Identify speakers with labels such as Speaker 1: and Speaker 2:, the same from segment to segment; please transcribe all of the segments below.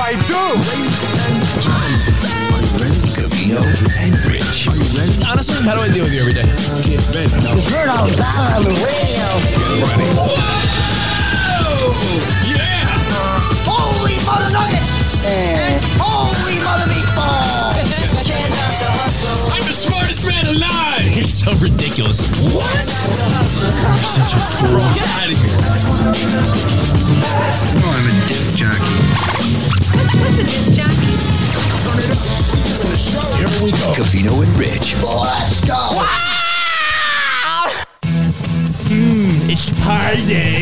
Speaker 1: I do.
Speaker 2: Gavino and Rich. Are you ready?
Speaker 3: Honestly, how do I deal with you every day?
Speaker 2: Get ready.
Speaker 4: The Bruno Bala on the radio.
Speaker 5: Holy mother nugget! And holy mother meatball! Can't knock the hustle.
Speaker 3: I'm the smartest man alive. You're so ridiculous. What? You're such a fool. Get out of here.
Speaker 1: No, Oh, I'm a disc jockey.
Speaker 2: Here we go. Gavino and Rich.
Speaker 4: Let's go.
Speaker 3: Hmm, It's pie day.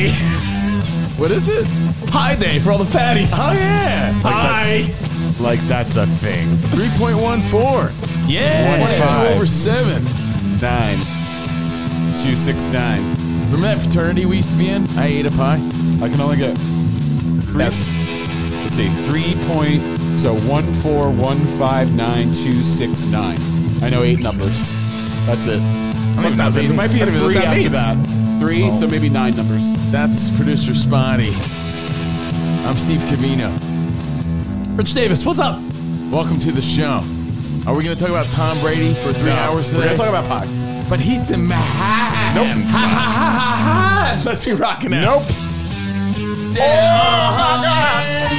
Speaker 6: What is it?
Speaker 3: Pie day for all the fatties.
Speaker 6: Oh yeah.
Speaker 3: Pie.
Speaker 6: That's, like that's a thing. 3.14.
Speaker 3: Yeah.
Speaker 6: One
Speaker 3: It's
Speaker 6: five.
Speaker 3: over seven.
Speaker 6: 9. 269.
Speaker 3: Remember that fraternity we used to be in? I ate a pie.
Speaker 6: I can only get three.
Speaker 3: That's-
Speaker 6: Let's see, three point. So one four one five nine two six nine. I know eight numbers. That's it.
Speaker 3: even know what that
Speaker 6: There might be a
Speaker 3: means.
Speaker 6: three
Speaker 3: I don't
Speaker 6: after
Speaker 3: even know what that
Speaker 6: that. Three, so maybe nine numbers.
Speaker 3: That's producer Spotty. I'm Steve Cavino. Rich Davis, what's up? Welcome to the show. Are we going to talk about Tom Brady for three hours
Speaker 6: We're
Speaker 3: today?
Speaker 6: gonna talk about pie.
Speaker 3: but he's the man.
Speaker 6: Nope.
Speaker 3: Ha ha ha ha ha. Let's be rocking out.
Speaker 6: Nope.
Speaker 3: Oh,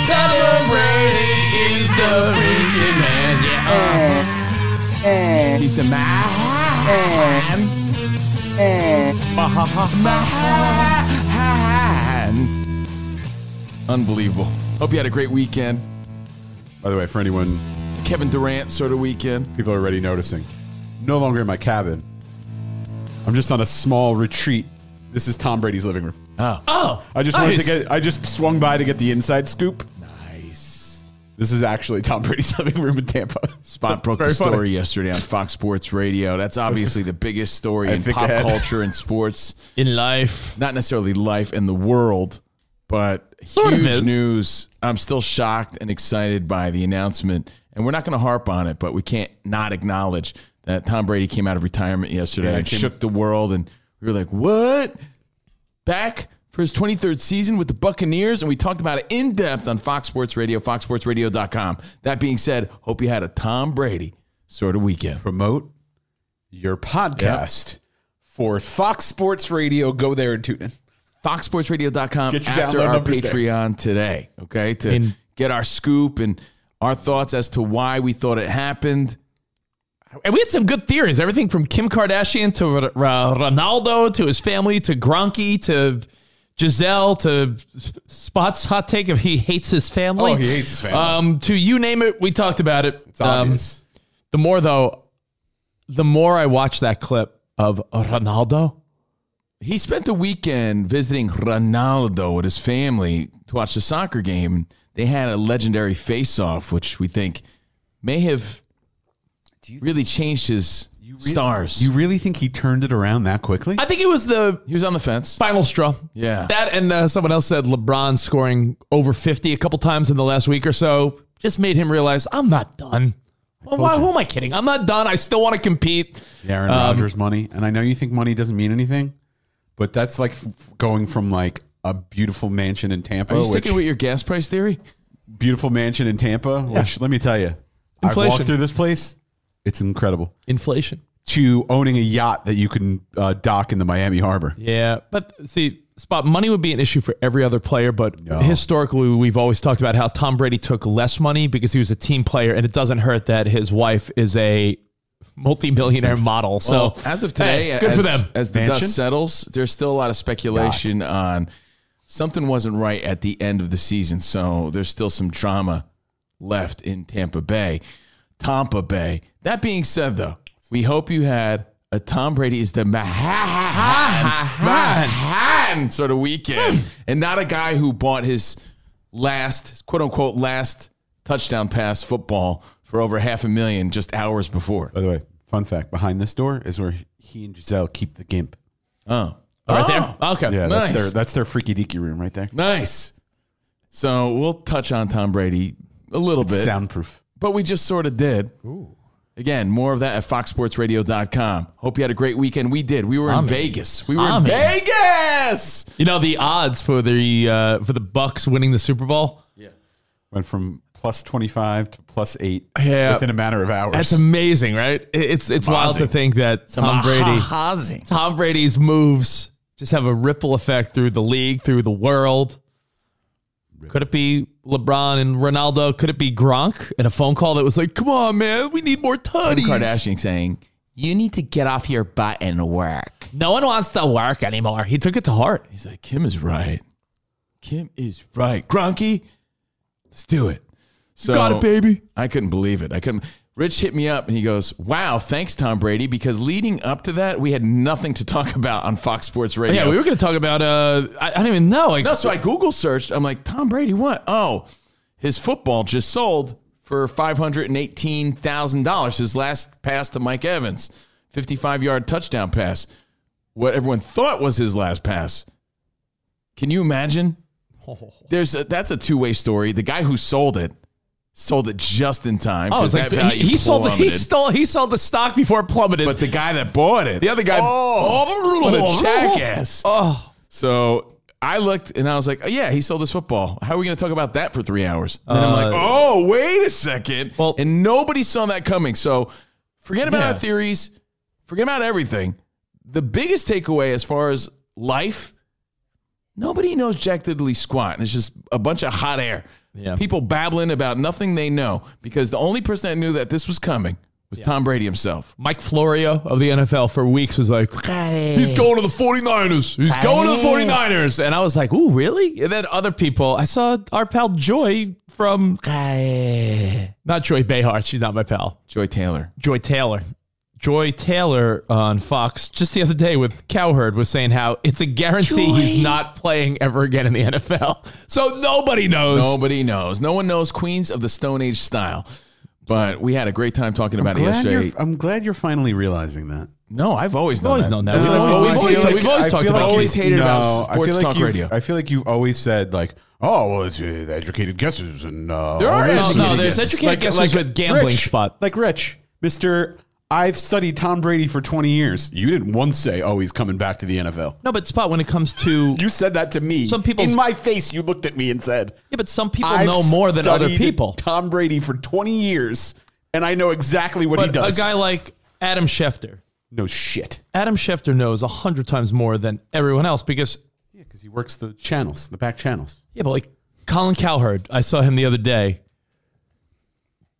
Speaker 3: Tell him Brady is the freaking man. Yeah. He's the man. Man. Unbelievable. Hope you had a great weekend.
Speaker 6: By the way, for anyone,
Speaker 3: Kevin Durant sort of weekend.
Speaker 6: people are already noticing. No longer in my cabin. I'm just on a small retreat. This is Tom Brady's living room.
Speaker 3: Oh,
Speaker 6: I just wanted to get. I just swung by to get the inside scoop.
Speaker 3: nice.
Speaker 6: This is actually Tom Brady's living room in Tampa.
Speaker 3: Spot broke the
Speaker 6: Very funny.
Speaker 3: story yesterday on Fox Sports Radio. That's obviously the biggest story
Speaker 6: I
Speaker 3: in
Speaker 6: think I
Speaker 3: pop
Speaker 6: had-
Speaker 3: culture and sports.
Speaker 7: in life.
Speaker 3: not necessarily life in the world, but
Speaker 7: Sort of
Speaker 3: huge
Speaker 7: is.
Speaker 3: news. I'm still shocked and excited by the announcement, and we're not going to harp on it, but we can't not acknowledge that Tom Brady came out of retirement yesterday
Speaker 6: Yeah,
Speaker 3: and
Speaker 6: came-
Speaker 3: shook the world, and we were like, "What?" Back for his 23rd season with the Buccaneers, and we talked about it in depth on Fox Sports Radio, FoxSportsRadio.com. That being said, hope you had a Tom Brady sort of weekend.
Speaker 6: promote your podcast for Fox Sports Radio. Go there and tune in.
Speaker 3: foxsportsradio.com
Speaker 6: Get your
Speaker 3: after
Speaker 6: download
Speaker 3: our
Speaker 6: numbers there.
Speaker 3: Patreon today, okay? To
Speaker 7: In-
Speaker 3: get our scoop and our thoughts as to why we thought it happened.
Speaker 7: And we had some good theories. Everything from Kim Kardashian to R- R- Ronaldo to his family to Gronky to Giselle to Spot's hot take of he hates his family.
Speaker 6: Oh, he hates his family.
Speaker 7: Um, to you name it, we talked about it. Um,
Speaker 6: It's obvious.
Speaker 7: The more though, the more I watch that clip of Ronaldo.
Speaker 3: He spent the weekend visiting Ronaldo with his family to watch the soccer game. They had a legendary face-off, which we think may have really changed his stars.
Speaker 6: you really think he turned it around that quickly?
Speaker 7: I think it was the
Speaker 3: he was on the fence.
Speaker 7: final straw.
Speaker 3: Yeah.
Speaker 7: That and uh, someone else said LeBron scoring over 50 a couple times in the last week or so just made him realize I'm not done. Well, why, who am I kidding? I'm not done. I still want to compete.
Speaker 6: Aaron
Speaker 3: Um,
Speaker 6: Rodgers money, and I know you think money doesn't mean anything, but that's like f- going from like a beautiful mansion in Tampa,
Speaker 3: Are you
Speaker 6: Oh, which
Speaker 3: sticking with your gas price theory?
Speaker 6: beautiful mansion in Tampa. Which let me tell you, I've walked
Speaker 7: Inflation.
Speaker 6: through this place. It's incredible.
Speaker 7: Inflation.
Speaker 6: To owning a yacht that you can uh, dock in the Miami Harbor.
Speaker 7: Yeah, but see, spot money would be an issue for every other player, but
Speaker 6: No.
Speaker 7: historically we've always talked about how Tom Brady took less money because he was a team player and it doesn't hurt that his wife is a multimillionaire model. So
Speaker 3: Well, Oh, as of today,
Speaker 7: hey, good
Speaker 3: as,
Speaker 7: for them.
Speaker 3: As the
Speaker 6: Mansion?
Speaker 3: dust settles, there's still a lot of speculation on something wasn't right at the end of the season. So there's still some drama left in Tampa Bay, Tampa Bay. That being said, though, we hope you had a Tom Brady is the Manhattan sort of weekend,
Speaker 7: Hmm.
Speaker 3: and not a guy who bought his last quote unquote last touchdown pass football for over half a million just hours before.
Speaker 6: By the way, fun fact: behind this door is where he and Giselle keep the gimp.
Speaker 3: Oh.
Speaker 7: right
Speaker 3: Oh.
Speaker 7: there. Okay.
Speaker 6: Yeah, that's
Speaker 3: Nice.
Speaker 6: their that's their freaky deaky room right there.
Speaker 3: Nice. So we'll touch on Tom Brady a little bit,
Speaker 6: Soundproof.
Speaker 3: but we just sort of did. Again, more of that at foxsportsradio.com. Hope you had a great weekend. We did. We were in Vegas. We were in
Speaker 7: I'm in.
Speaker 3: Vegas.
Speaker 7: You know the odds for the uh, for the Bucks winning the Super Bowl.
Speaker 6: Went from plus 25 to plus 8
Speaker 7: Yeah.
Speaker 6: within a matter of hours.
Speaker 7: That's amazing, right? It- It's it's wild to
Speaker 6: Amazing.
Speaker 7: think that Tom Brady, Tom Brady's moves just have a ripple effect through the league, through the world. Could it be LeBron and Ronaldo? Could it be Gronk and a phone call that was like, "Come on, man, we need more
Speaker 3: Kim
Speaker 7: tutties."
Speaker 3: Kardashian saying, "You need to get off your butt and work."
Speaker 7: No one wants to work anymore. He took it to heart.
Speaker 3: He's like, "Kim is right. Kim is right. Gronky, let's do it." So
Speaker 7: Got it, baby.
Speaker 3: I couldn't believe it. I couldn't. Rich hit me up and he goes, "Wow, thanks, Tom Brady." Because leading up to that, we had nothing to talk about on Fox Sports Radio.
Speaker 7: Oh, Yeah, we were going to talk about. Uh, I, I don't even know. Like,
Speaker 3: No, so I Google searched. I'm like, Tom Brady, what? Oh, his football just sold for $518,000. His last pass to Mike Evans, 55 yard touchdown pass. What everyone thought was his last pass. Can you imagine? There's a, that's a two way story. The guy who sold it sold it just in time.
Speaker 7: oh, it's
Speaker 3: 'cause
Speaker 7: like
Speaker 3: that
Speaker 7: he,
Speaker 3: value
Speaker 7: he sold. He
Speaker 3: plummeted.
Speaker 7: stole. He sold the stock before it plummeted.
Speaker 3: But the guy that bought it,
Speaker 7: The other guy-
Speaker 3: oh, what a jackass.
Speaker 7: oh,
Speaker 3: So I looked and I was like, oh, yeah, he sold his football. How are we going to talk about that for three hours? And then I'm
Speaker 7: Uh,
Speaker 3: like, oh, wait a second.
Speaker 7: Well-
Speaker 3: and nobody saw that coming. So forget about
Speaker 7: Yeah.
Speaker 3: our theories, forget about everything. The biggest takeaway as far as life, nobody knows Jack Diddley squat. And it's just a bunch of hot air.
Speaker 7: Yeah.
Speaker 3: People babbling about nothing they know because the only person that knew that this was coming was Tom Brady himself.
Speaker 7: Mike Florio of the NFL for weeks was like, he's going to the 49ers. He's going to the 49ers. And I was like, ooh, really? And then other people, I saw our pal Joy from, not Joy Behar. She's not my pal.
Speaker 3: Joy Taylor.
Speaker 7: Joy Taylor. Joy Taylor on Fox just the other day with Cowherd was saying how it's a guarantee he's not playing ever again in the NFL. So nobody knows.
Speaker 3: Nobody knows. No one knows Queens of the Stone Age style. But we had a great time talking about it
Speaker 6: glad you're-
Speaker 3: yesterday.
Speaker 6: I'm glad you're finally realizing that.
Speaker 3: No, I've always known
Speaker 7: always
Speaker 3: that.
Speaker 7: known that.
Speaker 3: We've
Speaker 7: No,
Speaker 3: always,
Speaker 7: I feel
Speaker 3: we've
Speaker 7: like-
Speaker 3: always
Speaker 7: I
Speaker 3: talked
Speaker 7: feel
Speaker 3: about
Speaker 7: like
Speaker 3: it.
Speaker 7: you-
Speaker 3: always hated
Speaker 6: No, I
Speaker 3: about
Speaker 6: feel
Speaker 3: sports
Speaker 6: like
Speaker 3: talk
Speaker 6: you've-
Speaker 3: radio.
Speaker 6: I feel like you've always said like, "Oh, well, it's uh, educated guesses," and uh,
Speaker 3: There
Speaker 6: all
Speaker 3: are
Speaker 6: this."
Speaker 7: No,
Speaker 3: educated
Speaker 7: no, there's
Speaker 3: guesses.
Speaker 7: educated guesses with gambling
Speaker 6: Rich,
Speaker 7: spot.
Speaker 6: Like Rich, Mister, I've studied Tom Brady for 20 years. You didn't once say, "Oh, he's coming back to the NFL."
Speaker 7: No, but spot when it comes to
Speaker 6: You said that to me.
Speaker 7: Some people's-
Speaker 6: in my face, you looked at me and said,
Speaker 7: Yeah, but some people
Speaker 6: "I
Speaker 7: know more than other people.
Speaker 6: Tom Brady for 20 years, and I know exactly what he
Speaker 7: But a
Speaker 6: does.
Speaker 7: guy like Adam Schefter,
Speaker 6: no shit.
Speaker 7: Adam Schefter knows a hundred times more than everyone else because
Speaker 6: Yeah, because he works the channels, the back channels.
Speaker 7: yeah, but like Colin Cowherd, I saw him the other day.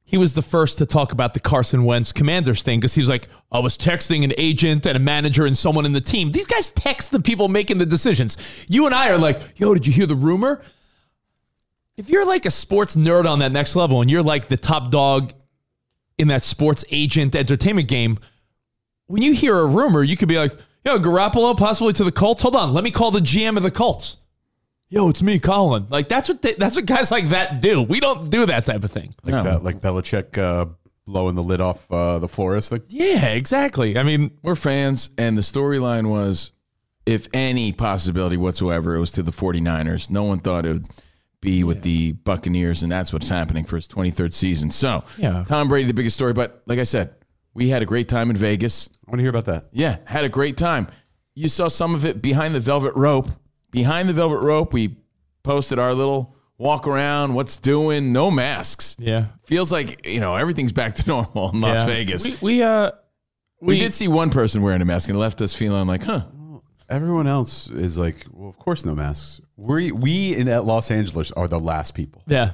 Speaker 7: He was the first to talk about the Carson Wentz Commanders thing because he was like, "I was texting an agent and a manager and someone in the team." These guys text the people making the decisions. You and I are like, "Yo, did you hear the rumor?" If you're like a sports nerd on that next level and you're like the top dog in that sports agent entertainment game, when you hear a rumor, you could be like, yo, Garoppolo possibly to the Colts. Hold on, let me call the GM of the Colts. Yo, it's me, Colin. Like that's what they, that's what guys like that do. We don't do that type of thing.
Speaker 6: Like that, like Belichick uh, blowing the lid off uh, the florist thing.
Speaker 7: Yeah, exactly. I mean,
Speaker 3: We're fans, and the storyline was, if any possibility whatsoever, it was to the 49ers. No one thought it would be with the Buccaneers, and that's what's happening for his 23rd season. So,
Speaker 7: Yeah.
Speaker 3: Tom Brady, the biggest story. But like I said, we had a great time in Vegas.
Speaker 6: I want to hear about that.
Speaker 3: Yeah, had a great time. You saw some of it behind the velvet rope. Behind the velvet rope, we posted our little walk around, what's doing, no masks.
Speaker 7: yeah,
Speaker 3: Feels like, you know, everything's back to normal in Las
Speaker 7: yeah.
Speaker 3: Vegas. We,
Speaker 7: We, we uh, we-
Speaker 3: did see one person wearing a mask and it left us feeling like, huh.
Speaker 6: Everyone else is like, well, of course, no masks. We we in at Los Angeles are the last people.
Speaker 7: Yeah.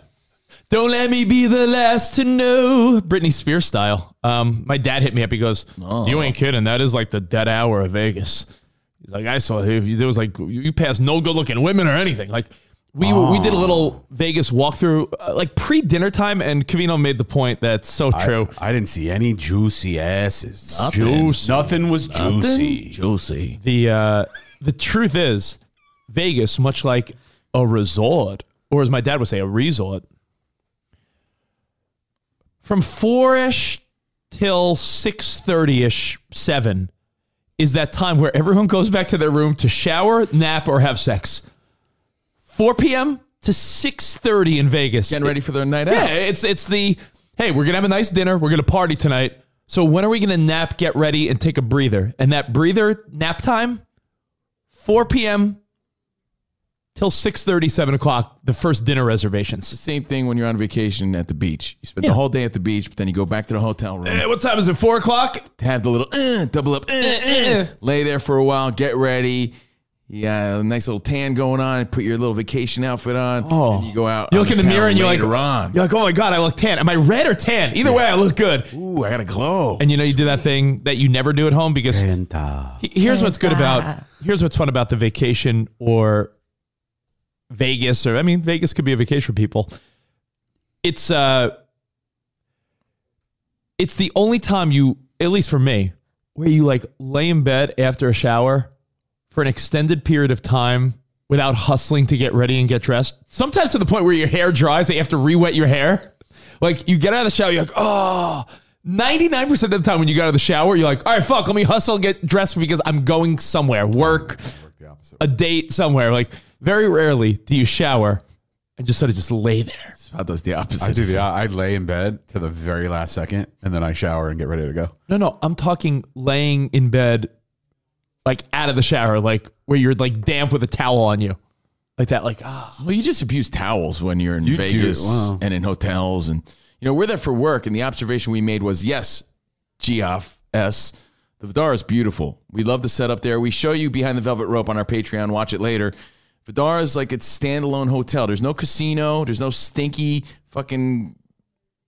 Speaker 7: Don't let me be the last to know. Britney Spears style. Um, my dad hit me up. He goes, You ain't kidding. That is like the dead hour of Vegas. He's like, I saw it. There was like, you passed no good looking women or anything. Like, we, we did a little Vegas walkthrough, uh, like pre dinner time, and Cavino made the point that's so true.
Speaker 6: I didn't see any juicy asses.
Speaker 3: Nothing.
Speaker 6: Juice. Nothing was juicy.
Speaker 3: Juicy.
Speaker 7: the uh, the truth is, Vegas, much like a resort, or as my dad would say, a resort, from four ish till six thirty ish, seven is that time where everyone goes back to their room to shower, nap, or have sex. Four p.m. to six thirty in Vegas.
Speaker 3: Getting ready for their night
Speaker 7: Yeah,
Speaker 3: out.
Speaker 7: it's it's the hey, we're gonna have a nice dinner, we're gonna party tonight. So when are we gonna nap, get ready, and take a breather? And that breather nap time, 4 p.m. till 6.30, 7 o'clock, the first dinner reservations.
Speaker 3: Same thing when you're on vacation at the beach. You spend
Speaker 7: Yeah.
Speaker 3: the whole day at the beach, but then you go back to the hotel room.
Speaker 7: what time is it? 4 o'clock?
Speaker 3: have the little uh, double up, uh, uh, lay there for a while, get ready. Yeah, a nice little tan going on. Put your little vacation outfit on.
Speaker 7: Oh.
Speaker 3: and you go out.
Speaker 7: You
Speaker 3: on
Speaker 7: look in the
Speaker 3: town
Speaker 7: mirror and you're like,
Speaker 3: later on.
Speaker 7: you're like, oh my God, I look tan. Am I red or tan? Either way, I look good.
Speaker 3: Ooh, I gotta glow.
Speaker 7: And you know, you do that thing that you never do at home because He- here's what's good about here's what's fun about the vacation or Vegas or I mean Vegas could be a vacation for people. It's uh it's the only time you at least for me where you like lay in bed after a shower for an extended period of time without hustling to get ready and get dressed. Sometimes to the point where your hair dries that you have to re-wet your hair. Like you get out of the shower, you're like, oh. 99% of the time when you get out of the shower, you're like, all right, fuck, let me hustle and get dressed because I'm going somewhere, work, a date somewhere. Like very rarely do you shower and just sort of just lay there.
Speaker 3: How does the opposite?
Speaker 6: I do the. I I lay in bed to the very last second, and then I shower and get ready to go.
Speaker 7: No, no, I'm talking laying in bed, like out of the shower, like where you're like damp with a towel on you. Like that, like, ah.
Speaker 3: Well, you just abuse towels when you're in
Speaker 6: You do,
Speaker 3: Vegas
Speaker 6: wow.
Speaker 3: and in hotels, and you know we're there for work. And the observation we made was yes, Geoff S. The Vidar is beautiful. We love the setup there. We show you behind the velvet rope on our Patreon. Watch it later. Vidar is like its standalone hotel. There's no casino. There's no stinky fucking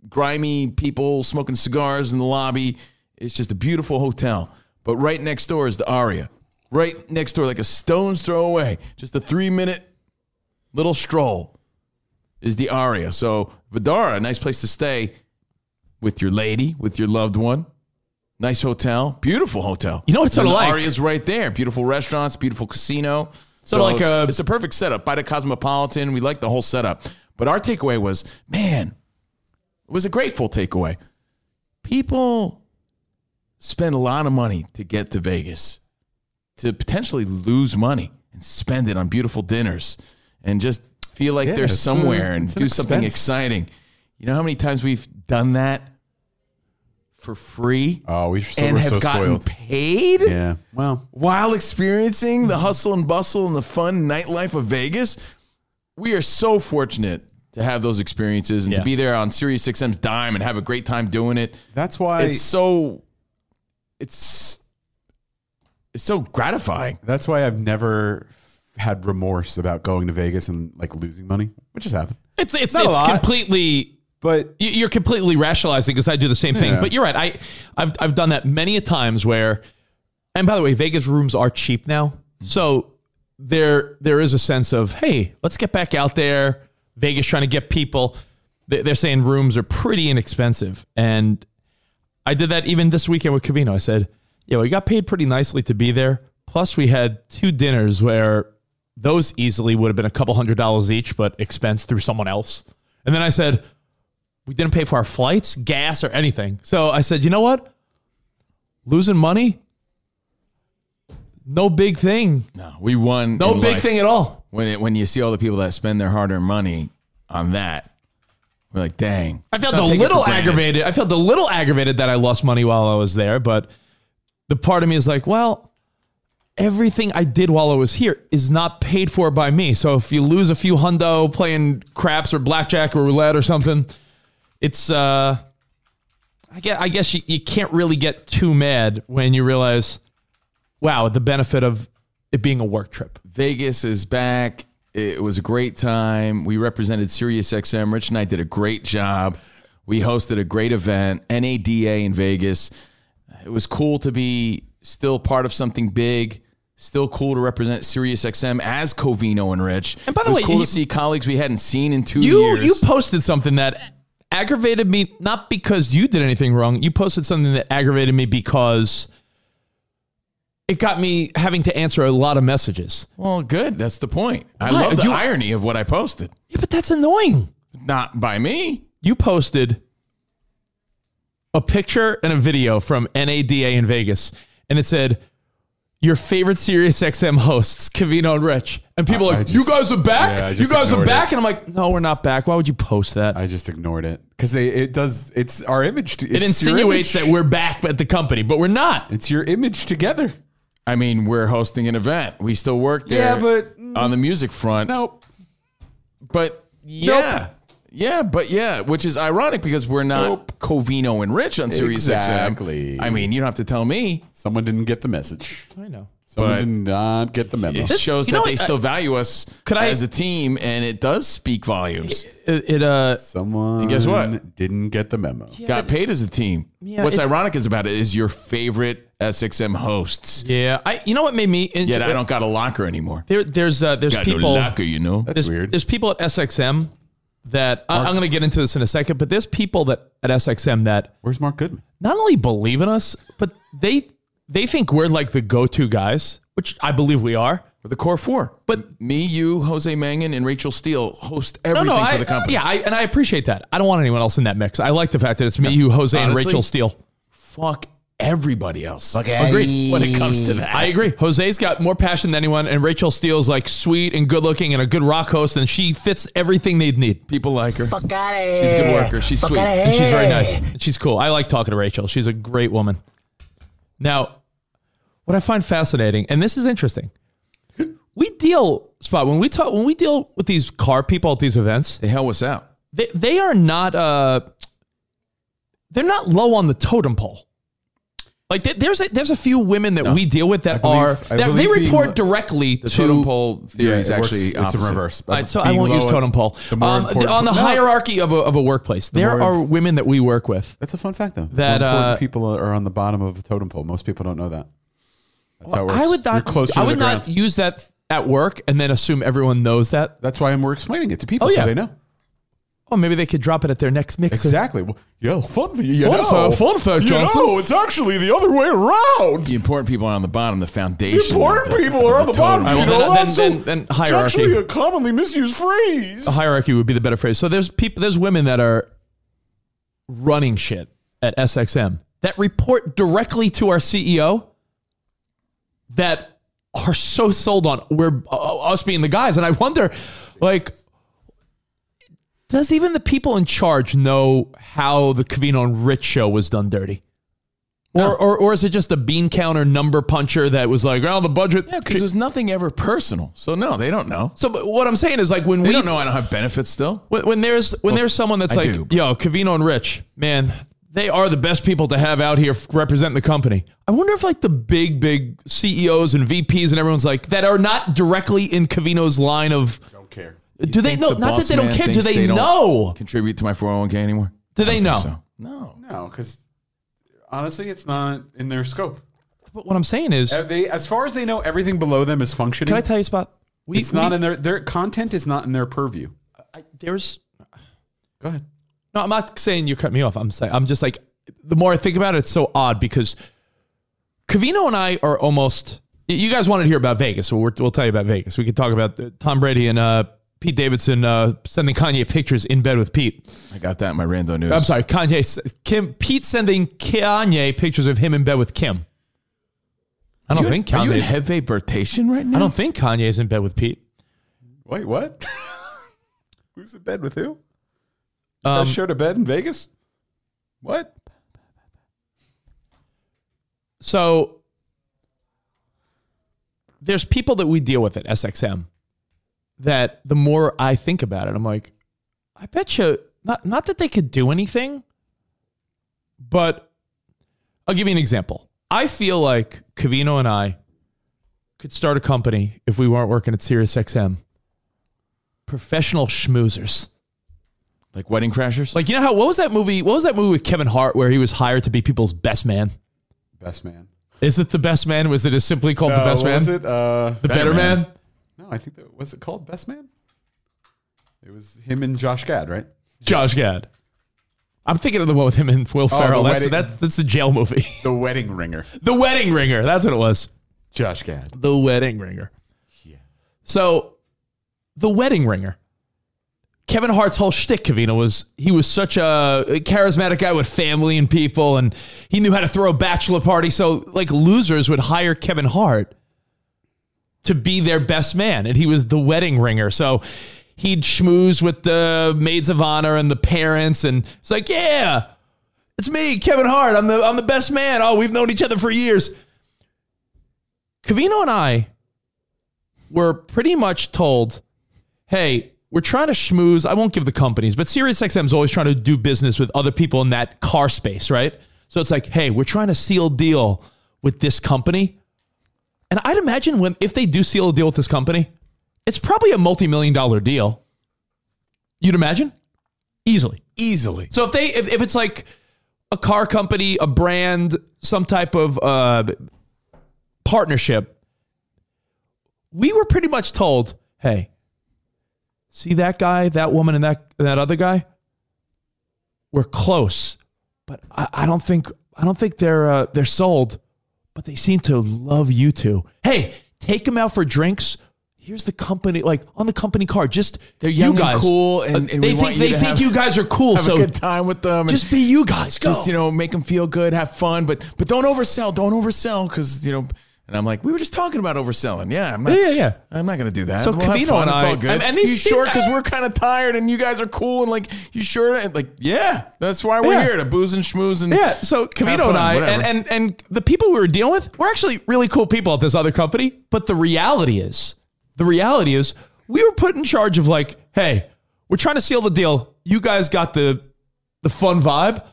Speaker 3: grimy people smoking cigars in the lobby. It's just a beautiful hotel. But right next door is the Aria. Right next door, like a stone's throw away, just a three minute little stroll is the Aria. So Vidara, nice place to stay with your lady, with your loved one. Nice hotel, beautiful hotel.
Speaker 7: You know what it's
Speaker 3: And
Speaker 7: sorta
Speaker 3: the
Speaker 7: like?
Speaker 3: Aria's right there. Beautiful restaurants, beautiful casino. So
Speaker 7: like uh,
Speaker 3: it's,
Speaker 7: a-
Speaker 3: it's a perfect setup by the Cosmopolitan. We like the whole setup. But our takeaway was, man, it was a grateful takeaway. People spend a lot of money to get to Vegas to potentially lose money and spend it on beautiful dinners and just feel like
Speaker 6: Yeah,
Speaker 3: they're
Speaker 6: it's a-
Speaker 3: somewhere and
Speaker 6: it's an
Speaker 3: do something
Speaker 6: expense.
Speaker 3: exciting. You know how many times we've done that for free
Speaker 6: Oh, we so,
Speaker 3: and
Speaker 6: we're
Speaker 3: have
Speaker 6: so
Speaker 3: gotten
Speaker 6: spoiled.
Speaker 3: paid
Speaker 6: Yeah. Mm-hmm. Well,
Speaker 3: while experiencing the hustle and bustle and the fun nightlife of Vegas. We are so fortunate to have those experiences and
Speaker 7: Yeah.
Speaker 3: to be there on Sirius XM's dime and have a great time doing it
Speaker 6: that's why.
Speaker 3: it's so it's it's so gratifying.
Speaker 6: that's why I've never had remorse about going to Vegas and like losing money, which has happened.
Speaker 7: It's it's
Speaker 6: Not a
Speaker 7: it's
Speaker 6: lot.
Speaker 7: completely
Speaker 6: But
Speaker 7: you- you're completely rationalizing because I do the same thing.
Speaker 6: Yeah.
Speaker 7: But you're right. I I've I've done that many a times where, and by the way, Vegas rooms are cheap now, so there there is a sense of hey, let's get back out there. Vegas trying to get people. They- They're saying rooms are pretty inexpensive, and I did that even this weekend with Cavino. I said, "Yo, we got paid pretty nicely to be there. Plus, we had two dinners where those easily would have been a couple hundred dollars each, but expensed through someone else." And then I said, "We didn't pay for our flights, gas, or anything." So I said, "You know what? Losing money, no big thing.
Speaker 3: No, we won.
Speaker 7: No
Speaker 3: in
Speaker 7: big
Speaker 3: life.
Speaker 7: thing at all."
Speaker 3: When it, when you see all the people that spend their hard earned money on that, we're like, dang.
Speaker 7: I felt
Speaker 3: Let's
Speaker 7: a
Speaker 3: not take it
Speaker 7: little
Speaker 3: for granted.
Speaker 7: aggravated. I felt a little aggravated that I lost money while I was there, but the part of me is like, well, everything I did while I was here is not paid for by me. So if you lose a few hundo playing craps or blackjack or roulette or something, it's uh I guess, I guess you, you can't really get too mad when you realize, wow, the benefit of it being a work trip.
Speaker 3: Vegas is back. It was a great time. We represented SiriusXM. Rich and I did a great job. We hosted a great event, NADA in Vegas. It was cool to be still part of something big. Still cool to represent SiriusXM as Covino and Rich.
Speaker 7: And by the
Speaker 3: it was
Speaker 7: way,
Speaker 3: cool
Speaker 7: you-
Speaker 3: to see colleagues we hadn't seen in two
Speaker 7: You
Speaker 3: years.
Speaker 7: you posted something that aggravated me not because you did anything wrong. You posted something that aggravated me because it got me having to answer a lot of messages.
Speaker 3: well, good. That's the point. I
Speaker 7: Why?
Speaker 3: love the
Speaker 7: You-
Speaker 3: irony of what I posted.
Speaker 7: Yeah, but that's annoying.
Speaker 3: Not by me.
Speaker 7: You posted a picture and a video from NADA in Vegas and it said your favorite Sirius XM hosts, Cavino and Rich. And people are
Speaker 6: I
Speaker 7: like,
Speaker 6: just-
Speaker 7: you guys are back?
Speaker 6: yeah, I
Speaker 7: you
Speaker 6: just
Speaker 7: guys are
Speaker 6: ignored it.
Speaker 7: back? And I'm like, no, we're not back. Why would you post that?
Speaker 6: I just ignored it because they it does it's our image. To,
Speaker 7: it
Speaker 6: it's your
Speaker 7: insinuates
Speaker 6: image.
Speaker 7: that we're back at the company, but we're not.
Speaker 6: it's your image together.
Speaker 3: I mean, we're hosting an event. We still work there.
Speaker 6: but
Speaker 3: on the music front.
Speaker 6: Nope.
Speaker 3: But yeah. Yeah, but yeah, which is ironic because we're not
Speaker 6: Nope.
Speaker 3: Covino and Rich on Sirius
Speaker 6: Exactly.
Speaker 3: XM. I mean, you don't have to tell me.
Speaker 6: Someone didn't get the message.
Speaker 7: I know.
Speaker 6: Someone
Speaker 3: But-
Speaker 6: did not get the memo.
Speaker 3: It shows
Speaker 7: you
Speaker 3: that
Speaker 7: know
Speaker 3: they
Speaker 7: what?
Speaker 3: still value us
Speaker 7: Could I-
Speaker 3: as a team, and it does speak volumes.
Speaker 7: It, it, uh,
Speaker 6: Someone
Speaker 3: And guess what?
Speaker 6: didn't get the memo.
Speaker 3: Got paid as a team.
Speaker 7: Yeah,
Speaker 3: What's
Speaker 7: it-
Speaker 3: ironic is about it is your favorite SXM hosts.
Speaker 7: yeah. I, you know what made me?
Speaker 3: Yet I don't got a locker anymore.
Speaker 7: There, there's, uh, there's
Speaker 3: Got
Speaker 7: people.
Speaker 3: no locker, you know.
Speaker 6: That's
Speaker 7: there's,
Speaker 6: weird.
Speaker 7: There's people at SXM that I, I'm going to get into this in a second, but there's people that at SXM that
Speaker 6: Where's Mark Goodman?
Speaker 7: not only believe in us, but they they think we're like the go-to guys, which I believe we are.
Speaker 3: We're the core four.
Speaker 7: But-
Speaker 3: me, you, Jose Mangan, and Rachel Steele host
Speaker 7: No,
Speaker 3: everything
Speaker 7: no,
Speaker 3: for
Speaker 7: I,
Speaker 3: the company.
Speaker 7: yeah, I, and I appreciate that. I don't want anyone else in that mix. I like the fact that it's me, you, Jose, and
Speaker 3: Honestly,
Speaker 7: Rachel Steele.
Speaker 3: Fuck everybody else.
Speaker 2: Okay.
Speaker 7: Agreed.
Speaker 3: When it comes to that.
Speaker 7: I agree. Jose's got more passion than anyone, and Rachel Steele's like sweet and good looking and a good rock host, and she fits everything they'd need.
Speaker 3: People like her.
Speaker 4: Fuck out of here.
Speaker 3: She's a good worker. She's
Speaker 4: Fuck
Speaker 3: sweet.
Speaker 4: outta
Speaker 3: And she's
Speaker 7: She's
Speaker 3: very-
Speaker 7: very nice. And she's cool. I like talking to Rachel. She's a great woman. Now, what I find fascinating, and this is interesting, we deal spot when we talk when we deal with these car people at these events,
Speaker 3: They help us out.
Speaker 7: they they are not uh they're not low on the totem pole. Like there- there's a, there's a few women that we deal with that
Speaker 6: believe-
Speaker 7: are
Speaker 6: I
Speaker 7: that, they
Speaker 6: believe being
Speaker 7: report
Speaker 6: lo-
Speaker 7: directly
Speaker 3: The
Speaker 7: to
Speaker 3: totem pole theory
Speaker 6: Yeah,
Speaker 3: is
Speaker 6: it works-
Speaker 3: actually
Speaker 6: it's
Speaker 3: opposite.
Speaker 6: reverse.
Speaker 7: All right, so I
Speaker 6: Being
Speaker 7: won't
Speaker 6: low
Speaker 7: use
Speaker 6: on-
Speaker 7: totem pole.
Speaker 6: the more
Speaker 7: Um,
Speaker 6: important-
Speaker 7: on the
Speaker 6: No.
Speaker 7: hierarchy of a, of a workplace, there
Speaker 6: more
Speaker 7: are
Speaker 6: inf-
Speaker 7: women that we work with
Speaker 6: That's a fun fact, though.
Speaker 7: That,
Speaker 6: More important
Speaker 7: uh,
Speaker 6: people are on the bottom of the totem pole. Most people don't know that. That's how it works.
Speaker 7: I would
Speaker 6: You're
Speaker 7: not.
Speaker 6: closer
Speaker 7: I
Speaker 6: to the
Speaker 7: would not
Speaker 6: ground.
Speaker 7: use that at work and then assume everyone knows that.
Speaker 6: That's why we're explaining it to people
Speaker 7: Oh,
Speaker 6: so
Speaker 7: yeah.
Speaker 6: they know.
Speaker 7: Oh, maybe they could drop it at their next mix.
Speaker 6: Exactly. Well, yeah, fun for you. you
Speaker 7: Fun
Speaker 6: know.
Speaker 7: fact- fun fact,
Speaker 6: You
Speaker 7: Johnson.
Speaker 6: know, it's actually the other way around.
Speaker 3: The important people are on the bottom, the foundation.
Speaker 6: The important
Speaker 3: of the-
Speaker 6: people are on the
Speaker 3: totem
Speaker 6: bottom.
Speaker 7: All
Speaker 3: pole.
Speaker 6: You
Speaker 7: right,
Speaker 6: know
Speaker 7: well, then-
Speaker 6: that?
Speaker 7: then-
Speaker 6: So
Speaker 7: then- then hierarchy.
Speaker 6: It's actually a commonly misused phrase.
Speaker 7: Hierarchy would be the better phrase. So there's people. There's women that are running shit at SXM that report directly to our CEO. That are so sold on we're uh, us being the guys, and I wonder, like. Does even the people in charge know how the Cavino and Rich show was done dirty? Or, or, or is it just a bean counter number puncher that was like, oh, the budget?
Speaker 3: Yeah, because there's nothing ever personal. So no, they don't know.
Speaker 7: So but what I'm saying is like when
Speaker 3: They
Speaker 7: we
Speaker 3: don't know I don't have benefits still.
Speaker 7: when, when there's when there's someone that's
Speaker 3: I
Speaker 7: like,
Speaker 3: do, but-
Speaker 7: yo, Cavino and Rich, man, they are the best people to have out here f- representing the company. I wonder if like the big big CEOs and VPs and everyone's like that are not directly in Cavino's line of.
Speaker 6: Don't care.
Speaker 7: Do they know? Not
Speaker 3: The
Speaker 7: that
Speaker 3: boss
Speaker 7: they don't
Speaker 3: man
Speaker 7: care. Do
Speaker 3: thinks
Speaker 7: they,
Speaker 3: don't
Speaker 7: know?
Speaker 3: Contribute to my 401k anymore?
Speaker 7: Do they know?
Speaker 3: So no.
Speaker 6: No, because honestly, it's not in their scope.
Speaker 7: But what I'm saying is,
Speaker 6: Uh, They, as far as they know, everything below them is functioning.
Speaker 7: can I tell you, Spot? We,
Speaker 6: it's not
Speaker 7: we-
Speaker 6: in their their content is not in their purview.
Speaker 7: I, there's
Speaker 6: Go ahead.
Speaker 7: No, I'm not saying you cut me off. I'm saying I'm just like the more I think about it, it's so odd because Cavino and I are almost. y- You guys wanted to hear about Vegas, so we're, we'll tell you about Vegas. We could talk about uh, Tom Brady and uh, Pete Davidson uh, sending Kanye pictures in bed with Pete.
Speaker 3: I got that in my rando news.
Speaker 7: I'm sorry, Kanye, s- Kim, Pete sending Kanye pictures of him in bed with Kim. I don't think
Speaker 3: Are you in
Speaker 7: Kanye.
Speaker 3: heavy rotation right now?
Speaker 7: I don't think Kanye's in bed with Pete.
Speaker 6: Wait, what? Who's in bed with who? I
Speaker 7: Um,
Speaker 6: shared a bed in Vegas. What?
Speaker 7: So there's people that we deal with at SXM that the more I think about it, I'm like, I bet you not not that they could do anything, but I'll give you an example. I feel like Cavino and I could start a company if we weren't working at SiriusXM. Professional schmoozers.
Speaker 3: Like wedding crashers?
Speaker 7: Like you know how what was that movie? What was that movie with Kevin Hart where he was hired to be people's best man?
Speaker 6: Best man.
Speaker 7: Is it the best man? Was it just simply called the best
Speaker 6: what
Speaker 7: man?
Speaker 6: Was it? Uh,
Speaker 7: The better, man.
Speaker 6: no, I think that was it called Best Man. It was him and Josh Gad, right?
Speaker 7: Josh Gad. I'm thinking of the one with him and Will Ferrell. that's,
Speaker 6: wedding-
Speaker 7: that's that's Oh, the jail movie.
Speaker 6: The wedding ringer.
Speaker 7: the Wedding Ringer. That's what it was.
Speaker 6: Josh Gad.
Speaker 7: The Wedding Ringer. So, the Wedding Ringer. Kevin Hart's whole shtick, Cavino, was he was such a charismatic guy with family and people, and he knew how to throw a bachelor party. So, like, losers would hire Kevin Hart to be their best man, and he was the wedding ringer. So, he'd schmooze with the maids of honor and the parents, and it's like, yeah, it's me, Kevin Hart. I'm the I'm the best man. Oh, we've known each other for years. Cavino and I were pretty much told, hey, we're trying to schmooze. I won't give the companies, but SiriusXM is always trying to do business with other people in that car space, right? So it's like, hey, we're trying to seal a deal with this company. And I'd imagine when if they do seal a deal with this company, it's probably a multi-million dollar deal. You'd imagine? Easily.
Speaker 3: Easily.
Speaker 7: So if they if, if it's like a car company, a brand, some type of uh, partnership, we were pretty much told, hey, see that guy, that woman, and that that other guy, we're close, but I, I don't think I don't think they're uh, they're sold, but they seem to love you two. Hey, take them out for drinks. Here's the company, like on the company card. Just
Speaker 3: They're young
Speaker 7: you
Speaker 3: and
Speaker 7: guys.
Speaker 3: cool, and-
Speaker 7: Uh,
Speaker 3: and
Speaker 7: they
Speaker 3: we
Speaker 7: think
Speaker 3: want you
Speaker 7: they
Speaker 3: to
Speaker 7: think
Speaker 3: have-
Speaker 7: you guys are cool.
Speaker 3: Have
Speaker 7: so
Speaker 3: a good time with them. and
Speaker 7: just be you guys. Go.
Speaker 3: just you know make them feel good, have fun, but but don't oversell. Don't oversell because you know. And I'm like, we were just talking about overselling. Yeah, I'm not,
Speaker 7: Yeah, yeah, yeah.
Speaker 3: I'm not gonna do that.
Speaker 7: So
Speaker 3: We'll have
Speaker 7: Cavino
Speaker 3: fun.
Speaker 7: and
Speaker 3: it's
Speaker 7: I-
Speaker 3: all good.
Speaker 7: and- and these
Speaker 3: you sure?
Speaker 7: things-
Speaker 3: Because we're kind of tired, and you guys are cool, and like, you sure? And like, yeah, that's why we're
Speaker 7: Yeah.
Speaker 3: here to booze and schmooze and
Speaker 7: yeah. So
Speaker 3: have
Speaker 7: Camino
Speaker 3: fun,
Speaker 7: and I
Speaker 3: whatever.
Speaker 7: and, and and the people we were dealing with were actually really cool people at this other company. But the reality is, the reality is, we were put in charge of like, hey, we're trying to seal the deal. You guys got the the fun vibe.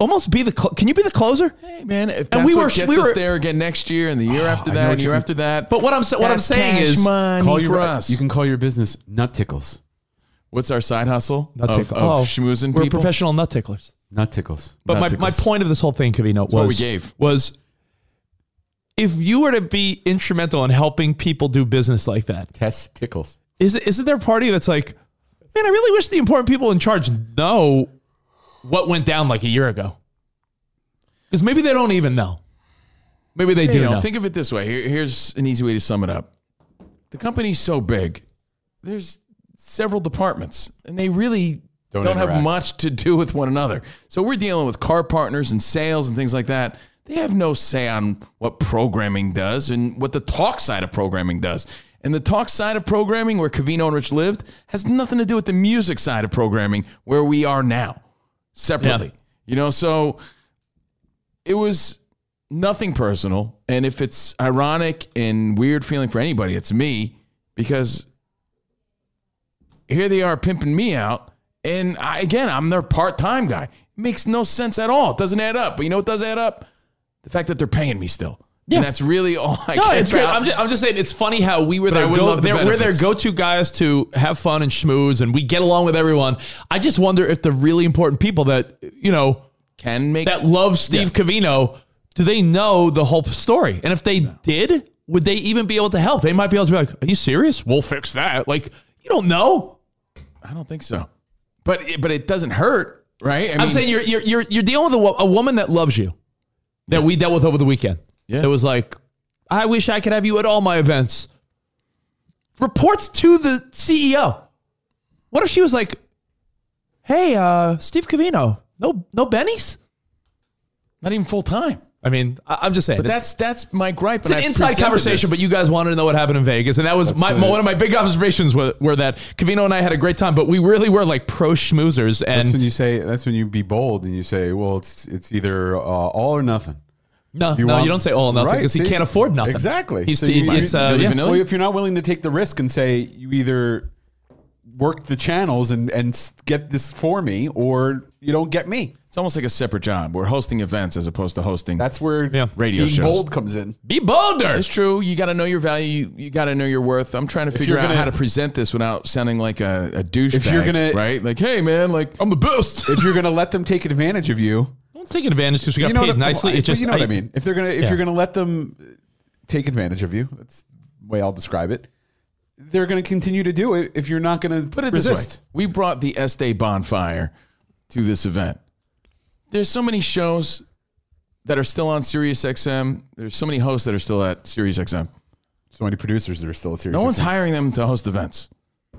Speaker 7: Almost be the cl- can you be the closer?
Speaker 3: hey man, if that's
Speaker 7: we
Speaker 3: what
Speaker 7: were-
Speaker 3: gets
Speaker 7: we
Speaker 3: us
Speaker 7: were-
Speaker 3: there again next year, and the year after
Speaker 6: I know
Speaker 3: that,
Speaker 6: what
Speaker 3: and
Speaker 6: you
Speaker 3: year
Speaker 6: mean.
Speaker 3: after that.
Speaker 7: But what I'm sa- what I'm
Speaker 3: That's
Speaker 7: saying
Speaker 3: cash
Speaker 7: is
Speaker 3: money
Speaker 6: Call your,
Speaker 3: for us.
Speaker 6: You can call your business Nut Tickles.
Speaker 3: What's our side hustle?
Speaker 7: Nut
Speaker 3: of,
Speaker 7: tickle-
Speaker 3: of
Speaker 7: oh,
Speaker 3: schmoozing
Speaker 7: We're
Speaker 3: people.
Speaker 7: professional nut ticklers.
Speaker 6: Nut Tickles.
Speaker 7: But
Speaker 3: Nut
Speaker 7: my, my
Speaker 3: tickles.
Speaker 7: point of this whole thing, Cavino, was
Speaker 3: what we gave.
Speaker 7: was if you were to be instrumental in helping people do business like that,
Speaker 6: Tess Tickles.
Speaker 7: Is it, isn't there a party that's like, man, I really wish the important people in charge know what went down like a year ago? Because maybe they don't even know. Maybe they do
Speaker 3: you know,
Speaker 7: know.
Speaker 3: think of it this way. Here, here's an easy way to sum it up. The company's so big, there's several departments, and they really
Speaker 6: Don't
Speaker 3: don't, have
Speaker 6: interact.
Speaker 3: much to do with one another. So we're dealing with car partners and sales and things like that. They have no say on what programming does and what the talk side of programming does. And the talk side of programming, where Cavino and Rich lived, has nothing to do with the music side of programming, where we are now, separately. You know, so it was nothing personal. And if it's ironic and weird feeling for anybody, it's me because here they are pimping me out. And I, again, I'm their part time guy. makes no sense at all. It doesn't add up. But you know what does add up? The fact that they're paying me still.
Speaker 7: Yeah.
Speaker 3: And that's really all I
Speaker 7: no,
Speaker 3: care
Speaker 7: it's good.
Speaker 3: about.
Speaker 7: I'm just, I'm just saying it's funny how we were
Speaker 3: I
Speaker 7: their
Speaker 3: would
Speaker 7: go,
Speaker 3: love the
Speaker 7: their, we're their
Speaker 3: benefits.
Speaker 7: go-to guys to have fun and schmooze, and we get along with everyone. I just wonder if the really important people that you know
Speaker 3: Can make
Speaker 7: that love Steve Cavino, do they know the whole story? And if they did, would they even be able to help? They might be able to be like, "Are you serious? We'll fix that." Like you don't know.
Speaker 3: I don't think so. But it, but it doesn't hurt, right? I
Speaker 7: I'm saying you're you're you're, you're dealing with a, wo- a woman that loves you, that we dealt with over the weekend.
Speaker 3: Yeah.
Speaker 7: That was like, I wish I could have you at all my events. Reports to the CEO. What if she was like, Hey, uh, Steve Cavino, no no bennies?
Speaker 3: not even full time.
Speaker 7: I mean, I, I'm just saying.
Speaker 3: But
Speaker 7: it's-
Speaker 3: that's that's my gripe.
Speaker 7: It's an inside conversation, but you guys wanted to know what happened in Vegas, and that was my,
Speaker 3: what it-
Speaker 7: one of my big observations were, were that Cavino and I had a great time, but we really were like pro schmoozers,
Speaker 6: That's when
Speaker 7: and
Speaker 6: you say. That's when you be bold and you say, "Well, it's it's either uh, all or nothing."
Speaker 7: no, no,
Speaker 6: want-
Speaker 7: you don't say all or nothing
Speaker 6: Right,
Speaker 7: because
Speaker 6: see?
Speaker 7: he can't afford nothing.
Speaker 6: Exactly.
Speaker 7: he's
Speaker 6: So
Speaker 7: he-
Speaker 6: you-
Speaker 7: it's, uh,
Speaker 3: you-
Speaker 7: yeah.
Speaker 3: Vanilla?
Speaker 6: Well, if you're not willing to take the risk and say you either work the channels and and s- get this for me, or you don't get me.
Speaker 3: it's almost like a separate job. We're hosting events as opposed to hosting.
Speaker 6: That's where
Speaker 7: Yeah.
Speaker 3: Radio
Speaker 6: being
Speaker 3: shows.
Speaker 6: bold comes in.
Speaker 7: be bolder.
Speaker 3: It's true. You got to know your value. You, you got to know your worth. I'm trying to figure
Speaker 6: you're
Speaker 3: out
Speaker 6: gonna-
Speaker 3: how to present this without sounding like a, a douchebag.
Speaker 6: If you're gonna-
Speaker 3: right, like, hey man, like oh, I'm the best.
Speaker 6: If you're going to let them take advantage of you,
Speaker 7: Don't take advantage because we got
Speaker 6: you know
Speaker 7: paid
Speaker 6: what,
Speaker 7: nicely.
Speaker 6: well,
Speaker 7: It just
Speaker 6: you know what I mean. If they're gonna, if
Speaker 7: Yeah.
Speaker 6: you're gonna let them take advantage of you, that's the way I'll describe it. They're gonna continue to do it if you're not gonna
Speaker 3: Put it
Speaker 6: resist.
Speaker 3: this way: we brought the Estee bonfire to this event. There's so many shows that are still on SiriusXM. There's so many hosts that are still at SiriusXM.
Speaker 6: So many producers that are still at serious.
Speaker 3: No one's hiring them to host events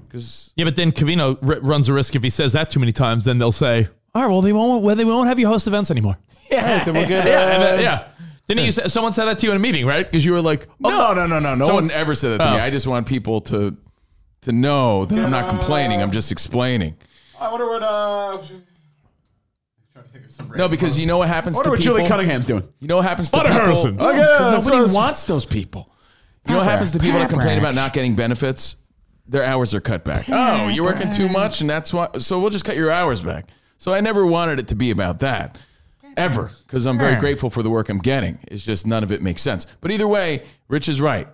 Speaker 3: because
Speaker 7: Yeah, but then Cavino r- runs a risk if he says that too many times, then they'll say, "All right, well, they won't well, they won't have you host events anymore."
Speaker 6: then we'll get,
Speaker 7: Yeah, and
Speaker 6: uh,
Speaker 7: then- yeah. Didn't you? say- Someone said that to you in a meeting, right? Because you were like, oh,
Speaker 3: no, no, no, no, no one
Speaker 7: Someone's-
Speaker 3: ever said that to me.
Speaker 7: Oh.
Speaker 3: I just want people to to know that I'm not complaining. I'm just explaining.
Speaker 6: I wonder what. Uh, I'm trying to think of some
Speaker 3: No,
Speaker 6: random
Speaker 3: because
Speaker 6: posts.
Speaker 3: you know what happens
Speaker 6: I wonder
Speaker 3: to
Speaker 6: what
Speaker 3: people.
Speaker 6: Julie Cunningham's doing.
Speaker 3: You know what happens to
Speaker 7: Butter
Speaker 3: people?
Speaker 7: Harrelson.
Speaker 3: No,
Speaker 6: Okay,
Speaker 3: 'cause
Speaker 6: so
Speaker 3: nobody
Speaker 6: it's-
Speaker 3: wants those people. You know what happens to people that complain about not getting benefits? Their hours are cut back. Oh, you're working too much, and that's why. So we'll just cut your hours back. So I never wanted it to be about that, ever, because I'm very grateful for the work I'm getting. It's just none of it makes sense. But either way, Rich is right.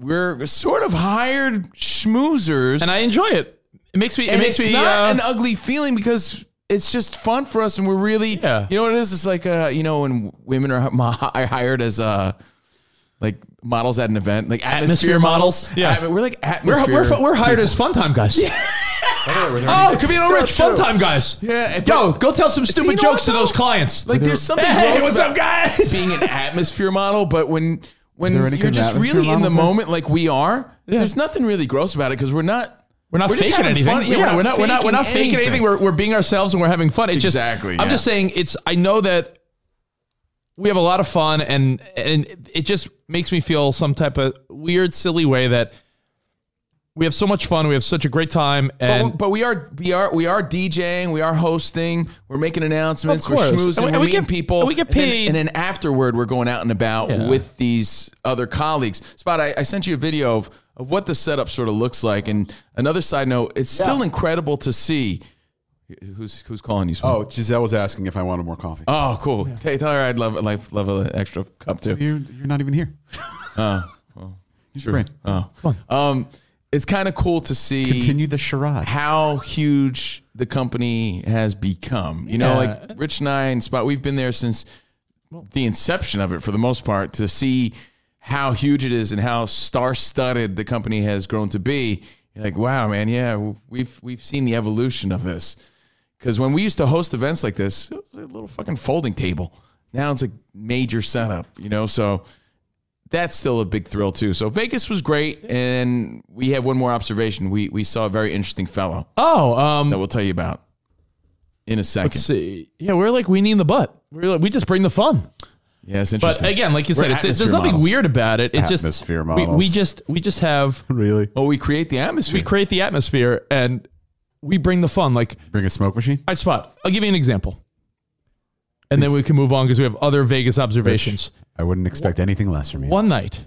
Speaker 3: We're sort of hired schmoozers,
Speaker 7: and I enjoy it. It makes me. It
Speaker 3: and
Speaker 7: makes
Speaker 3: it's
Speaker 7: me.
Speaker 3: not
Speaker 7: uh,
Speaker 3: an ugly feeling because it's just fun for us, and we're really,
Speaker 7: Yeah.
Speaker 3: you know what it is? It's like, uh, you know, when women are hi- are hired as uh, like models at an event, like atmosphere,
Speaker 7: Atmosphere
Speaker 3: models.
Speaker 7: models. Yeah.
Speaker 3: Atmo- we're like
Speaker 7: we're,
Speaker 3: atmosphere.
Speaker 7: we're, we're hired as fun time guys. Oh, Camino Rich, fun time guys.
Speaker 3: Yeah, it-
Speaker 7: Yo, go tell some
Speaker 3: See,
Speaker 7: stupid
Speaker 3: you know
Speaker 7: jokes
Speaker 3: what,
Speaker 7: to those
Speaker 3: though?
Speaker 7: clients.
Speaker 3: like there's something
Speaker 7: hey,
Speaker 3: gross
Speaker 7: what's
Speaker 3: about
Speaker 7: up, guys?
Speaker 3: being an atmosphere model, but when when
Speaker 6: there any
Speaker 3: you're
Speaker 6: good
Speaker 3: just
Speaker 6: atmosphere
Speaker 3: really in the
Speaker 6: models there?
Speaker 3: moment, like we are, there's nothing really gross about it because we're not.
Speaker 7: We're not
Speaker 3: We're just
Speaker 7: faking
Speaker 3: having
Speaker 7: anything.
Speaker 3: fun. Yeah,
Speaker 7: we're, not, we're not. We're not faking anything. We're, we're being ourselves and we're having fun. It just-
Speaker 3: Exactly,
Speaker 7: I'm
Speaker 3: yeah.
Speaker 7: just saying. It's. I know that we have a lot of fun, and and it just makes me feel some type of weird, silly way that we have so much fun. We have such a great time,
Speaker 3: But,
Speaker 7: and
Speaker 3: but we are we are we are DJing, we are hosting, we're making announcements,
Speaker 7: Of
Speaker 3: we're
Speaker 7: course. And
Speaker 3: schmoozing,
Speaker 7: we-
Speaker 3: we're
Speaker 7: and we
Speaker 3: meeting
Speaker 7: get-
Speaker 3: people,
Speaker 7: and we get
Speaker 3: then-
Speaker 7: paid.
Speaker 3: and then, afterward we're going out and about
Speaker 7: Yeah.
Speaker 3: with these other colleagues. Spot, I, I sent you a video of, of what the setup sort of looks like, and another side note, it's still incredible to see. Who's who's calling you? Spot?
Speaker 6: Oh, Giselle was asking if I wanted more coffee.
Speaker 3: oh, cool. Tell- Tell her I'd love love, love an extra cup too.
Speaker 6: You're, you're not even here. Use your brain.
Speaker 3: Um, it's kind of cool to see
Speaker 6: Continue the charade.
Speaker 3: how huge the company has become. You know,
Speaker 7: Yeah.
Speaker 3: like Rich and I and Spot, we've been there since the inception of it for the most part to see how huge it is and how star studded the company has grown to be. You're like, wow, man, yeah, we've we've seen the evolution of this. Because when we used to host events like this, it was a little fucking folding table. Now it's a major setup, you know. So that's still a big thrill too. So Vegas was great, and we have one more observation. We we saw a very interesting fellow
Speaker 7: oh, um,
Speaker 3: that we'll tell you about in a second.
Speaker 7: let's see. Yeah, we're like we need in the butt. We're like, we just bring the fun.
Speaker 3: Yeah, it's
Speaker 7: But
Speaker 3: interesting.
Speaker 7: again, like you
Speaker 3: We're
Speaker 7: said, it, there's
Speaker 3: atmosphere
Speaker 7: nothing
Speaker 3: models.
Speaker 7: weird about it. It just
Speaker 6: Atmosphere
Speaker 7: we, we
Speaker 6: models.
Speaker 7: just we just have
Speaker 6: Really?
Speaker 3: oh, we create the atmosphere.
Speaker 7: we create the atmosphere and we bring the fun. Like
Speaker 6: Bring a smoke machine?
Speaker 7: All right, Spot. I'll give you an example. And then we can move on because we have other Vegas observations.
Speaker 6: I wouldn't expect anything less from you.
Speaker 7: One night,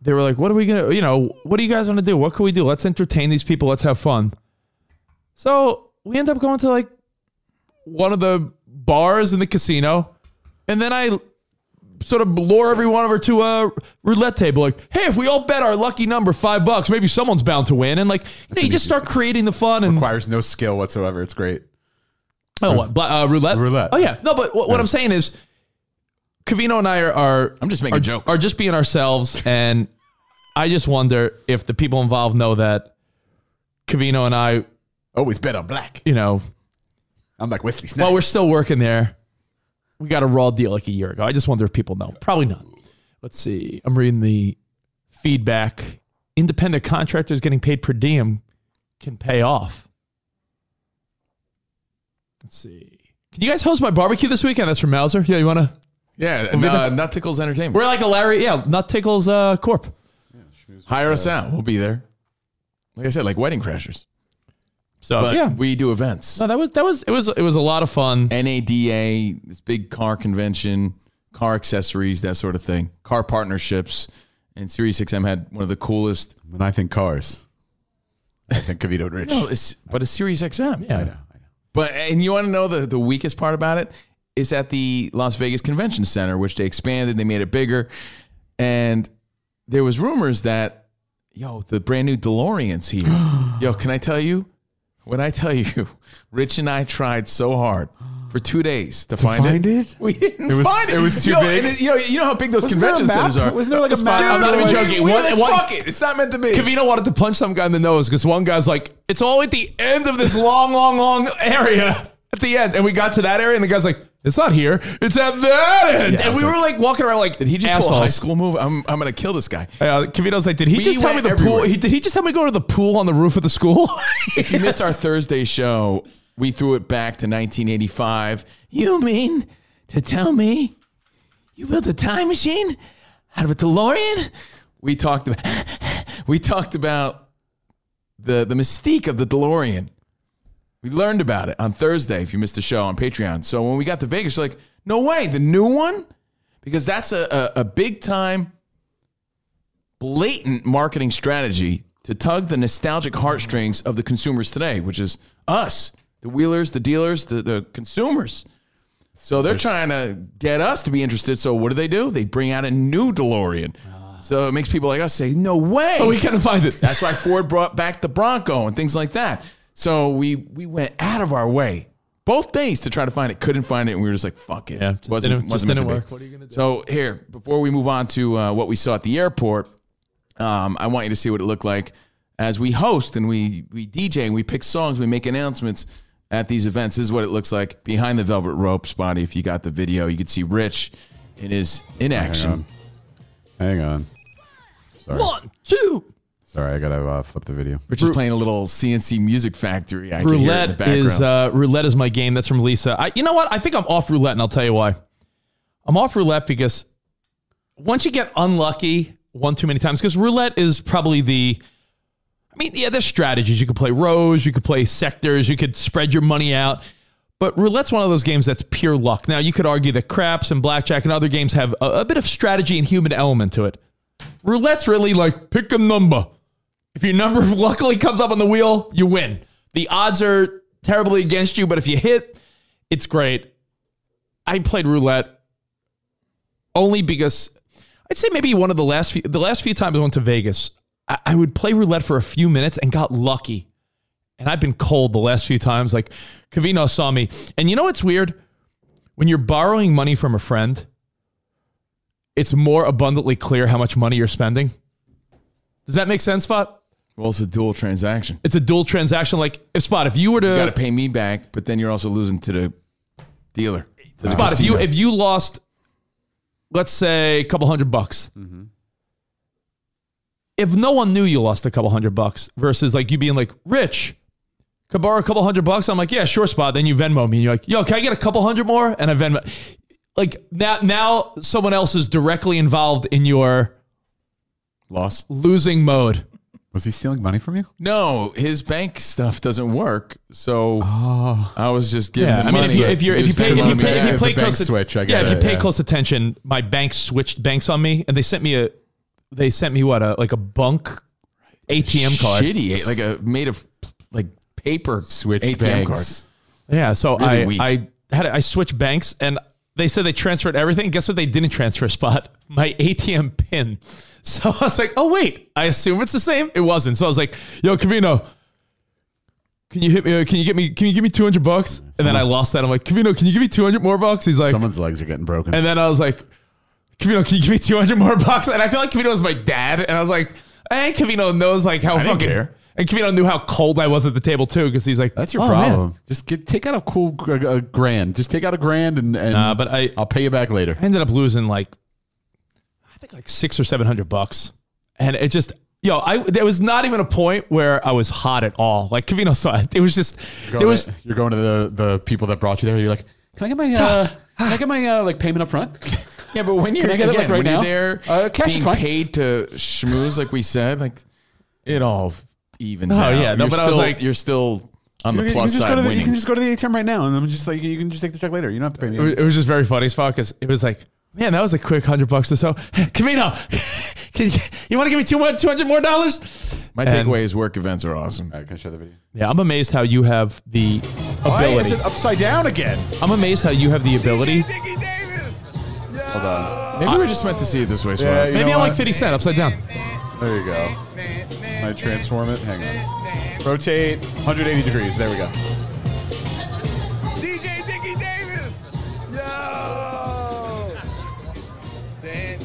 Speaker 7: they were like, What are we going to, you know, what do you guys want to do? What can we do? Let's entertain these people. Let's have fun. So we end up going to like one of the bars in the casino. And then I sort of lure everyone over to a roulette table. Like, hey, if we all bet our lucky number five bucks, maybe someone's bound to win. And like, you, know, you just
Speaker 6: easy-
Speaker 7: start creating the fun and
Speaker 6: Requires no skill whatsoever. It's great.
Speaker 7: Oh, what? Bla- uh, roulette?
Speaker 6: Roulette.
Speaker 7: Oh, yeah. No, but what, what I'm saying is, Cavino and I are, are
Speaker 3: I'm just making
Speaker 7: are,
Speaker 3: jokes.
Speaker 7: are just being ourselves, and I just wonder if the people involved know that Cavino and I,
Speaker 6: Always bet Oh, on black.
Speaker 7: you know,
Speaker 6: I'm like Wesley Snipes.
Speaker 7: while we're still working there, we got a raw deal like a year ago. I just wonder if people know. Probably not. Let's see. I'm reading the feedback. Independent contractors getting paid per diem can pay off. Let's see. Can you guys host my barbecue this weekend? That's from Mauser. Yeah, you want to?
Speaker 3: Yeah, and, uh, Not Tickles Entertainment.
Speaker 7: We're like a Larry. Yeah, Nut Tickles uh, Corp.
Speaker 3: Hire us out. We'll be there. Like I said, like wedding crashers.
Speaker 7: So
Speaker 3: But
Speaker 7: yeah,
Speaker 3: we do events.
Speaker 7: no, that was that was it was it was a lot of fun.
Speaker 3: NADA, this big car convention, car accessories, that sort of thing, car partnerships. And Series 6M had one of the coolest.
Speaker 6: and I think cars. I think Cavito and Rich.
Speaker 3: No, it's, but a Series XM.
Speaker 7: Yeah.
Speaker 3: But and you want to know the the weakest part about it is at the Las Vegas Convention Center, which they expanded, they made it bigger, and there was rumors that yo the brand new DeLorean's here. yo, can I tell you? When I tell you, Rich and I tried so hard for two days to, find,
Speaker 6: find it?
Speaker 3: We didn't
Speaker 6: It was-
Speaker 3: find it.
Speaker 6: it was too
Speaker 3: Yo,
Speaker 6: big?
Speaker 3: and it- you know, you know how big those
Speaker 6: Wasn't there a
Speaker 3: convention
Speaker 6: map?
Speaker 3: centers are.
Speaker 6: Wasn't there like a
Speaker 3: That's fine.
Speaker 6: map?
Speaker 3: I'm not even
Speaker 6: Dude,
Speaker 3: joking.
Speaker 6: we
Speaker 3: One-
Speaker 6: were like,
Speaker 3: one-
Speaker 6: "Fuck
Speaker 3: it. It's not meant to be.
Speaker 7: Cavino wanted to punch some guy in the nose because one guy's like, it's all at the end of this long, long, long area at the end. And we got to that area and the guy's like, it's not here. It's at that end.
Speaker 3: Yeah, I
Speaker 7: and we
Speaker 3: was
Speaker 7: were like walking around like,
Speaker 3: Did he just pull a
Speaker 7: assholes.
Speaker 3: high school move? I'm, I'm gonna kill this guy.
Speaker 7: Uh, Cavino's like, did he
Speaker 3: We
Speaker 7: just tell me
Speaker 3: went
Speaker 7: the pool?
Speaker 3: everywhere.
Speaker 7: He, did he just tell me to go to the pool on the roof of the school?
Speaker 3: If you missed our Thursday show, we threw it back to 1985. You mean to tell me you built a time machine out of a DeLorean? We talked about we talked about the the mystique of the DeLorean. We learned about it on Thursday. If you missed the show on Patreon, so when we got to Vegas, we're like, no way, the new one, because that's a a, a big time blatant marketing strategy to tug the nostalgic heartstrings of the consumers today, which is us, the wheelers, the dealers, the, the consumers. So they're trying to get us to be interested. So what do they do? They bring out a new DeLorean. So it makes people like us say, "No way!"
Speaker 7: Oh, Ah. we couldn't find it.
Speaker 3: That's why Ford brought back the Bronco and things like that. So we we went out of our way both days to try to find it. Couldn't find it, and we were just like, "Fuck it."
Speaker 7: Yeah, just
Speaker 3: wasn't
Speaker 7: didn't- just
Speaker 3: wasn't meant
Speaker 7: didn't
Speaker 3: to be.
Speaker 7: work. What are you gonna do?
Speaker 3: So here, before we move on to uh, what we saw at the airport, um, I want you to see what it looked like as we host and we we DJ and we pick songs, we make announcements at these events. This is what it looks like behind the velvet rope, Spotty. If you got the video, you could see Rich in his in action.
Speaker 6: Hang on. Sorry.
Speaker 7: One, two.
Speaker 6: Sorry, I gotta uh, flip the video.
Speaker 3: Rich is playing a little CNC Music Factory. I can hear it in the
Speaker 7: Roulette
Speaker 3: background.
Speaker 7: is uh, roulette is my game. That's from Lisa. I, you know what? I think I'm off roulette, and I'll tell you why. I'm off roulette because once you get unlucky one too many times, because roulette is probably the. I mean, yeah, there's strategies. You could play rows, you could play sectors, you could spread your money out. But roulette's one of those games that's pure luck. Now, you could argue that craps and blackjack and other games have a, a bit of strategy and human element to it. Roulette's really like pick a number. If your number luckily comes up on the wheel, you win. The odds are terribly against you, but if you hit, it's great. I played roulette only because I'd say maybe one of the last few, the last few times I went to Vegas, I, I would play roulette for a few minutes and got lucky. And I've been cold the last few times. Like Cavino saw me. And you know what's weird? When you're borrowing money from a friend, it's more abundantly clear how much money you're spending. Does that make sense, Fat?
Speaker 3: well, it's a dual transaction.
Speaker 7: it's a dual transaction. Like if Spot, if you were
Speaker 3: You got
Speaker 7: to
Speaker 3: to pay me back, but then you're also losing to the dealer. to the
Speaker 7: Spot, if you
Speaker 3: casino.
Speaker 7: if you lost, let's say a couple hundred bucks, if no one knew you lost a couple hundred bucks, versus like you being like Rich, could borrow a couple hundred bucks. I'm like, yeah, sure, Spot. Then you Venmo me, and you're like, yo, can I get a couple hundred more? And I Venmo. Like now, now someone else is directly involved in your
Speaker 3: loss.
Speaker 7: losing mode.
Speaker 6: Was he stealing money from you?
Speaker 3: No, his bank stuff doesn't work. So Oh. I was just giving.
Speaker 7: Yeah,
Speaker 3: the
Speaker 7: I mean, if
Speaker 3: money.
Speaker 7: you if you if you
Speaker 3: He
Speaker 7: pay
Speaker 3: was
Speaker 7: if you
Speaker 3: telling me
Speaker 7: pay, if
Speaker 3: that.
Speaker 7: you pay
Speaker 6: The bank
Speaker 7: close at-
Speaker 6: switch, I
Speaker 7: yeah,
Speaker 6: get
Speaker 7: if you
Speaker 6: it,
Speaker 7: pay
Speaker 6: yeah.
Speaker 7: close attention, my bank switched banks on me, and they sent me a they sent me what a like a bunk ATM card.
Speaker 3: shitty, eh, like a made of like paper
Speaker 6: Switch
Speaker 3: ATM
Speaker 6: banks.
Speaker 7: Yeah, so
Speaker 3: Really
Speaker 7: I
Speaker 3: weak.
Speaker 7: I had I switched banks, and they said they transferred everything. Guess what? They didn't transfer spot my ATM pin. So I was like, oh wait, I assume it's the same. It wasn't. So I was like, yo, Cavino. Can you hit me? uh, Can you get me? Can you give me two hundred bucks? And then I lost that. I'm like, Cavino, can you give me two hundred more bucks? He's like,
Speaker 6: Someone's legs are getting broken.
Speaker 7: And then I was like, Cavino, can you give me 200 more bucks? And I feel like Cavino was my dad. And I was like, and Cavino knows like how fucking.
Speaker 6: care.
Speaker 7: And Cavino knew how cold I was at the table too, because he's like,
Speaker 6: That's your
Speaker 7: "Oh, man."
Speaker 6: problem. Just get take out a cool gr- a grand. Just take out a grand and, and
Speaker 7: Nah, Uh, but I,
Speaker 6: I'll pay you back later.
Speaker 7: I ended up losing like, I think like six or 700 bucks. And it just, yo, I, there was not even a point where I was hot at all. Like Cavino saw it. It was just,
Speaker 6: Going
Speaker 7: there was,
Speaker 6: to- you're going to the, the people that brought you there. You're like, can I get my uh, can I get my uh, like payment up front?
Speaker 3: Yeah, but when you're
Speaker 6: I get it,
Speaker 3: again,
Speaker 6: like, right
Speaker 3: when
Speaker 6: now?
Speaker 3: you're there,
Speaker 6: Uh, cash is
Speaker 3: being
Speaker 6: fine.
Speaker 3: paid to schmooze, like we said, like it all evens
Speaker 7: Oh,
Speaker 3: out.
Speaker 7: yeah, no,
Speaker 3: You're
Speaker 7: but I
Speaker 3: still,
Speaker 7: was like-
Speaker 3: you're still on
Speaker 6: You
Speaker 3: the
Speaker 6: can- you can
Speaker 3: plus
Speaker 6: just go
Speaker 3: side
Speaker 6: to the- You
Speaker 3: winning.
Speaker 6: can just go to the ATM right now, and I'm just like, you can just take the check later. You don't have to pay me.
Speaker 7: it was, it was just very funny as fuck because it was like, man, that was a quick hundred bucks or so. Camino, can you, you want to give me two more, 200 more dollars?
Speaker 3: My
Speaker 7: And-
Speaker 3: takeaway is work events are awesome.
Speaker 6: All right, can I show the video?
Speaker 7: Yeah, I'm amazed how you have the
Speaker 6: Why is
Speaker 7: ability.
Speaker 6: it upside down again?
Speaker 7: I'm amazed how you have the ability.
Speaker 6: Hold on.
Speaker 3: Maybe we're just meant to see it this way.
Speaker 6: Yeah,
Speaker 3: Spot.
Speaker 6: you
Speaker 7: Maybe
Speaker 6: know
Speaker 7: I'm like
Speaker 6: what?
Speaker 7: 50 Cent upside down.
Speaker 6: There you go. Can I transform it? Hang on. Rotate 180 degrees. There we go.
Speaker 1: DJ Dickie Davis. No.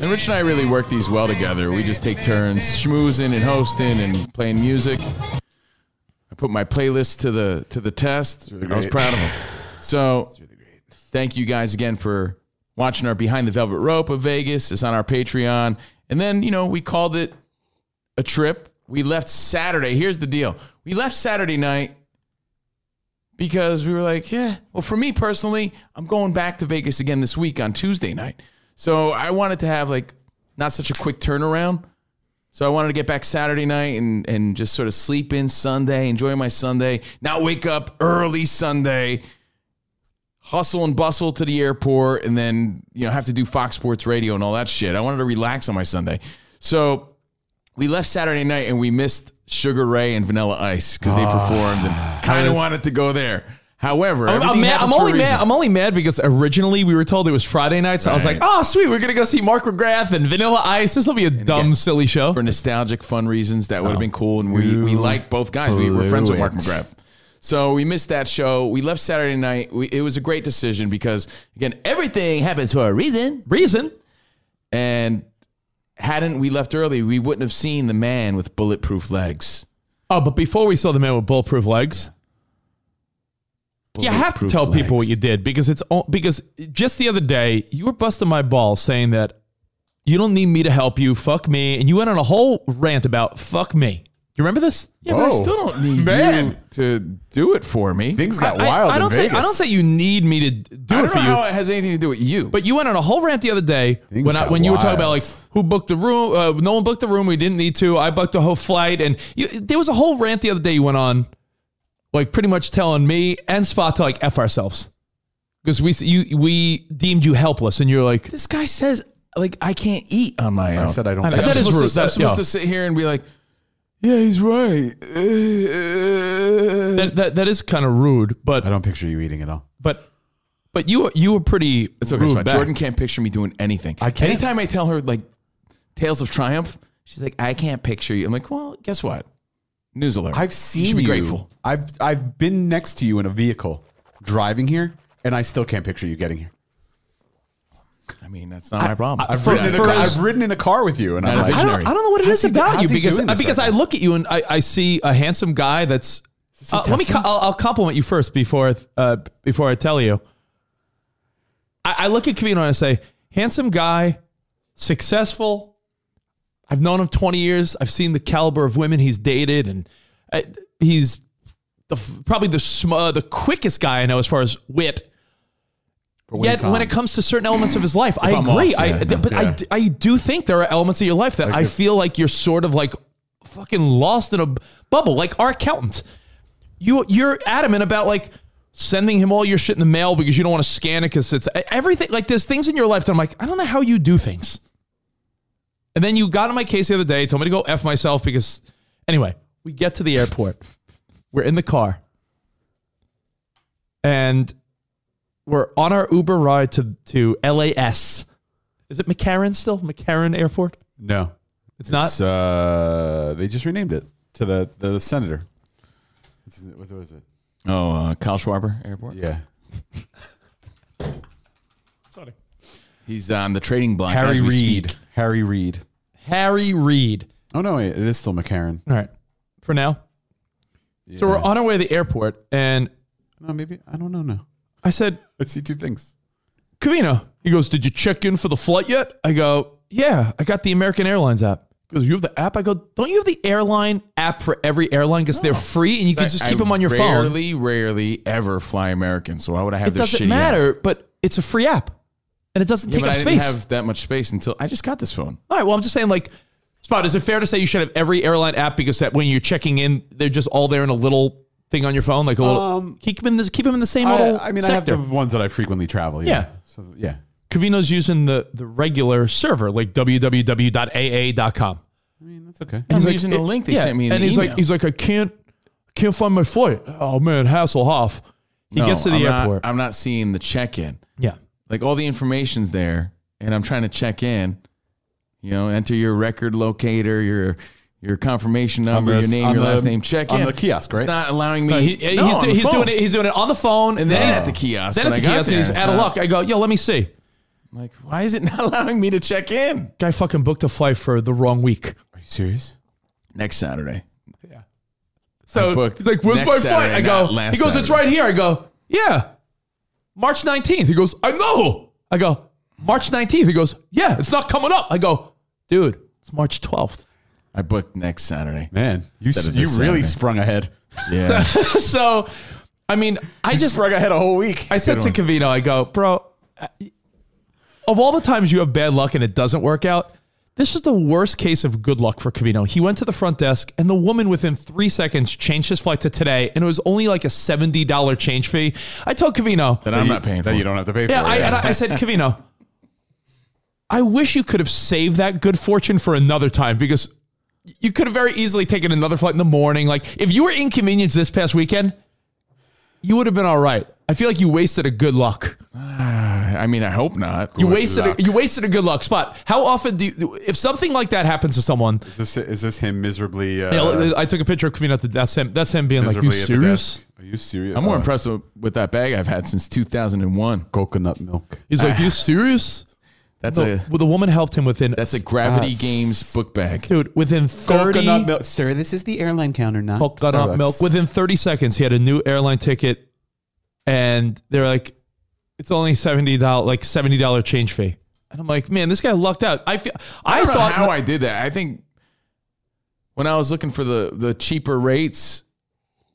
Speaker 3: And Rich and I really work these well together. We just take turns schmoozing and hosting and playing music. I put my playlist to the to the test. I was
Speaker 6: great.
Speaker 3: proud of him. So, thank you guys again for watching our Behind the Velvet Rope of Vegas. It's on our Patreon. And then, you know, we called it a trip. We left Saturday. Here's the deal. We left Saturday night because we were like, yeah, well, for me personally, I'm going back to Vegas again this week on Tuesday night. So I wanted to have like not such a quick turnaround. So I wanted to get back Saturday night and, and just sort of sleep in Sunday, enjoy my Sunday, not wake up early Sunday, hustle and bustle to the airport, and then, you know, have to do Fox Sports Radio and all that shit. I wanted to relax on my Sunday. So we left Saturday night and we missed Sugar Ray and Vanilla Ice because they performed and kind of wanted to go there. However,
Speaker 7: Ah. I'm,
Speaker 3: everything
Speaker 7: I'm mad,
Speaker 3: happens
Speaker 7: I'm
Speaker 3: for a
Speaker 7: only mad.
Speaker 3: reason.
Speaker 7: I'm only mad because originally we were told it was Friday night, so I was
Speaker 3: Right.
Speaker 7: like, "Oh, sweet, we're gonna go see Mark McGrath and Vanilla Ice. This will be a dumb,
Speaker 3: again,
Speaker 7: silly show."
Speaker 3: for nostalgic fun reasons that would have been cool and we, we like both guys we were
Speaker 6: blew
Speaker 3: friends with mark
Speaker 6: it.
Speaker 3: mcgrath so we missed that show we left saturday night we, it was a great decision because again everything happens for a reason
Speaker 7: Reason.
Speaker 3: and hadn't we left early we wouldn't have seen the man with bulletproof legs
Speaker 7: Oh, but before we saw the man with bulletproof legs, you have to
Speaker 3: Bulletproof
Speaker 7: tell people what
Speaker 3: legs.
Speaker 7: you did because it's all, because just the other day you were busting my balls saying that you don't need me to help you, fuck me, and you went on a whole rant about fuck me. You remember this?
Speaker 3: yeah but i
Speaker 6: Whoa.
Speaker 3: still don't need
Speaker 6: Oh. Man.
Speaker 3: you to do it for me
Speaker 6: Things got
Speaker 7: I-
Speaker 6: wild
Speaker 7: I, don't
Speaker 6: in
Speaker 7: say
Speaker 6: Vegas.
Speaker 7: I don't say you need me to do it
Speaker 3: i don't
Speaker 7: for
Speaker 3: know
Speaker 7: you.
Speaker 3: how it has anything to do with you
Speaker 7: But you went on a whole rant the other day
Speaker 6: Things
Speaker 7: when I,
Speaker 6: got
Speaker 7: when you were talking about
Speaker 6: wild.
Speaker 7: like who booked the room. Uh, no one booked the room. We didn't need to. I booked a whole flight, and you, there was a whole rant the other day you went on, like pretty much telling me and Spot to like f ourselves because we you we deemed you helpless, and you're like
Speaker 3: this guy says like i can't eat on my own
Speaker 6: I said I don't.
Speaker 7: I
Speaker 6: think
Speaker 7: know.
Speaker 3: I'm
Speaker 7: That is
Speaker 3: supposed
Speaker 7: rude.
Speaker 3: To, I'm
Speaker 7: That-
Speaker 3: supposed
Speaker 7: yeah.
Speaker 3: to sit here and be like, yeah, he's right.
Speaker 7: that that, that is kind of rude,
Speaker 6: I
Speaker 7: but
Speaker 6: don't picture you eating at all.
Speaker 7: but but you were- you were pretty.
Speaker 3: It's okay. It's
Speaker 7: rude
Speaker 3: fine.
Speaker 7: back.
Speaker 3: Jordan can't picture me doing anything.
Speaker 6: I can't.
Speaker 3: Anytime I tell her like tales of triumph, she's like, I can't picture you. I'm like, well, guess what? News alert.
Speaker 6: I've seen
Speaker 3: You should be
Speaker 6: you.
Speaker 3: grateful.
Speaker 6: I've I've been next to you in a vehicle driving here, and I still can't picture you getting here.
Speaker 3: I mean, that's not my problem.
Speaker 6: I've,
Speaker 7: For-
Speaker 6: ridden, in a
Speaker 7: for
Speaker 6: car,
Speaker 7: his-
Speaker 6: I've ridden in a car with you, and
Speaker 3: Not
Speaker 6: I'm
Speaker 3: a
Speaker 6: like,
Speaker 7: I
Speaker 3: visionary.
Speaker 7: don't, I don't know what it
Speaker 6: How's
Speaker 7: is
Speaker 6: he do-
Speaker 7: about
Speaker 6: how's
Speaker 7: you
Speaker 6: he
Speaker 7: because
Speaker 6: doing
Speaker 7: I,
Speaker 6: this
Speaker 7: because
Speaker 6: right
Speaker 7: I
Speaker 6: now?
Speaker 7: look at you and I, I see a handsome guy that's.
Speaker 6: a
Speaker 7: Uh, let me.
Speaker 6: Tesla?
Speaker 7: co- I'll, I'll compliment you first before uh, before I tell you. I, I look at Cavino and I say, handsome guy, successful. I've known him twenty years. I've seen the caliber of women he's dated, and uh, he's the, f- probably the sm- uh, the quickest guy I know as far as wit.
Speaker 6: But
Speaker 7: Yet
Speaker 6: it's
Speaker 7: when
Speaker 6: on,
Speaker 7: it comes to certain elements of his life, I
Speaker 3: I'm
Speaker 7: agree.
Speaker 3: off,
Speaker 7: I,
Speaker 3: yeah,
Speaker 7: th- but I,
Speaker 6: yeah.
Speaker 7: d- I do think there are elements of your life that I
Speaker 6: if-
Speaker 7: feel like you're sort of like fucking lost in a b- bubble, like our accountant. You you're adamant about like sending him all your shit in the mail because you don't want to scan it because it's e, everything. Like there's things in your life that I'm like, I don't know how you do things. And then you got on my case the other day, told me to go f myself because anyway, we get to the airport, we're in the car, and we're on our Uber ride to to LAS. Is it McCarran still? McCarran Airport?
Speaker 6: no,
Speaker 7: It's not.
Speaker 6: it's, uh, they just renamed it to the the senator. It's- What was it?
Speaker 3: oh, uh, Kyle Schwarber Airport.
Speaker 6: Yeah,
Speaker 3: He's on the trading block.
Speaker 6: Harry
Speaker 3: as we
Speaker 6: Reid.
Speaker 3: speak.
Speaker 6: Harry Reid.
Speaker 7: Harry Reid.
Speaker 6: Oh no, wait, it is still McCarran.
Speaker 7: All right. For now. So we're on our way to the airport, and
Speaker 6: No, maybe I don't know. No,
Speaker 7: I said,
Speaker 6: I see two things.
Speaker 7: Cavino. He goes, Did you check in for the flight yet? I go, Yeah, I got the American Airlines app. He goes, You have the app? I go, Don't you have the airline app for every airline? Because they're free and you can just keep
Speaker 3: I
Speaker 7: them on your phone.
Speaker 3: Rarely, rarely ever fly American. So why would I have
Speaker 7: It
Speaker 3: this shitty
Speaker 7: doesn't
Speaker 3: app?
Speaker 7: matter, but it's a free app. And it doesn't
Speaker 3: Yeah,
Speaker 7: take
Speaker 3: but
Speaker 7: up
Speaker 3: I
Speaker 7: space.
Speaker 3: didn't have that much space until I just got this phone.
Speaker 7: All right. Well, I'm just saying, like, Spot, is it fair to say you should have every airline app because that when you're checking in, they're just all there in a little thing on your phone, like a little.
Speaker 6: Um,
Speaker 7: keep them in this. Keep them in the same
Speaker 6: I,
Speaker 7: little.
Speaker 6: I mean,
Speaker 7: sector.
Speaker 6: I have the ones that I frequently travel. Yeah.
Speaker 7: Yeah.
Speaker 6: So yeah,
Speaker 7: Cavino's using the the regular server, like www.aa.com.
Speaker 6: I mean that's okay.
Speaker 3: I'm
Speaker 7: like,
Speaker 3: using
Speaker 7: it-
Speaker 3: the link they
Speaker 7: yeah,
Speaker 3: sent me. In
Speaker 7: and
Speaker 3: the
Speaker 7: he's
Speaker 3: email.
Speaker 7: like, he's like, I can't, can't find my flight. Oh man, Hasselhoff. He
Speaker 3: No,
Speaker 7: gets to the
Speaker 3: I'm not-
Speaker 7: airport.
Speaker 3: uh, I'm not seeing the check in.
Speaker 7: yeah.
Speaker 3: like all the information's there and I'm trying to check in, you know, enter your record locator, your your confirmation number,
Speaker 6: this-
Speaker 3: your name,
Speaker 6: on
Speaker 3: your
Speaker 6: the-
Speaker 3: last name, check
Speaker 6: on
Speaker 3: in.
Speaker 6: the kiosk, right?
Speaker 3: It's not allowing me.
Speaker 7: No, he,
Speaker 3: No,
Speaker 7: he's,
Speaker 3: on
Speaker 7: do,
Speaker 3: the
Speaker 7: he's doing
Speaker 3: phone.
Speaker 7: it. He's doing it on the phone, and then
Speaker 3: Then
Speaker 7: he's
Speaker 3: at the kiosk.
Speaker 7: Then at
Speaker 3: when
Speaker 7: the
Speaker 3: I got
Speaker 7: kiosk, and
Speaker 3: there,
Speaker 7: he's
Speaker 3: it's
Speaker 7: out of
Speaker 3: not-
Speaker 7: luck. I go, yo, let me see.
Speaker 3: I'm like, why is it not allowing me to check in?
Speaker 7: Guy fucking booked a flight for the wrong week.
Speaker 6: Are you serious?
Speaker 3: Next Saturday. I
Speaker 7: So
Speaker 3: booked
Speaker 7: he's like, "Where's
Speaker 3: next
Speaker 7: my flight?"
Speaker 3: Saturday,
Speaker 7: I go.
Speaker 3: not last
Speaker 7: He goes, "It's
Speaker 3: Saturday."
Speaker 7: right here." I go, "Yeah, March 19th." He goes, "I know." I go, "March 19th." He goes, "Yeah, it's not coming up." I go, "Dude, it's March 12th."
Speaker 3: I booked next Saturday.
Speaker 6: Man, you
Speaker 3: Instead of
Speaker 6: you
Speaker 3: this
Speaker 6: really
Speaker 3: Saturday.
Speaker 6: sprung ahead.
Speaker 3: Yeah.
Speaker 7: so, I mean, I
Speaker 6: You
Speaker 7: just
Speaker 6: sprung ahead a whole week.
Speaker 7: I said to Cavino, I go, "Bro, I- of all the times you have bad luck and it doesn't work out." This is the worst case of good luck for Cavino. He went to the front desk, and the woman within three seconds changed his flight to today, and it was only like a $70 change fee. I tell Cavino,
Speaker 3: that I'm not paying for.
Speaker 6: that you don't have to pay for.
Speaker 7: Yeah,
Speaker 6: it,
Speaker 7: I, and I, I said, Cavino, I wish you could have saved that good fortune for another time because you could have very easily taken another flight in the morning. Like if you were inconvenienced this past weekend, you would have been all right. I feel like you wasted a good luck.
Speaker 3: I mean, I hope not.
Speaker 7: You wasted
Speaker 6: luck.
Speaker 7: a, you wasted a good luck spot. How often do you, if something like that happens to someone?
Speaker 6: Is this, is this him miserably? Uh,
Speaker 7: Yeah, I took a picture of Kavino. That's him. That's him being like, "You
Speaker 6: miserably at the
Speaker 7: serious?"
Speaker 6: desk? Are you serious?
Speaker 3: I'm more
Speaker 6: Uh,
Speaker 3: impressed with- with that bag I've had since 2001.
Speaker 6: Coconut milk.
Speaker 7: He's like, "You serious?"
Speaker 3: That's
Speaker 7: The,
Speaker 3: a
Speaker 7: well, the woman helped him within
Speaker 3: that's a Gravity Games book bag.
Speaker 7: dude within thirty
Speaker 6: Coconut milk, sir. This is the airline counter, not
Speaker 7: coconut
Speaker 6: Starbucks.
Speaker 7: milk within thirty seconds. He had a new airline ticket, and they're like, "It's only seventy dollar like seventy dollar change fee." And I'm like, "Man, this guy lucked out." I feel I,
Speaker 3: I don't
Speaker 7: thought
Speaker 3: know how I did that. I think when I was looking for the the cheaper rates,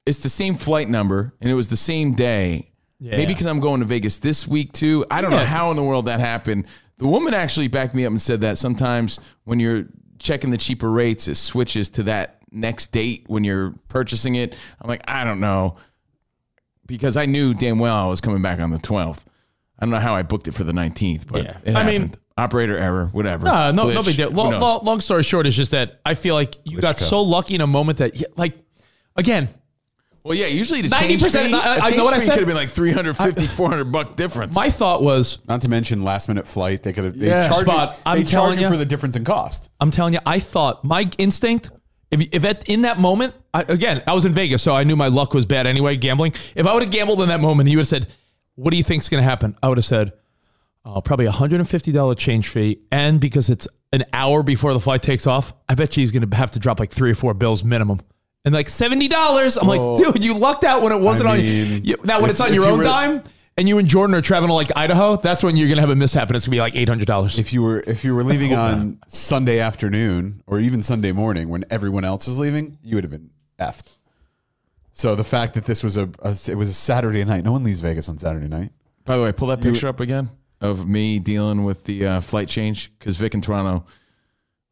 Speaker 3: it's the same flight number and it was the same day. Maybe because I'm going to Vegas this week too. I don't know
Speaker 7: Yeah.
Speaker 3: how in the world that happened. The woman actually backed me up and said that sometimes when you're checking the cheaper rates, it switches to that next date when you're purchasing it. I'm like, I don't know. Because I knew damn well I was coming back on the 12th. I don't know how I booked it for the 19th, but
Speaker 7: Yeah.
Speaker 3: it
Speaker 7: I mean-
Speaker 3: happened. operator error, whatever.
Speaker 7: Uh, no, no
Speaker 3: Glitch.
Speaker 7: big deal.
Speaker 3: Who
Speaker 7: Long,
Speaker 3: knows?
Speaker 7: long, long story short is just that I feel like you got so lucky in a moment that, yeah, like, again,
Speaker 3: Well, yeah, usually the 90%
Speaker 7: 90%
Speaker 3: change fee,
Speaker 7: uh, I- I
Speaker 3: a change
Speaker 7: know what I
Speaker 3: fee
Speaker 7: said.
Speaker 3: could have been like 350, 400 buck difference.
Speaker 7: my thought was,
Speaker 6: Not to mention last minute flight. They could have. They
Speaker 3: Yeah.
Speaker 6: charge
Speaker 7: Spot.
Speaker 6: You,
Speaker 7: I'm
Speaker 6: they
Speaker 7: telling
Speaker 6: charge
Speaker 7: ya.
Speaker 6: you for the difference in cost.
Speaker 7: I'm telling you, I thought my instinct. If, if at, in that moment, I, again, I was in Vegas, so I knew my luck was bad anyway, gambling. If I would have gambled in that moment, he would have said, What do you think's going to happen? I would have said, oh, Probably $150 change fee. And because it's an hour before the flight takes off, I bet you he's going to have to drop like three or four bills minimum. And like $70. I'm
Speaker 6: Well,
Speaker 7: like, Dude, you lucked out when it wasn't on
Speaker 6: Oh. mean,
Speaker 7: you. Now, when
Speaker 6: if-
Speaker 7: it's on
Speaker 6: if
Speaker 7: your
Speaker 6: you
Speaker 7: own
Speaker 6: were-
Speaker 7: dime and you and Jordan are traveling to like Idaho, that's when you're going to have a mishap and it's going to be like $800.
Speaker 6: If you were if you were leaving on Sunday afternoon or even Sunday morning when everyone else is leaving, you would have been effed. So the fact that this was a, a it was a Saturday night. No one leaves Vegas on Saturday night.
Speaker 3: By the way, pull that picture up again of me dealing with the uh, flight change because Vic in Toronto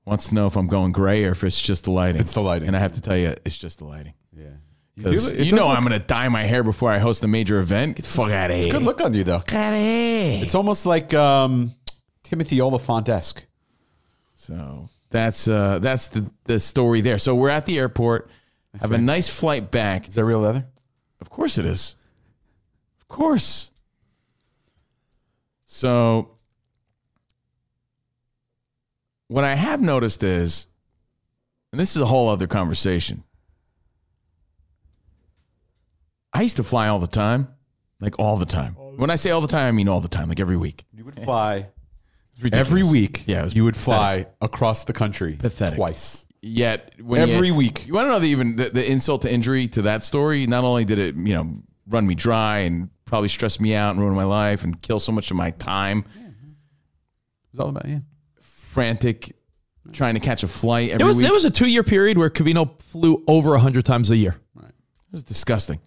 Speaker 3: wants to know if I'm going gray or if it's just the lighting.
Speaker 6: It's the lighting.
Speaker 3: And I have to tell you, it's just the lighting.
Speaker 6: Yeah. You, do
Speaker 3: Because
Speaker 6: look- it
Speaker 3: you
Speaker 6: does
Speaker 3: know
Speaker 6: look-
Speaker 3: I'm going to dye my hair before I host a major event. Get the fuck out of
Speaker 6: It's a
Speaker 3: here.
Speaker 6: good look on you though.
Speaker 3: Outta here.
Speaker 6: It's almost like um, Timothy Oliphant esque.
Speaker 3: So that's uh, that's the, the story there. So we're at the airport, have a nice flight back.
Speaker 6: Is that real leather?
Speaker 3: Of course it is. Of course. So, what I have noticed is, and this is a whole other conversation. I used to fly all the time, like all the time. When I say all the time, I mean all the time, like every week.
Speaker 6: You would fly
Speaker 3: It's ridiculous.
Speaker 6: every week.
Speaker 3: Yeah, it was
Speaker 6: you would fly
Speaker 3: pathetic.
Speaker 6: across the country
Speaker 3: Pathetic.
Speaker 6: twice.
Speaker 3: yet when
Speaker 6: Every
Speaker 3: you-
Speaker 6: week.
Speaker 3: You want to know the even the, the insult to injury to that story? Not only did it you know run me dry and probably stress me out and ruin my life and kill so much of my time,
Speaker 6: It was all about you.
Speaker 3: frantic, trying to catch a flight every
Speaker 7: There was
Speaker 3: week.
Speaker 7: there was a two year period where Cavino flew over hundred times a year.
Speaker 3: it was disgusting.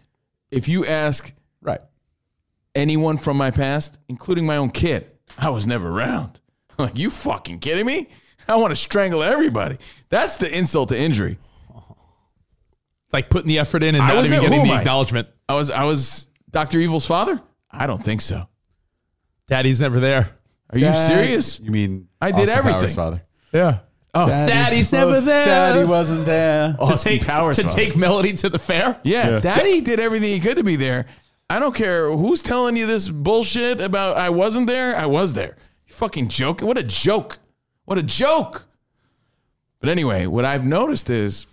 Speaker 3: If you ask
Speaker 6: Right.
Speaker 3: anyone from my past, including my own kid, I was never around. I'm like, you fucking kidding me? I want to strangle everybody. That's the insult to injury.
Speaker 7: It's like putting the effort in and
Speaker 3: I
Speaker 7: not
Speaker 3: was
Speaker 7: even
Speaker 3: there.
Speaker 7: getting
Speaker 3: Who
Speaker 7: the
Speaker 3: am I?
Speaker 7: acknowledgement.
Speaker 3: I was I was Dr. Evil's father? I don't think so.
Speaker 7: Daddy's never there.
Speaker 3: Are you serious?
Speaker 6: You mean
Speaker 3: I did
Speaker 6: Austin Powers'
Speaker 3: everything.
Speaker 6: father?
Speaker 7: Yeah.
Speaker 3: Oh,
Speaker 7: Daddy's never there.
Speaker 6: Daddy wasn't there.
Speaker 7: To
Speaker 3: Austin
Speaker 7: take
Speaker 3: Powers
Speaker 7: to
Speaker 3: father.
Speaker 7: take Melody to the fair.
Speaker 3: Yeah, Daddy did everything he could to be there. I don't care who's telling you this bullshit about I wasn't there. I was there. You fucking joke. What a joke. What a joke. But anyway, what I've noticed is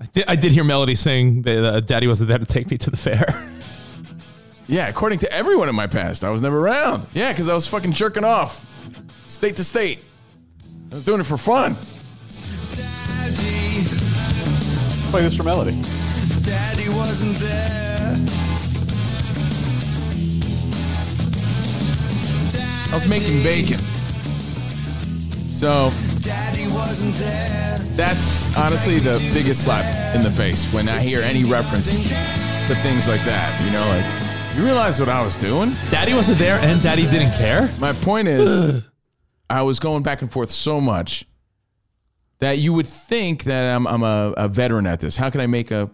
Speaker 7: I did, I did hear Melody sing that uh, Daddy wasn't there to take me to the fair.
Speaker 3: Yeah, according to everyone in my past, I was never around. Yeah, because I was fucking jerking off state to state. I was doing it for fun.
Speaker 6: Play this for Melody.
Speaker 1: Daddy wasn't there.
Speaker 3: I was making bacon. So
Speaker 1: Daddy wasn't there.
Speaker 3: that's honestly the biggest slap in the face when I hear any reference to things like that. You know, like, you realize what I was doing?
Speaker 7: Daddy wasn't there and Daddy didn't care.
Speaker 3: My point is, I was going back and forth so much that you would think that I'm, I'm a, a veteran at this. How can I make a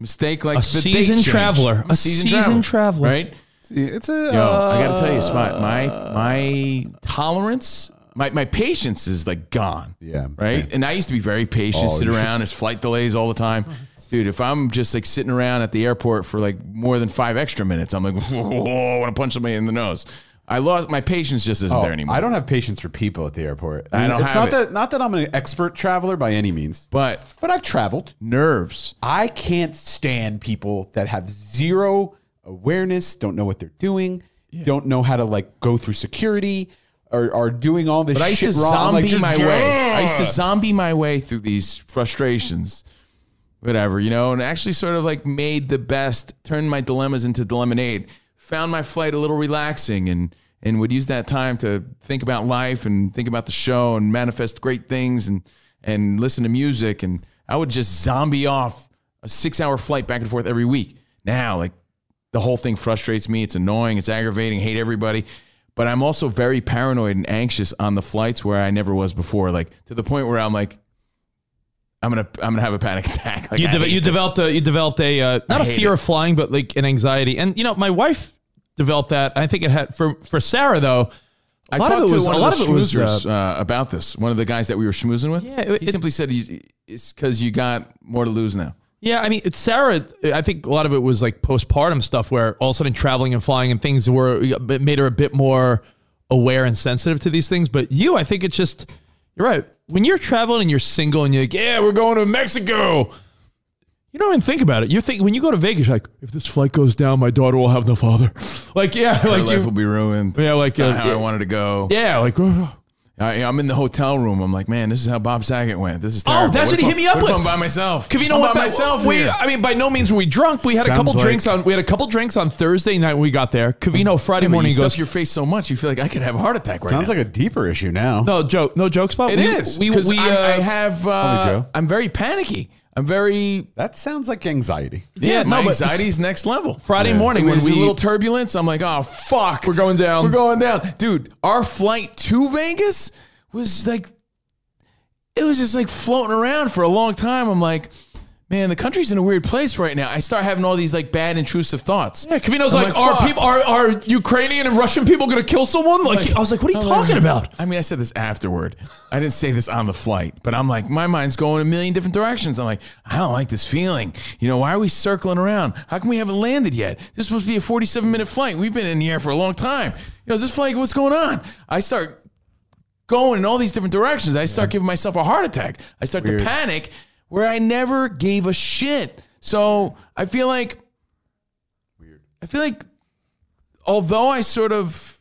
Speaker 3: mistake like
Speaker 7: A
Speaker 3: the date
Speaker 7: seasoned
Speaker 3: change?
Speaker 7: traveler.
Speaker 3: I'm
Speaker 7: A seasoned traveler.
Speaker 3: right?
Speaker 6: It's a. uh,
Speaker 3: Yo, I gotta tell you, Spot, my my tolerance my my patience is like gone.
Speaker 6: Yeah,
Speaker 3: Right.
Speaker 6: same.
Speaker 3: And I used to be very patient,
Speaker 6: Oh,
Speaker 3: sit
Speaker 6: you- Uh-huh.
Speaker 3: around. There's flight delays all the time. Dude, if I'm just like sitting around at the airport for like more than five extra minutes, I'm like, whoa, I want to punch somebody in the nose. I lost my patience; just isn't
Speaker 6: Oh,
Speaker 3: there anymore.
Speaker 6: I don't have patience for people at the airport. I,
Speaker 3: I
Speaker 6: mean,
Speaker 3: don't
Speaker 6: it's
Speaker 3: have
Speaker 6: not
Speaker 3: it.
Speaker 6: that not that I'm an expert traveler by any means,
Speaker 3: but
Speaker 6: but I've traveled.
Speaker 3: nerves.
Speaker 6: I can't stand people that have zero awareness, don't know what they're doing, don't know how to like go through security, or are doing all this
Speaker 3: But I used
Speaker 6: shit
Speaker 3: to
Speaker 6: wrong.
Speaker 3: zombie
Speaker 6: like, just-
Speaker 3: my way. I used to zombie my way through these frustrations, whatever you know, and actually sort of like made the best, turned my dilemmas into lemonade. Found my flight a little relaxing, and and would use that time to think about life and think about the show and manifest great things and and listen to music. And I would just zombie off a six-hour flight back and forth every week. Now, like the whole thing frustrates me. It's annoying. It's aggravating. Hate everybody. But I'm also very paranoid and anxious on the flights where I never was before. Like to the point where I'm like, I'm gonna I'm gonna have a panic attack. Like,
Speaker 7: you,
Speaker 3: I
Speaker 7: deve-
Speaker 3: hate
Speaker 7: you
Speaker 3: this.
Speaker 7: developed a you developed a uh, not
Speaker 3: I
Speaker 7: a
Speaker 3: hate
Speaker 7: fear
Speaker 3: it.
Speaker 7: of flying, but like an anxiety. And you know, my wife developed that. I think it had for for Sarah though.
Speaker 3: I
Speaker 7: lot of it
Speaker 3: talked to
Speaker 7: was-
Speaker 3: one
Speaker 7: a
Speaker 3: of
Speaker 7: lot
Speaker 3: the
Speaker 7: of it was,
Speaker 3: schmoozers uh, about this. One of the guys that we were schmoozing with.
Speaker 7: Yeah, it-
Speaker 3: he
Speaker 7: it-
Speaker 3: simply said he, it's because you got more to lose now.
Speaker 7: Yeah, I mean, it's Sarah. I think a lot of it was like postpartum stuff, where all of a sudden traveling and flying and things were it made her a bit more aware and sensitive to these things. But you, I think it's just you're right. When you're traveling and you're single and you're like, yeah, we're going to Mexico. You don't even think about it. You think when you go to Vegas, you're like, if this flight goes down, my daughter will have no father. Like, yeah,
Speaker 3: Her
Speaker 7: like
Speaker 3: life
Speaker 7: you,
Speaker 3: will be ruined.
Speaker 7: Yeah, like,
Speaker 3: It's not
Speaker 7: uh,
Speaker 3: how
Speaker 7: yeah.
Speaker 3: I wanted to go.
Speaker 7: yeah, like. "Oh."
Speaker 3: I, am in the hotel room. I'm like, man, this is how Bob Saget went. This is terrible.
Speaker 7: Oh, that's what he
Speaker 3: if
Speaker 7: hit me
Speaker 3: I'm-
Speaker 7: up
Speaker 3: what if
Speaker 7: with?
Speaker 3: I'm by myself.
Speaker 7: Cavino
Speaker 3: I'm
Speaker 7: went
Speaker 3: by
Speaker 7: back-
Speaker 3: myself.
Speaker 7: We,
Speaker 3: here.
Speaker 7: I mean, by no means were we drunk. We had a
Speaker 6: Sounds
Speaker 7: couple
Speaker 6: like-
Speaker 7: drinks on. We had a couple drinks on Thursday night. We got there. Cavino Friday
Speaker 3: Yeah, but
Speaker 7: morning
Speaker 3: you
Speaker 7: goes.
Speaker 3: stuff your face so much, you feel like I could have a heart attack right
Speaker 6: Sounds
Speaker 3: now.
Speaker 6: like a deeper issue now.
Speaker 7: No joke. No joke spot.
Speaker 3: It
Speaker 7: we,
Speaker 3: is.
Speaker 7: We,
Speaker 3: 'cause
Speaker 7: we,
Speaker 3: I'm-
Speaker 7: uh,
Speaker 3: I have.
Speaker 6: Probably
Speaker 3: Uh,
Speaker 6: Joe.
Speaker 3: I'm very panicky. I'm very.
Speaker 6: That sounds like anxiety.
Speaker 3: Yeah,
Speaker 7: Yeah,
Speaker 3: my
Speaker 7: no, but-
Speaker 3: anxiety's next level.
Speaker 7: Friday
Speaker 6: Yeah.
Speaker 7: morning
Speaker 3: When
Speaker 7: when
Speaker 3: there's
Speaker 7: we
Speaker 3: a little turbulence, I'm like, oh fuck,
Speaker 7: We're going down.
Speaker 3: We're going down, dude. Our flight to Vegas was like, it was just like floating around for a long time. I'm like, man, the country's in a weird place right now. I start having all these like bad intrusive thoughts.
Speaker 7: yeah, Cavino's
Speaker 3: I'm
Speaker 7: like,
Speaker 3: like,
Speaker 7: are
Speaker 3: fuck."
Speaker 7: people are are Ukrainian and Russian people going to kill someone? Like, I was like, what are you
Speaker 3: I'm
Speaker 6: Oh,
Speaker 7: talking about?
Speaker 3: Oh, I mean, I said this afterward. I didn't say this on the flight, but I'm like, my mind's going a million different directions. I'm like, I don't like this feeling. You know, why are we circling around? How come we haven't landed yet? This is supposed to be a 47 minute flight. We've been in the air for a long time. You know, is this flight, what's going on? I start going in all these different directions. I start giving myself a heart attack. I start to panic where I never gave a shit. So I feel like, I feel like, although I sort of,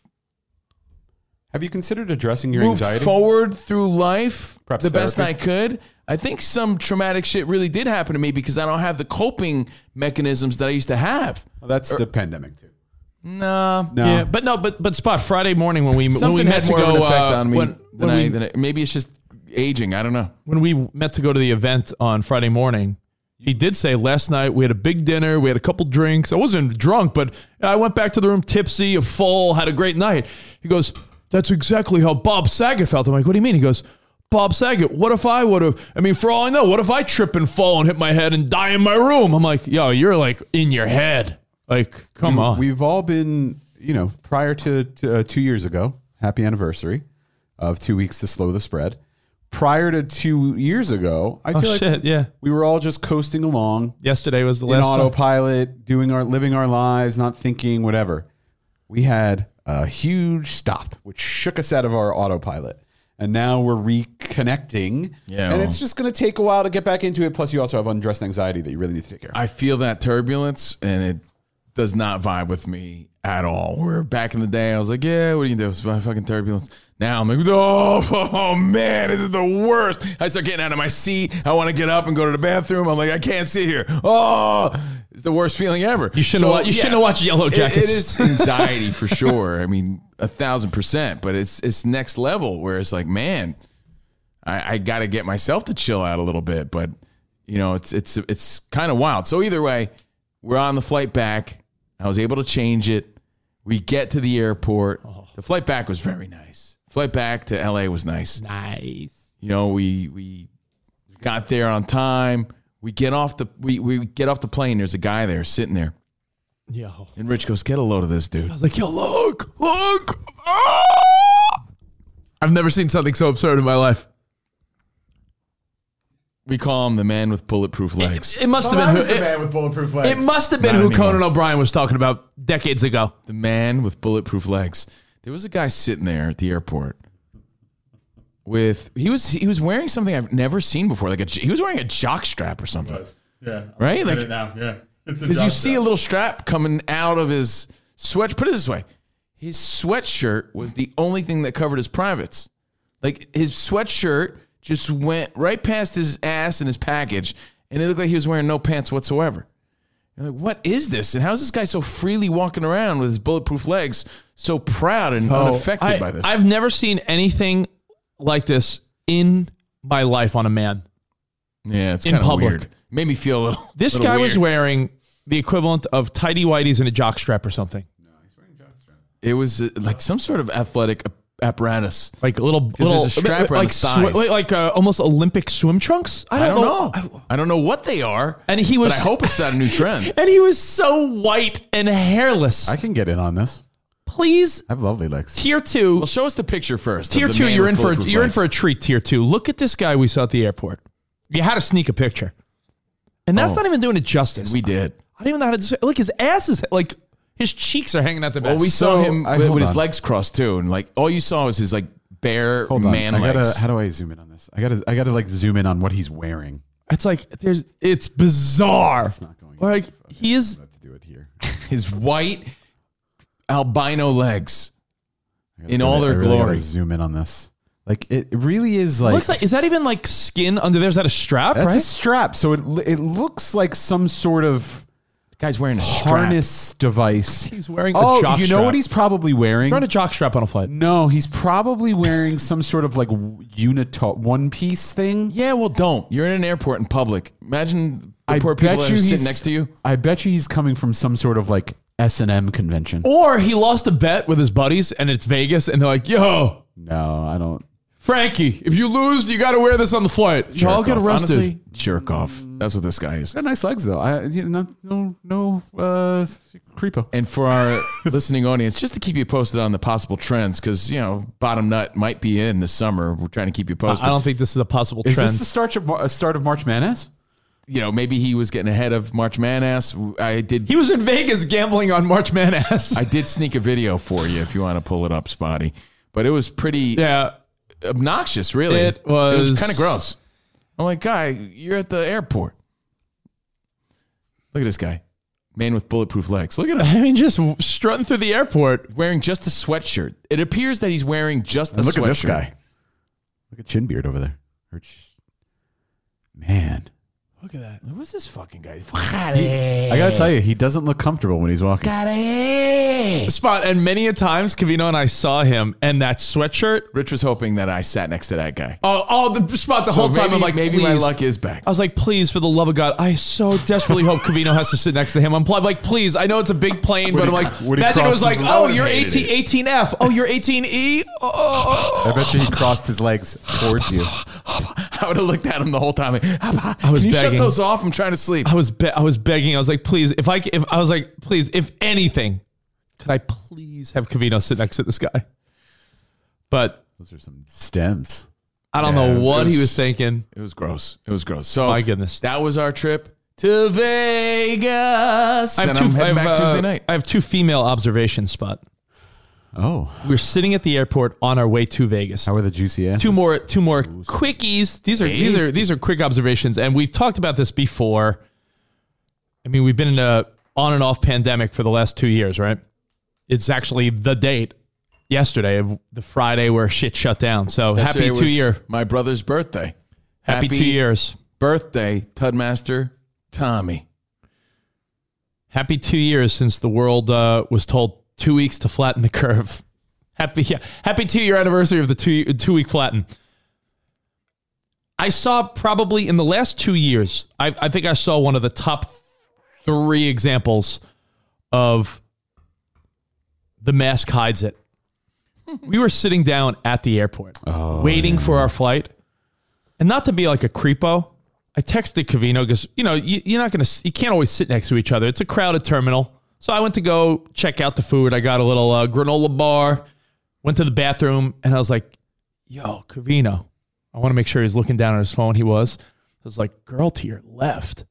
Speaker 6: Have you considered addressing your
Speaker 3: moved
Speaker 6: anxiety?
Speaker 3: forward through life
Speaker 6: Perhaps
Speaker 3: the best I
Speaker 6: therapy?
Speaker 3: could. I think some traumatic shit really did happen to me because I don't have the coping mechanisms that I used to have.
Speaker 6: Well, that's the pandemic too.
Speaker 3: Nah,
Speaker 6: No.
Speaker 7: Yeah, but no, but but spot Friday morning when we when we
Speaker 3: something
Speaker 7: met
Speaker 3: had
Speaker 7: to
Speaker 3: more
Speaker 7: go
Speaker 3: of an effect
Speaker 7: uh,
Speaker 3: on me
Speaker 7: when,
Speaker 3: than,
Speaker 7: when
Speaker 3: I,
Speaker 7: we-
Speaker 3: than I- Maybe it's just aging. I don't know.
Speaker 7: when we met to go to the event on Friday morning, he did say last night we had a big dinner, we had a couple drinks. I wasn't drunk, but I went back to the room tipsy, full, had a great night. He goes, "That's exactly how Bob Saget felt." I'm like, "What do you mean?" He goes, "Bob Saget. What if I would have? I mean, for all I know, what if I trip and fall and hit my head and die in my room?" I'm like, "Yo, you're like in your head. Like, come
Speaker 6: We-
Speaker 7: on."
Speaker 6: We've all been, you know, prior to, to uh, two years ago, happy anniversary of two weeks to slow the spread. Prior to two years ago, I
Speaker 7: oh
Speaker 6: feel like
Speaker 7: shit, yeah.
Speaker 6: we were all just coasting along
Speaker 7: Yesterday was the
Speaker 6: in
Speaker 7: last time.
Speaker 6: autopilot, doing our living our lives, not thinking, whatever. We had a huge stop, which shook us out of our autopilot. And now we're reconnecting.
Speaker 3: Yeah,
Speaker 6: and
Speaker 3: well-
Speaker 6: it's just going to take a while to get back into it. Plus, you also have undressed anxiety that you really need to take care of.
Speaker 3: I feel that turbulence and it does not vibe with me at all. Where back in the day, I was like, yeah, what do you do? It's fu- fucking turbulence. Now I'm like, oh, oh man, this is the worst. I start getting out of my seat. I want to get up and go to the bathroom. I'm like, I can't sit here. Oh, it's the worst feeling ever.
Speaker 7: You shouldn't wa- you shouldn't have watched Yellow
Speaker 3: It-
Speaker 7: Jackets.
Speaker 3: it is anxiety for sure. I mean, a thousand percent, but it's, it's next level where it's like, man, I, I got to get myself to chill out a little bit, but you know, it's it's it's kind of wild. So either way, we're on the flight back. I was able to change it. We get to the airport.
Speaker 7: Oh.
Speaker 3: The flight back was very nice. Flight back to LA was nice.
Speaker 7: nice.
Speaker 3: You know, we we got there on time. We get off the we, we get off the plane. There's a guy there sitting there.
Speaker 7: Yo.
Speaker 3: And Rich goes, "Get a load of this dude."
Speaker 7: I was like, yo, look, look. Ah! I've never seen something so absurd in my life.
Speaker 3: We call him the man with bulletproof legs.
Speaker 7: It must have
Speaker 6: I
Speaker 7: been
Speaker 6: was
Speaker 7: who.
Speaker 6: the
Speaker 7: It,
Speaker 6: man with bulletproof legs.
Speaker 7: it must have been
Speaker 3: Not
Speaker 7: who
Speaker 3: anymore.
Speaker 7: Conan O'Brien was talking about decades ago.
Speaker 3: the man with bulletproof legs. There was a guy sitting there at the airport with he was he was wearing something I've never seen before. Like a j- he was wearing a jock strap or something.
Speaker 6: Yeah.
Speaker 3: Right?
Speaker 6: Get
Speaker 3: Like-
Speaker 6: it now. Yeah.
Speaker 3: Because you see a little strap coming out of his sweat. Put it this way, his sweatshirt was the only thing that covered his privates. Like his sweatshirt just went right past his ass and his package, and it looked like he was wearing no pants whatsoever. You're like, what is this? And how is this guy so freely walking around with his bulletproof legs, so proud and unaffected
Speaker 7: Oh, I,
Speaker 3: by this?
Speaker 7: I've never seen anything like this in my life on a man.
Speaker 3: yeah, it's
Speaker 7: in
Speaker 3: kind of
Speaker 7: public.
Speaker 3: weird. Made me feel a little.
Speaker 7: This
Speaker 3: little
Speaker 7: guy was
Speaker 3: weird.
Speaker 7: wearing the equivalent of tidy whities and a jockstrap or something,
Speaker 3: It was uh, like some sort of athletic apparatus.
Speaker 7: like a little little
Speaker 3: there's a strap around
Speaker 7: like
Speaker 3: his thighs.
Speaker 7: like, like, uh, almost Olympic swim trunks.
Speaker 3: I don't
Speaker 7: Oh,
Speaker 3: know. I don't know what they are.
Speaker 7: And he was
Speaker 3: But I hope it's not a new trend.
Speaker 7: and he was so white and hairless.
Speaker 6: I can get in on this.
Speaker 7: Please,
Speaker 6: I have lovely legs.
Speaker 7: tier two,
Speaker 3: Well, show us the picture first. of
Speaker 7: tier
Speaker 3: the
Speaker 7: two,
Speaker 3: man
Speaker 7: you're
Speaker 3: with
Speaker 7: in for
Speaker 3: bulletproof
Speaker 7: you're in
Speaker 3: legs.
Speaker 7: for a treat. Tier two, look at this guy we saw at the airport. You had to sneak a picture, and that's
Speaker 3: Oh.
Speaker 7: not even doing it justice.
Speaker 3: We did.
Speaker 7: I don't even know how to describe. Look, his ass is like his cheeks are hanging out the back.
Speaker 3: Well, we
Speaker 6: So,
Speaker 3: saw him
Speaker 6: I-
Speaker 3: with,
Speaker 6: hold
Speaker 3: with his
Speaker 6: on.
Speaker 3: legs crossed too, and like all you saw was his like bare
Speaker 6: Hold on.
Speaker 3: man
Speaker 6: I gotta,
Speaker 3: legs.
Speaker 6: How do I zoom in on this? I gotta. I gotta like zoom in on what he's wearing.
Speaker 7: It's like there's it's bizarre.
Speaker 6: It's not going.
Speaker 7: like he is
Speaker 6: I have to do it here.
Speaker 3: His white albino legs.
Speaker 6: I gotta
Speaker 3: In
Speaker 6: do
Speaker 3: all
Speaker 6: it.
Speaker 3: their
Speaker 6: I really gotta
Speaker 3: glory.
Speaker 6: zoom in on this. Like it really is like.
Speaker 7: looks like is that even like skin under there? Is that a strap?
Speaker 6: that's
Speaker 7: right?
Speaker 6: a strap. So it it looks like some sort of
Speaker 3: The guy's wearing a harness.
Speaker 6: harness device.
Speaker 7: He's wearing a
Speaker 6: Oh,
Speaker 7: jock
Speaker 6: you know
Speaker 7: strap.
Speaker 6: what he's probably wearing?
Speaker 7: Throwing a jock strap on a flight.
Speaker 6: no, he's probably wearing some sort of like w- unito one piece thing.
Speaker 3: Yeah, well, don't. You're in an airport in public. Imagine the poor people that are sitting
Speaker 6: he's-
Speaker 3: next to you.
Speaker 6: I bet you he's coming from some sort of like S and M convention.
Speaker 3: Oh.
Speaker 7: Or he lost a bet with his buddies and it's Vegas and they're like, yo,
Speaker 6: No, I don't.
Speaker 7: Frankie, if you lose, you gotta wear this on the flight. Y'all
Speaker 3: Jerk
Speaker 7: get
Speaker 3: off.
Speaker 7: arrested.
Speaker 3: Honestly, jerk off. That's what this guy is.
Speaker 6: Got nice legs though. I you know, no no uh, creepo.
Speaker 3: And for our listening audience, just to keep you posted on the possible trends, because you know, bottom nut might be in this summer. We're trying to keep you posted.
Speaker 7: I don't think this is a possible
Speaker 6: Is
Speaker 7: trend.
Speaker 6: this the start of Mar- uh, start of March Madness?
Speaker 3: you know, maybe he was getting ahead of March Madness. I did.
Speaker 7: he was in Vegas gambling on March Madness.
Speaker 3: I did sneak a video for you if you want to pull it up, Spotty. But it was pretty
Speaker 7: yeah.
Speaker 3: obnoxious, really.
Speaker 7: It
Speaker 3: It
Speaker 7: was-
Speaker 3: was kind of gross. I'm like, guy, you're at the airport. Look at this guy, man with bulletproof legs. Look at him
Speaker 7: I mean, just strutting through the airport.
Speaker 3: wearing just a sweatshirt. It appears that he's wearing just a
Speaker 6: And look
Speaker 3: sweatshirt.
Speaker 6: at this guy. Look at Chinbeard over there. Or ch- Man,
Speaker 3: Look at that. What's this fucking guy?
Speaker 6: I gotta tell you, he doesn't look comfortable when he's walking.
Speaker 7: Spot. And many a times, Cavino and I saw him and that sweatshirt.
Speaker 3: Rich was hoping that I sat next to that guy.
Speaker 7: Oh, oh the spot the
Speaker 3: So
Speaker 7: whole time.
Speaker 3: maybe-
Speaker 7: I'm like,
Speaker 3: maybe
Speaker 7: please.
Speaker 3: my luck is back.
Speaker 7: I was like, please, for the love of God, I so desperately hope Cavino has to sit next to him. I'm pl- like, please, I know it's a big plane, but I'm like,
Speaker 6: Would he
Speaker 7: imagine it
Speaker 6: cross
Speaker 7: was like,
Speaker 6: his leg? I
Speaker 7: oh,
Speaker 6: would've
Speaker 7: you're
Speaker 6: hated
Speaker 7: 18, 18F. Oh, you're 18E. Oh, oh,
Speaker 6: I bet you he crossed his legs towards you.
Speaker 3: I would have looked at him the whole time. Like, I
Speaker 7: was
Speaker 3: Can you shut
Speaker 7: begging.
Speaker 3: those off? I'm trying to sleep.
Speaker 7: oh. I was be- I was begging. I was like, please, if I c- if I was like, please, if anything, could I please have Cavino sit next to this guy? But
Speaker 6: Those are some stems.
Speaker 7: I don't
Speaker 3: Yeah, it
Speaker 7: know
Speaker 3: was-
Speaker 7: what
Speaker 3: it
Speaker 7: he
Speaker 3: was-
Speaker 7: was thinking.
Speaker 3: It was gross. It was gross. So
Speaker 7: My goodness.
Speaker 3: that was our trip to Vegas.
Speaker 7: I have,
Speaker 3: and
Speaker 7: two,
Speaker 3: I'm
Speaker 7: I, have,
Speaker 3: heading back
Speaker 7: uh,
Speaker 3: Tuesday night.
Speaker 7: I have two female observations, spot.
Speaker 6: Oh,
Speaker 7: We're sitting at the airport on our way to Vegas.
Speaker 6: how are the juicy asses?
Speaker 7: two more two more quickies. These are these are these are quick observations, and we've talked about this before. I mean, we've been in a on and off pandemic for the last two years, right? It's actually the date yesterday of the Friday where shit shut down. So
Speaker 3: Yesterday
Speaker 7: happy two
Speaker 3: was
Speaker 7: year,
Speaker 3: My brother's birthday.
Speaker 7: happy, two years,
Speaker 3: Birthday, Tudmaster Tommy.
Speaker 7: happy two years since the world uh, was told two weeks to flatten the curve. Happy yeah, happy two year anniversary of the two two week flatten. I saw probably in the last two years, I, I think I saw one of the top three examples of the mask hides it. We were sitting down at the airport, waiting for our flight, and not to be like a creepo. I texted Cavino because you know you, you're not gonna you can't always sit next to each other. It's a crowded terminal, so I went to go check out the food. I got a little uh, granola bar, went to the bathroom, and I was like, yo, Cavino. I want to make sure he's looking down at his phone. He was. I was like, girl to your left.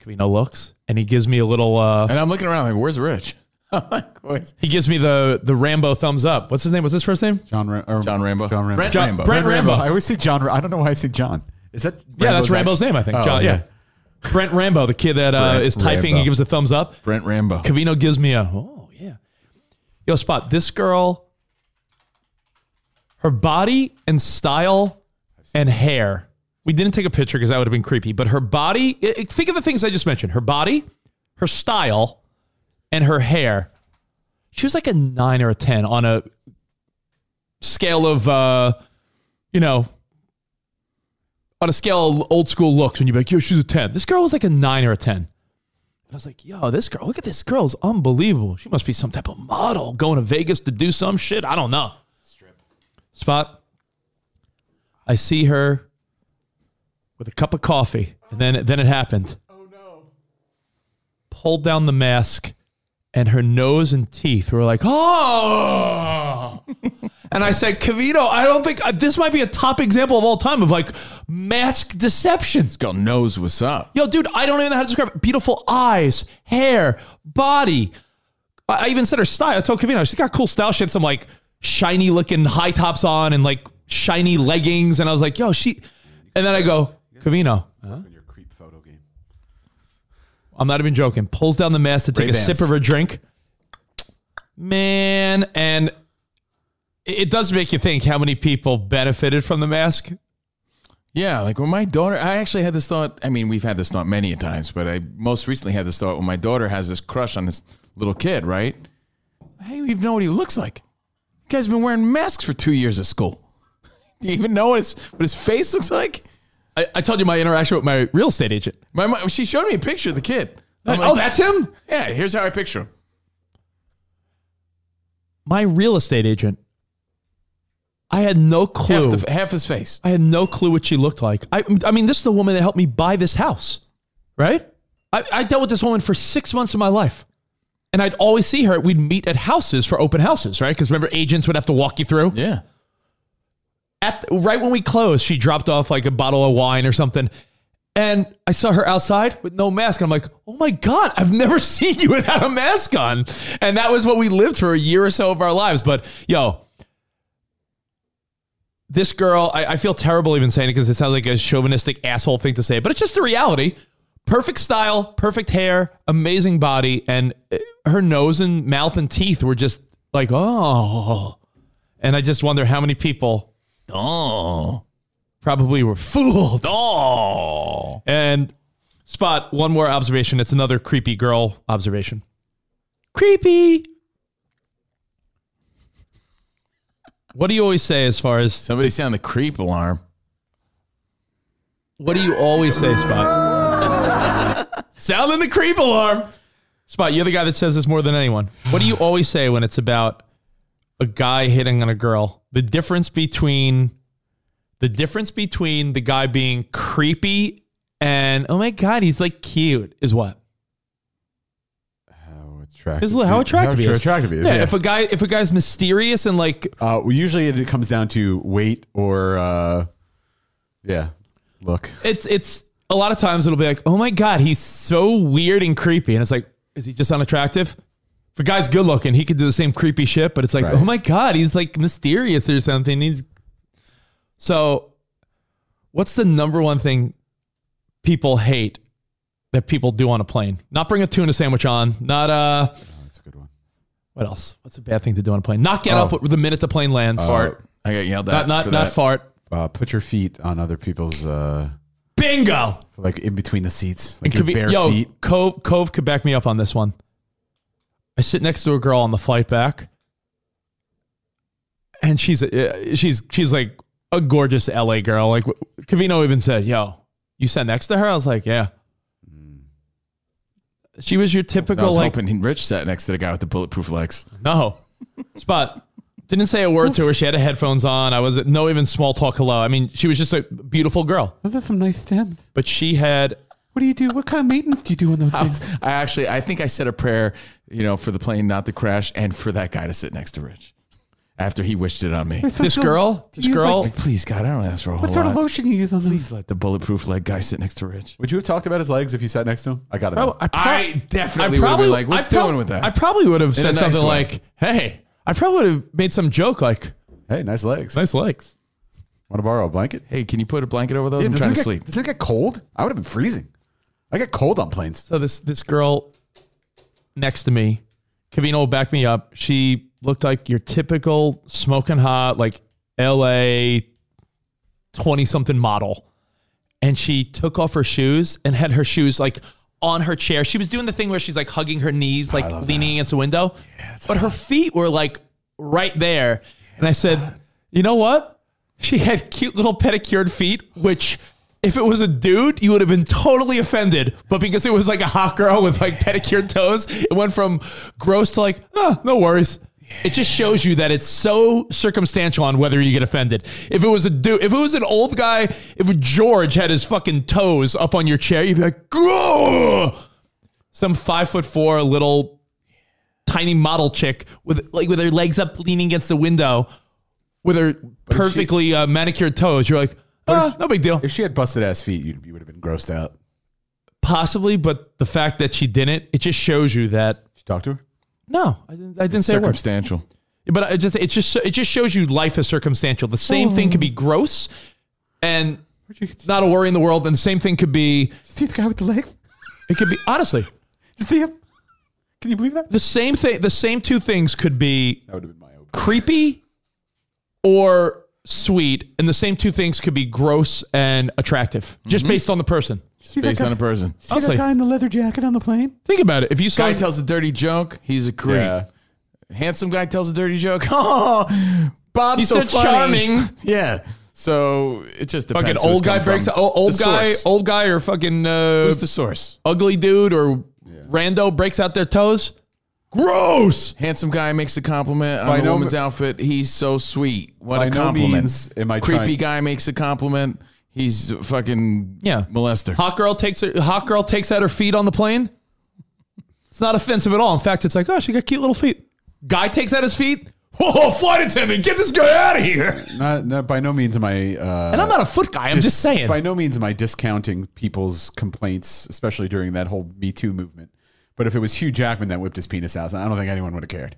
Speaker 7: Cavino looks and he gives me a little uh
Speaker 3: And I'm looking around like, where's Rich? I'm like, where's
Speaker 7: he gives me the the Rambo thumbs up. What's his name? What's his first name?
Speaker 6: John, Ra- or
Speaker 3: John Rambo.
Speaker 6: John Rambo.
Speaker 3: Brent
Speaker 6: John-
Speaker 3: Rambo.
Speaker 7: Brent Rambo.
Speaker 6: I always say John. Ra- I don't know why I say John. Is that
Speaker 7: yeah, that's Rambo's name, I think.
Speaker 6: Oh,
Speaker 7: John, yeah. Brent Rambo, the kid that uh,
Speaker 6: Brent
Speaker 7: is typing,
Speaker 6: Rambo.
Speaker 7: he gives a thumbs up.
Speaker 3: Brent Rambo.
Speaker 7: Cavino gives me a, oh, yeah. Yo, Spot, this girl, her body and style and hair. We didn't take a picture because that would have been creepy, but her body, i- i- think of the things I just mentioned her body, her style, and her hair. She was like a nine or a 10 on a scale of, uh, you know, on a scale of old school looks when you'd be like, yo, she's a 10. This girl was like a nine or a 10. I was like, yo, this girl, look at this girl's unbelievable. She must be some type of model going to Vegas to do some shit. I don't know. Spot. I see her with a cup of coffee. And then then it happened. Oh no. Pulled down the mask and her nose and teeth were like, oh. and I said, Cavito, I don't think uh, this might be a top example of all time of like mask deception.
Speaker 3: This girl knows what's up.
Speaker 7: Yo, dude, I don't even know how to describe it. Beautiful eyes, hair, body. I, I even said her style. I told Kavino, she's got cool style. She had some like shiny looking high tops on and like shiny leggings. And I was like, yo, she. And then I go, Kavino,
Speaker 6: Your creep photo game.
Speaker 7: I'm not even joking. Pulls down the mask to take a
Speaker 6: Ray-Bans.
Speaker 7: sip of her drink. Man, and it it does make you think how many people benefited from the mask.
Speaker 3: Yeah, like when my daughter, I actually had this thought. I mean, we've had this thought many a times, but I most recently had this thought when my daughter has this crush on this little kid, right? I don't even know what he looks like. You guys been wearing masks for two years at school. Do you even know what his, what his face looks like?
Speaker 7: I, I told you my interaction with my real estate agent.
Speaker 3: My, mo- she showed me a picture of the kid. I'm
Speaker 7: oh,
Speaker 3: like,
Speaker 7: that's him?
Speaker 3: yeah. Here's how I picture him.
Speaker 7: my real estate agent, I had no clue.
Speaker 3: Half, the, half his face.
Speaker 7: I had no clue what she looked like. I, I mean, this is the woman that helped me buy this house, right? I, I dealt with this woman for six months of my life. And I'd always see her. We'd meet at houses for open houses, right? Because remember, agents would have to walk you through.
Speaker 3: Yeah.
Speaker 7: At right when we closed, she dropped off like a bottle of wine or something, and I saw her outside with no mask. And I'm like, "Oh my god, I've never seen you without a mask on." And that was what we lived for a year or so of our lives. But yo, this girl, I, I feel terrible even saying it because it sounds like a chauvinistic asshole thing to say, but it's just the reality. Perfect style, perfect hair, amazing body, and eh, her nose and mouth and teeth were just like, oh. And I just wonder how many people
Speaker 3: Oh.
Speaker 7: probably were fooled. And spot one more observation. It's another creepy girl observation. Creepy. What do you always say as far as
Speaker 3: Somebody sound the creep alarm.
Speaker 7: what do you always say, Spot? Sounding the creep alarm. Spot, you're the guy that says this more than anyone. What do you always say when it's about a guy hitting on a girl? The difference between the difference between the guy being creepy and oh my god, he's like cute is what?
Speaker 6: How attractive?
Speaker 7: Is how attractive he
Speaker 6: How
Speaker 7: is.
Speaker 6: attractive he is.
Speaker 7: Yeah,
Speaker 6: yeah.
Speaker 7: If a guy if a guy's mysterious and like
Speaker 6: Uh, well, usually it comes down to weight or, uh, yeah, look.
Speaker 7: it's it's a lot of times it'll be like, oh my god, he's so weird and creepy, and it's like, is he just unattractive? If a guy's good looking, he could do the same creepy shit, but it's like,
Speaker 6: Right.
Speaker 7: oh my god, he's like mysterious or something. He's so. What's the number one thing people hate that people do on a plane? Not bring a tuna sandwich on. Not uh,
Speaker 6: That's a good one.
Speaker 7: what else? What's a bad thing to do on a plane? Not get up the minute the plane lands.
Speaker 3: Fart. I got yelled
Speaker 7: Not not
Speaker 3: at. Oh. for
Speaker 7: not
Speaker 3: that.
Speaker 7: fart.
Speaker 6: Uh, put your feet on other people's, uh,
Speaker 7: Bingo.
Speaker 6: like in between the seats, like your
Speaker 7: Could be-
Speaker 6: bare
Speaker 7: yo,
Speaker 6: feet.
Speaker 7: Cove Cove could back me up on this one. I sit next to a girl on the flight back, and she's a, uh, she's she's like a gorgeous LA girl. Like Cavino even said, "Yo, you sat next to her." I was like, "Yeah." She was your
Speaker 3: I
Speaker 7: typical
Speaker 3: was
Speaker 7: like
Speaker 3: hoping Rich sat next to the guy with the bulletproof legs.
Speaker 7: no spot. Didn't say a word to her. She had her headphones on. I was no even small talk hello. I mean, she was just a beautiful girl,
Speaker 6: Oh, that's some nice stems.
Speaker 7: but she had
Speaker 6: What do you do? What kind of maintenance do you do on those
Speaker 3: I,
Speaker 6: things?
Speaker 3: was- I actually, I think I said a prayer, you know, for the plane not to crash and for that guy to sit next to Rich. after he wished it on me.
Speaker 7: This girl, this
Speaker 6: you
Speaker 7: girl,
Speaker 3: Like, please, God, I don't ask for a whole
Speaker 6: What sort of
Speaker 3: lot.
Speaker 6: lotion you use on them?
Speaker 3: Please let the bulletproof leg guy sit next to Rich.
Speaker 6: Would you have talked about his legs if you sat next to him? I got it.
Speaker 7: Oh, I, prob-
Speaker 3: I definitely would've been like, what's
Speaker 7: I prob-
Speaker 3: doing with that?
Speaker 7: I probably would have
Speaker 3: a
Speaker 7: said
Speaker 3: nice
Speaker 7: something
Speaker 3: way.
Speaker 7: like, "Hey," I probably would have made some joke like,
Speaker 6: hey, nice legs.
Speaker 7: "Nice legs."
Speaker 6: Want to borrow a blanket?
Speaker 3: Hey, can you put a blanket over those?
Speaker 6: Yeah,
Speaker 3: I'm
Speaker 6: doesn't
Speaker 3: trying
Speaker 6: it
Speaker 3: to
Speaker 6: get-
Speaker 3: sleep.
Speaker 6: Doesn't it get cold? I would have been freezing. I get cold on planes.
Speaker 7: So this this girl next to me, Kavina will back me up. She looked like your typical smoking hot, like L.A. twenty something model, and she took off her shoes and had her shoes like on her chair. She was doing the thing where she's like hugging her knees, like leaning against the window, but her feet were like right there. and I said, you know what? She had cute little pedicured feet, which if it was a dude, you would have been totally offended. But because it was like a hot girl with like pedicured toes, it went from gross to like, oh, no worries. It just shows you that it's so circumstantial on whether you get offended. If it was a dude, if it was an old guy, if George had his fucking toes up on your chair, you'd be like, Grr! some five foot four little tiny model chick with like with her legs up, leaning against the window, with her perfectly uh, manicured toes. You're like, ah, no big deal.
Speaker 6: If she had busted ass feet, you'd, you would have been grossed out.
Speaker 7: Possibly, but the fact that she didn't, it just shows you that
Speaker 6: Did you talk to her?
Speaker 7: no, I didn't, I didn't say a word.
Speaker 3: Circumstantial.
Speaker 7: But it just it just it just shows you life is circumstantial. The same thing could be gross and not a worry in the world, and the same thing could be
Speaker 6: See the guy with the leg?
Speaker 7: it could be honestly
Speaker 6: Just see him? Can you believe that?
Speaker 7: the same thing. The same two things could be
Speaker 6: That would have been my open.
Speaker 7: creepy or sweet, and the same two things could be gross and attractive, just based on the person.
Speaker 3: Based on a person.
Speaker 6: See
Speaker 7: Honestly.
Speaker 6: that guy in the leather jacket on the plane?
Speaker 7: Think about it. If you saw
Speaker 3: Guy tells a dirty joke, he's a creep. Handsome guy tells a dirty joke. Oh, Bob's
Speaker 7: He's
Speaker 3: so,
Speaker 7: so
Speaker 3: funny.
Speaker 7: charming.
Speaker 3: Yeah. So it just depends.
Speaker 7: fucking
Speaker 3: where it's
Speaker 7: old guy
Speaker 3: come from.
Speaker 7: breaks oh, old
Speaker 3: The
Speaker 7: guy
Speaker 3: source.
Speaker 7: old guy or fucking uh,
Speaker 3: Who's the source?
Speaker 7: ugly dude or rando breaks out their toes. Gross.
Speaker 3: Handsome guy makes a compliment on
Speaker 6: By
Speaker 3: a
Speaker 6: no
Speaker 3: woman's
Speaker 6: me-
Speaker 3: outfit. He's so sweet. What
Speaker 6: By
Speaker 3: a
Speaker 6: no
Speaker 3: compliment.
Speaker 6: means am I trying-
Speaker 3: Creepy guy makes a compliment. He's a fucking
Speaker 7: Yeah.
Speaker 3: molester.
Speaker 7: Hot girl takes her hot girl takes out her feet on the plane. It's not offensive at all. In fact, it's like, oh, she got cute little feet. Guy takes out his feet. Whoa, flight attendant, get this guy out of here.
Speaker 6: Not, not by no means am I. Uh,
Speaker 7: And I'm not a foot guy. I'm just saying.
Speaker 6: By no means am I discounting people's complaints, especially during that whole Me Too movement. But if it was Hugh Jackman that whipped his penis out, I don't think anyone would have cared.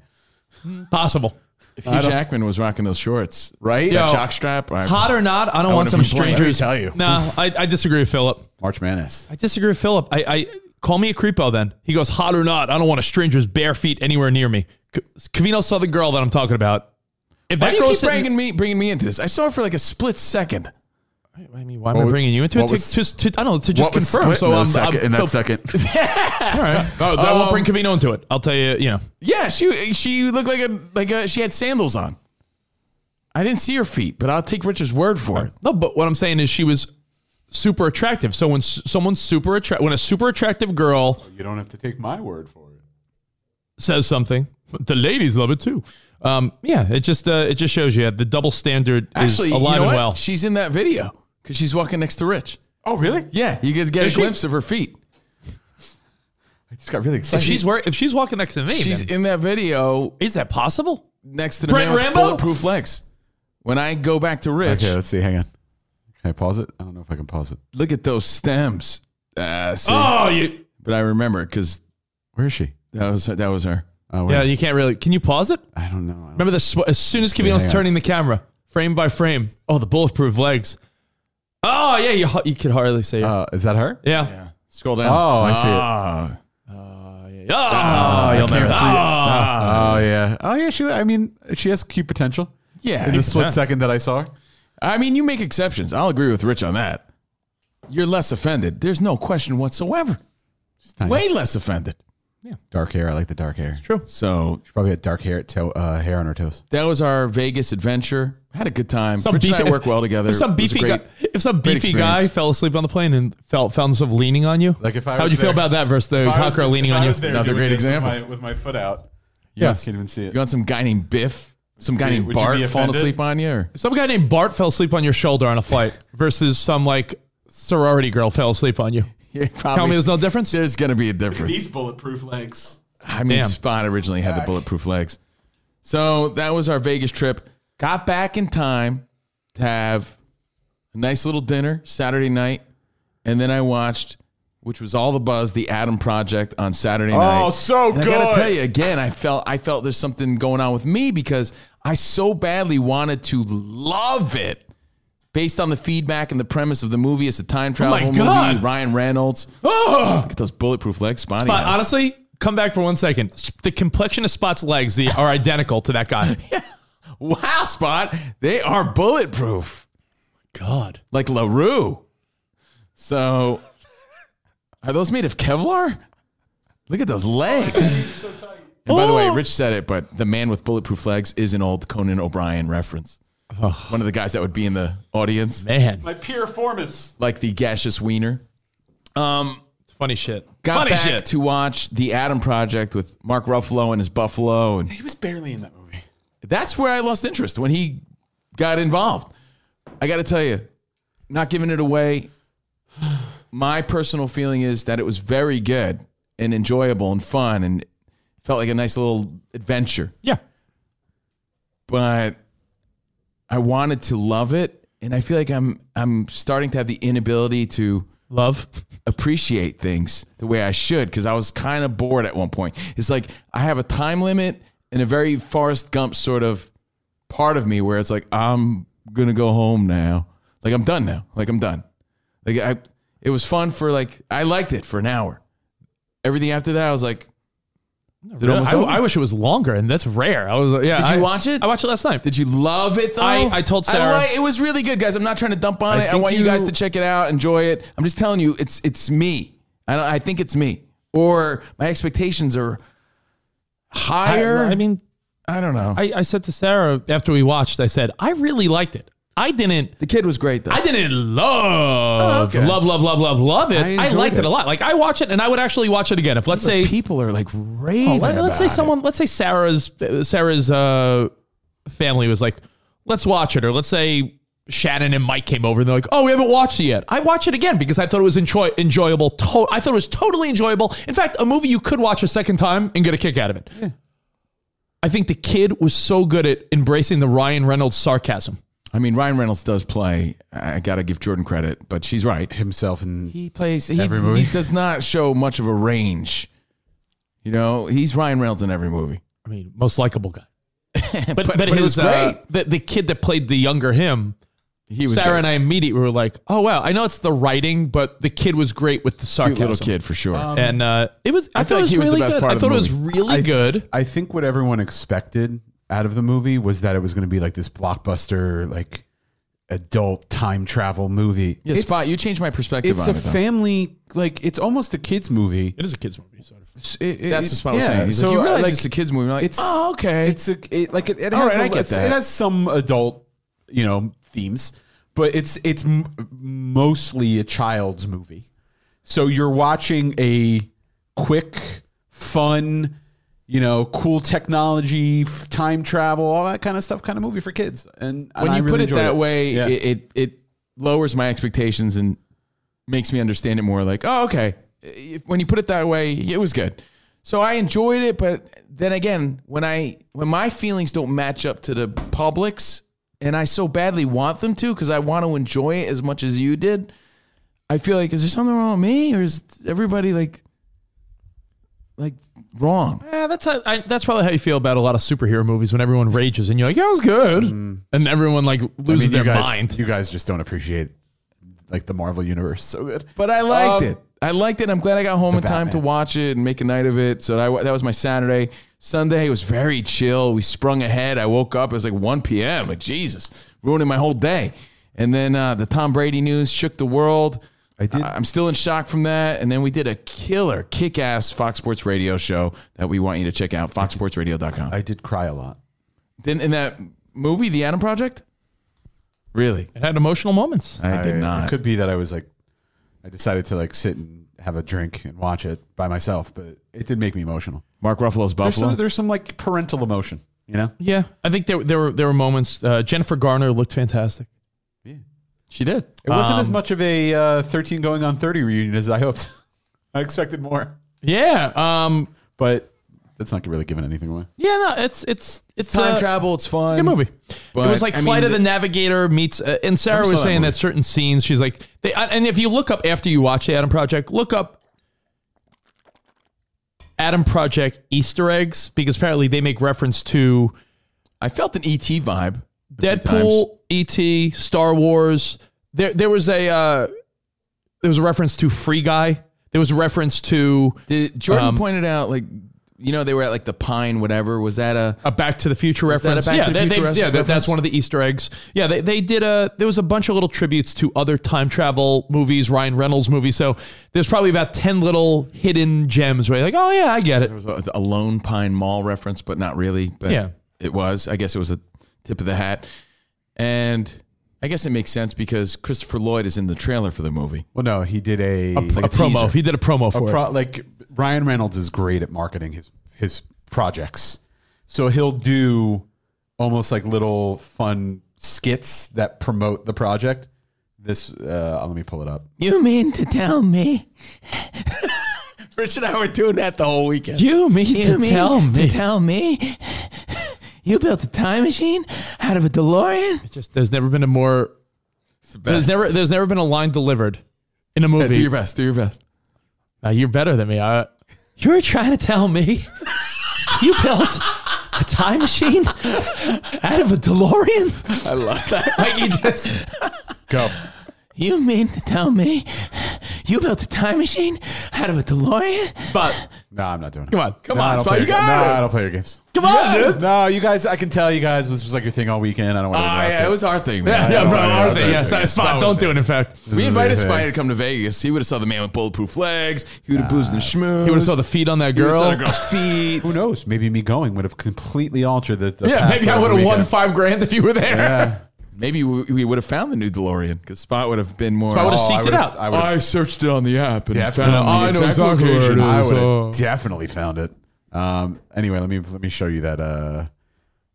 Speaker 7: Possible.
Speaker 3: If Hugh Jackman was rocking those shorts,
Speaker 6: Right?
Speaker 3: That
Speaker 7: Yo.
Speaker 3: jock strap. I-
Speaker 7: Hot or not, I don't
Speaker 3: I
Speaker 7: want
Speaker 3: wouldn't
Speaker 7: some
Speaker 3: be blamed.
Speaker 7: strangers.
Speaker 6: Let me tell you.
Speaker 7: No, I, I disagree with Philip.
Speaker 6: March Madness.
Speaker 7: I disagree with Philip. I, I call me a creepo then. He goes, hot or not, I don't want a stranger's bare feet anywhere near me. K- Cavino saw the girl that I'm talking about. If
Speaker 3: Why
Speaker 7: that
Speaker 3: do you
Speaker 7: girl
Speaker 3: keep bringing me, bringing me into this? I saw it for like a split second.
Speaker 7: I mean, why am I
Speaker 6: was-
Speaker 7: bringing you into it?
Speaker 6: what
Speaker 7: To,
Speaker 6: was-
Speaker 7: just to, I don't know, to just confirm. So I'm, I'm, so-
Speaker 6: second?
Speaker 7: all right. Oh, I won't bring Cavino into it. I'll tell you, you know.
Speaker 3: Yeah, she she looked like a like a she had sandals on. I didn't see her feet, but I'll take Richard's word for it.
Speaker 7: No, but what I'm saying is she was super attractive. So when s- someone's super attractive, when a super attractive girl
Speaker 6: You don't have to take my word for it.
Speaker 7: says something. But the ladies love it too. Um, yeah, it just uh, it just shows you that the double standard
Speaker 3: Actually,
Speaker 7: is
Speaker 3: you
Speaker 7: alive
Speaker 3: know
Speaker 7: and
Speaker 3: what?
Speaker 7: well.
Speaker 3: She's in that video because she's walking next to Rich.
Speaker 6: Oh, really?
Speaker 3: Yeah, you get, get a
Speaker 7: Is she?
Speaker 3: glimpse of her feet.
Speaker 6: I just got really
Speaker 7: If
Speaker 6: excited.
Speaker 7: she's wor- if she's walking next to me,
Speaker 3: She's
Speaker 7: then-
Speaker 3: in that video
Speaker 7: is that possible?
Speaker 3: next to the
Speaker 7: Brent
Speaker 3: man with
Speaker 7: Rambo?
Speaker 3: bulletproof legs. When I go back to Rich,
Speaker 6: Okay, let's see. Hang on. Can I pause it? I don't know if I can pause it.
Speaker 3: look at those stems. Ah, see?
Speaker 7: Oh, you
Speaker 3: But I remember because
Speaker 6: Where is she?
Speaker 3: that was that was her.
Speaker 6: Oh,
Speaker 7: yeah,
Speaker 6: wait.
Speaker 7: you can't really. Can you pause it?
Speaker 6: I don't know. I don't
Speaker 7: Remember the sw- as soon as Cavino's
Speaker 6: hang on.
Speaker 7: turning the camera, frame by frame. Oh, the bulletproof legs. Oh yeah, you ha- you could hardly see. her.
Speaker 6: Uh, is that her?
Speaker 7: yeah.
Speaker 3: Scroll down.
Speaker 6: Oh, I see it.
Speaker 3: Ah.
Speaker 6: Uh,
Speaker 7: Oh, you'll never. Oh.
Speaker 6: Oh yeah. Oh yeah. She. I mean, she has cute potential.
Speaker 3: Yeah,
Speaker 6: In the split
Speaker 7: yeah.
Speaker 6: second that I saw her.
Speaker 3: I mean, you make exceptions. I'll agree with Rich on that. You're less offended. There's no question whatsoever.
Speaker 6: tiny.
Speaker 3: Way less offended.
Speaker 6: Dark hair. I like the dark hair. She
Speaker 3: So
Speaker 6: probably had dark hair toe, uh, hair on her toes.
Speaker 3: that was our Vegas adventure. Had a good time.
Speaker 7: Some
Speaker 3: Rich and
Speaker 7: beefy-
Speaker 3: I work well together.
Speaker 7: If some
Speaker 3: It was a
Speaker 7: beefy
Speaker 3: great-
Speaker 7: guy, if some
Speaker 3: great
Speaker 7: beefy guy
Speaker 3: experience.
Speaker 7: fell asleep on the plane and felt found himself leaning on you,
Speaker 6: Like, if I
Speaker 7: how would
Speaker 6: was
Speaker 7: you feel
Speaker 6: there-
Speaker 7: about that versus the
Speaker 6: I was-
Speaker 7: cockroach leaning
Speaker 6: if
Speaker 7: on
Speaker 6: I
Speaker 7: you?
Speaker 6: was there
Speaker 3: Another
Speaker 6: doing
Speaker 3: great
Speaker 6: this with
Speaker 3: example.
Speaker 6: my- With my, foot out.
Speaker 3: Yeah.
Speaker 6: I can't even see it.
Speaker 3: You want some guy named Biff? Some guy named
Speaker 6: would you be
Speaker 3: Bart falling
Speaker 6: offended?
Speaker 3: asleep on you? Or
Speaker 7: Some guy named Bart fell asleep on your shoulder on a flight versus some like sorority girl fell asleep on you.
Speaker 3: Yeah,
Speaker 7: Tell
Speaker 3: probably-
Speaker 7: me there's no difference?
Speaker 3: There's going to be a difference.
Speaker 6: bulletproof legs.
Speaker 3: I mean,
Speaker 7: Damn.
Speaker 3: Spot originally had the bulletproof legs. So that was our Vegas trip. Got back in time to have a nice little dinner Saturday night, and then I watched, which was all the buzz, the Adam Project on Saturday night.
Speaker 6: Oh, so
Speaker 3: And
Speaker 6: good.
Speaker 3: I gotta tell you again, I felt I felt there's something going on with me because I so badly wanted to love it. Based on the feedback and the premise of the movie, it's a time
Speaker 6: Oh
Speaker 3: travel movie.
Speaker 7: God.
Speaker 3: Ryan Reynolds,
Speaker 7: Oh,
Speaker 3: look at those bulletproof legs, Spotty.
Speaker 7: but
Speaker 3: has.
Speaker 7: honestly, come back for one second. The complexion of Spot's legs they are identical to that guy.
Speaker 3: Wow, Spot. They are bulletproof. God. Like LaRue. So, are those made of Kevlar? Look at those legs. And by the way, Rich said it, but the man with bulletproof legs is an old Conan O'Brien reference. One of the guys that would be in the audience,
Speaker 7: Man,
Speaker 6: My pure formis.
Speaker 3: like the gaseous wiener.
Speaker 7: funny shit.
Speaker 3: Got
Speaker 7: funny
Speaker 3: back
Speaker 7: shit.
Speaker 3: to watch The Adam Project with Mark Ruffalo and his Buffalo and
Speaker 6: He was barely in that movie.
Speaker 3: that's where I lost interest when he got involved. I got to tell you, not giving it away, my personal feeling is that it was very good and enjoyable and fun and felt like a nice little adventure.
Speaker 7: yeah.
Speaker 3: But I wanted to love it and I feel like I'm I'm starting to have the inability to
Speaker 7: Love.
Speaker 3: appreciate things the way I should because I was kind of bored at one point. It's like I have a time limit and a very Forrest Gump sort of part of me where it's like I'm gonna go home now. Like I'm done now. Like I'm done. Like I, it was fun for like I liked it for an hour. Everything after that, I was like, is it almost
Speaker 7: I,
Speaker 3: over?
Speaker 7: I wish it was longer, and that's rare. I was yeah.
Speaker 3: Did you
Speaker 7: I-
Speaker 3: watch it?
Speaker 7: I watched it last night.
Speaker 3: Did you love it though?
Speaker 7: I- I told Sarah-
Speaker 3: like- it was really good, guys. I'm not trying to dump on
Speaker 7: I
Speaker 3: it. I
Speaker 7: think
Speaker 3: want you,
Speaker 7: you-
Speaker 3: guys to check it out, enjoy it. I'm just telling you, it's it's me. I, don't- I think it's me, or my expectations are higher.
Speaker 7: I, I mean,
Speaker 3: I don't know.
Speaker 7: I, I said to Sarah after we watched, I said I really liked it. I didn't.
Speaker 3: the kid was great though.
Speaker 7: I didn't love,
Speaker 3: Oh, okay.
Speaker 7: love, love, love, love, love it.
Speaker 6: I
Speaker 7: I,
Speaker 6: enjoyed
Speaker 7: liked
Speaker 6: it.
Speaker 7: it. a lot. Like I watch it, and I would actually watch it again. If let's say Oh,
Speaker 3: People are like raving.
Speaker 7: Let, us say
Speaker 3: about it.
Speaker 7: someone. Let's say Sarah's Sarah's uh, family was like, let's watch it, or let's say Shannon and Mike came over and they're like, oh, we haven't watched it yet. I watch it again because I thought it was enjoy, enjoyable. To- I thought it was totally enjoyable. In fact, a movie you could watch a second time and get a kick out of it. I think the kid was so good at embracing the Ryan Reynolds sarcasm.
Speaker 3: I mean, Ryan Reynolds does play. I gotta give Jordan credit, but she's right.
Speaker 6: Himself and
Speaker 3: He plays. He,
Speaker 6: Every movie.
Speaker 3: he does not show much of a range. You know, he's Ryan Reynolds in every movie.
Speaker 7: I mean, most likable guy. But but,
Speaker 3: but it
Speaker 7: his,
Speaker 3: was
Speaker 7: uh,
Speaker 3: great.
Speaker 7: the the kid that played the younger him.
Speaker 3: He was
Speaker 7: Sarah
Speaker 3: great.
Speaker 7: and I immediately were like, "Oh wow, I know it's the writing, but the kid was great with the
Speaker 3: cute
Speaker 7: sarcasm."
Speaker 3: little kid for sure.
Speaker 6: Um,
Speaker 7: and uh, it was. I,
Speaker 3: I
Speaker 7: thought
Speaker 3: feel
Speaker 7: it
Speaker 3: like
Speaker 7: was
Speaker 3: he was the
Speaker 7: really
Speaker 3: best
Speaker 7: good.
Speaker 3: part
Speaker 7: I
Speaker 3: of the
Speaker 7: thought it was
Speaker 3: movie.
Speaker 7: really
Speaker 6: I th-
Speaker 7: good.
Speaker 6: I think what everyone expected out of the movie was that it was going to be like this blockbuster, like adult time travel movie.
Speaker 3: yeah,
Speaker 6: It's-
Speaker 3: Spot, you changed my perspective
Speaker 6: It's
Speaker 3: on
Speaker 6: a
Speaker 3: it. though.
Speaker 6: family, like it's almost a kids movie.
Speaker 7: It is a kids movie, sort of.
Speaker 6: It's- it- it-
Speaker 3: That's
Speaker 6: it-
Speaker 3: just what I was saying. He's like, you realize it's a kids movie. You're like,
Speaker 6: it's-
Speaker 3: oh, okay.
Speaker 6: It's a it, like it, it
Speaker 3: All
Speaker 6: has
Speaker 3: right,
Speaker 6: a-
Speaker 3: I get
Speaker 6: it's-
Speaker 3: that.
Speaker 6: it has some adult, you know, themes, but it's it's m- mostly a child's movie. So you're watching a quick, fun, you know, cool technology, f- time travel, all that kind of stuff, kind of movie for kids. And, and
Speaker 3: when
Speaker 6: I
Speaker 3: you
Speaker 6: really
Speaker 3: put it
Speaker 6: enjoyed
Speaker 3: that way,
Speaker 6: Yeah.
Speaker 3: it, it it lowers my expectations and makes me understand it more. Like, oh, okay. If- When you put it that way, it was good. So I enjoyed it, but then again, when I when my feelings don't match up to the public's, and I so badly want them to, because I want to enjoy it as much as you did, I feel like is there something wrong with me, or is everybody like like wrong?
Speaker 7: Yeah, that's how, I, that's probably how you feel about a lot of superhero movies when everyone rages and you're like, "Yeah, it was good,"
Speaker 3: Mm.
Speaker 7: and everyone like
Speaker 6: I
Speaker 7: loses
Speaker 6: mean, you
Speaker 7: their
Speaker 6: guys,
Speaker 7: mind.
Speaker 6: You guys just don't appreciate like the Marvel universe so good.
Speaker 3: But I liked
Speaker 6: Um,
Speaker 3: it. I liked it. I'm glad I got home in time to
Speaker 6: Batman.
Speaker 3: watch it and make a night of it. So that, that was my Saturday. Sunday was very chill. We sprung ahead. I woke up. It was like 1 p.m. Like, Jesus, ruining my whole day. And then uh, the Tom Brady news shook the world.
Speaker 6: I did-
Speaker 3: I'm still in shock from that. And then we did a killer, kick ass Fox Sports radio show that we want you to check out foxsportsradio.com.
Speaker 6: I did cry a lot.
Speaker 3: Then in that movie, The Adam Project? Really?
Speaker 7: It had emotional moments.
Speaker 3: I did
Speaker 6: I-
Speaker 3: not.
Speaker 6: It could be that I was like, I decided to like sit and have a drink and watch it by myself, but it did make me emotional.
Speaker 3: Mark
Speaker 6: There's
Speaker 3: Ruffalo's Buffalo.
Speaker 6: some, there's some like parental emotion, you know?
Speaker 7: Yeah, I think there there were there were moments. Uh, Jennifer Garner looked fantastic.
Speaker 3: she did.
Speaker 6: It wasn't as
Speaker 7: Um,
Speaker 6: much of a uh, 13 going on 30 reunion as I hoped. I expected more,
Speaker 7: Yeah, um,
Speaker 6: but That's not really giving anything away.
Speaker 7: Yeah, no, it's it's it's
Speaker 3: Time
Speaker 7: uh,
Speaker 3: travel, it's fun.
Speaker 7: Good movie.
Speaker 3: Um, But,
Speaker 7: it was like
Speaker 3: I mean,
Speaker 7: Flight of the
Speaker 3: the-
Speaker 7: Navigator meets, uh, and Sarah
Speaker 3: Never saw
Speaker 7: was
Speaker 3: that
Speaker 7: saying
Speaker 3: movie.
Speaker 7: that certain scenes, she's like, they, uh, and if you look up after you watch the Adam Project, look up Adam Project Easter eggs because apparently they make reference to
Speaker 3: I felt an ET vibe. a few times.
Speaker 7: Deadpool, E.T., Star Wars. There, there was a uh, there was a reference to Free Guy. There was a reference to
Speaker 3: Did, Jordan
Speaker 7: Um,
Speaker 3: pointed out, like, you know, they were at like the pine, whatever. Was that a?
Speaker 7: a Back to the Future
Speaker 3: that a
Speaker 7: reference.
Speaker 3: Back
Speaker 7: yeah,
Speaker 3: to the
Speaker 7: they-
Speaker 3: Future
Speaker 7: they-
Speaker 3: res-
Speaker 7: yeah, that-
Speaker 3: reference?
Speaker 7: that's one of the Easter eggs. Yeah, they, they did a. There was a bunch of little tributes to other time travel movies, Ryan Reynolds movies. So there's probably about ten little hidden gems where you're like, oh yeah, I get it.
Speaker 3: It was a, a Lone Pine Mall reference, but not really. But
Speaker 7: Yeah.
Speaker 3: it was. I guess it was a tip of the hat, and I guess it makes sense because Christopher Lloyd is in the trailer for the movie.
Speaker 6: Well, no, he did a,
Speaker 7: A, promo.
Speaker 3: teaser.
Speaker 7: He did a promo for
Speaker 6: a
Speaker 7: it.
Speaker 6: pro, like Ryan Reynolds is great at marketing his his projects, so he'll do almost like little fun skits that promote the project. This, uh, let me pull it up.
Speaker 3: You mean to tell me? Rich and I were doing that the whole weekend.
Speaker 7: you mean to tell me?
Speaker 3: tell me? You built a time machine out of a DeLorean?
Speaker 7: Just there's never been a more there's never there's never been a line delivered in a movie.
Speaker 3: do your best. Do your best.
Speaker 7: Now, Uh, you're better than me. I, you're trying to tell me you built a time machine out of a DeLorean? I love that. Like you just
Speaker 6: Go.
Speaker 3: You mean to tell me you built a time machine out of a DeLorean? uh,
Speaker 7: but
Speaker 6: No, I'm not doing it.
Speaker 7: come on, come
Speaker 6: No, I
Speaker 7: on,
Speaker 6: don't play
Speaker 7: Spot, you
Speaker 6: your ga- No, I
Speaker 7: got it.
Speaker 6: don't play your games.
Speaker 7: Come on, dude.
Speaker 6: No, you guys. I can tell you guys this was like your thing all weekend. I don't want to.
Speaker 3: Oh,
Speaker 6: interrupt
Speaker 3: yeah,
Speaker 6: it.
Speaker 3: it was our thing, man.
Speaker 7: Ah, Yeah, yeah,
Speaker 6: I'm
Speaker 7: bro,
Speaker 6: sorry,
Speaker 7: our
Speaker 6: I'm
Speaker 7: thing.
Speaker 6: sorry.
Speaker 7: Yeah, sorry, Spot, don't do it. In fact,
Speaker 3: We
Speaker 6: This is
Speaker 3: invited
Speaker 6: your
Speaker 3: Spidey
Speaker 6: thing.
Speaker 3: to come to Vegas. He would have saw the man with bulletproof legs. He would have boozed and schmoozed.
Speaker 7: he would have saw the feet on that
Speaker 3: He would've saw
Speaker 7: girl.
Speaker 3: the girl's feet.
Speaker 6: Who knows? Maybe me going would have completely altered the. the
Speaker 7: Yeah,
Speaker 6: path
Speaker 7: maybe I
Speaker 6: of the
Speaker 7: would have won
Speaker 6: weekend.
Speaker 7: five grand if you were there.
Speaker 3: Maybe we, we would have found the new DeLorean because Spot would have been more.
Speaker 7: Spot would've
Speaker 6: Oh, I
Speaker 7: seeked it
Speaker 6: would've-
Speaker 7: out.
Speaker 6: I would've-
Speaker 7: searched it on the app and
Speaker 6: Definitely.
Speaker 7: exactly where it
Speaker 6: I
Speaker 7: is.
Speaker 6: would
Speaker 7: Uh,
Speaker 6: have definitely found it. Um, anyway, let me let me show you that uh,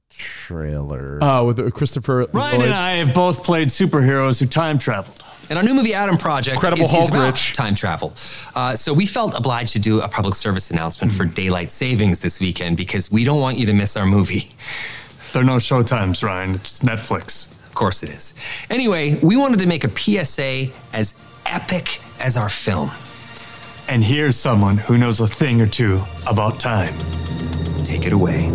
Speaker 6: trailer.
Speaker 7: Oh, with uh, Christopher
Speaker 8: Ryan and
Speaker 7: Lloyd.
Speaker 8: I have both played superheroes who time traveled.
Speaker 9: And our new movie, Adam Project,
Speaker 7: Incredible
Speaker 9: is, is
Speaker 7: Hulk,
Speaker 9: about
Speaker 7: Rich.
Speaker 9: time travel. Uh, so we felt obliged to do a public service announcement
Speaker 7: Mm-hmm.
Speaker 9: for daylight savings this weekend because we don't want you to miss our movie.
Speaker 8: There are no showtimes, Ryan. It's Netflix.
Speaker 9: Of course it is. Anyway, we wanted to make a PSA as epic as our film.
Speaker 8: And here's someone who knows a thing or two about time.
Speaker 9: Take it away.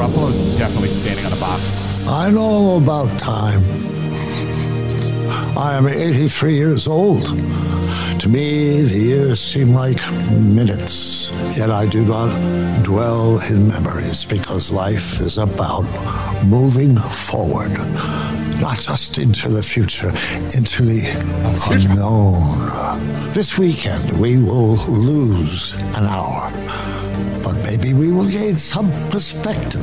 Speaker 6: Ruffalo's definitely standing on a box.
Speaker 10: I know about time. I am 83 years old. To me, the years seem like minutes, yet I do not dwell in memories because life is about moving forward, not just into the future, into the unknown. This weekend, we will lose an hour but maybe we will gain some perspective.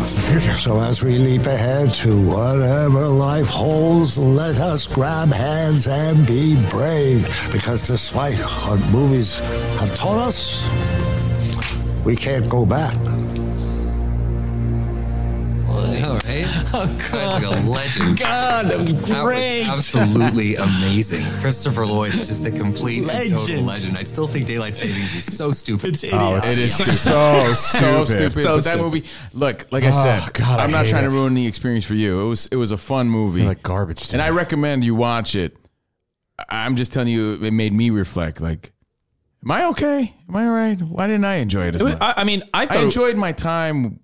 Speaker 10: So as we leap ahead to whatever life holds, let us grab hands and be brave, because despite what movies have taught us, we can't go back.
Speaker 9: All right. Oh, God. Like a legend.
Speaker 8: God, that was
Speaker 9: That was
Speaker 8: great.
Speaker 9: absolutely amazing. Christopher Lloyd is just a complete and total
Speaker 8: Legend.
Speaker 9: legend. I still think daylight savings is so stupid. Oh,
Speaker 8: It's idiot.
Speaker 3: It is
Speaker 6: so
Speaker 3: so stupid.
Speaker 6: So
Speaker 3: but that movie, look, like I said,
Speaker 6: God, I
Speaker 3: I'm not
Speaker 6: hate
Speaker 3: trying
Speaker 6: it.
Speaker 3: to ruin the experience for you. It was it was a fun movie,
Speaker 6: like garbage. to
Speaker 3: and
Speaker 6: me.
Speaker 3: I recommend you watch it. I- I'm just telling you, it made me reflect. Like, am I okay? Am I all right? Why didn't I enjoy it as much?
Speaker 7: I, I mean, I thought
Speaker 3: I enjoyed my time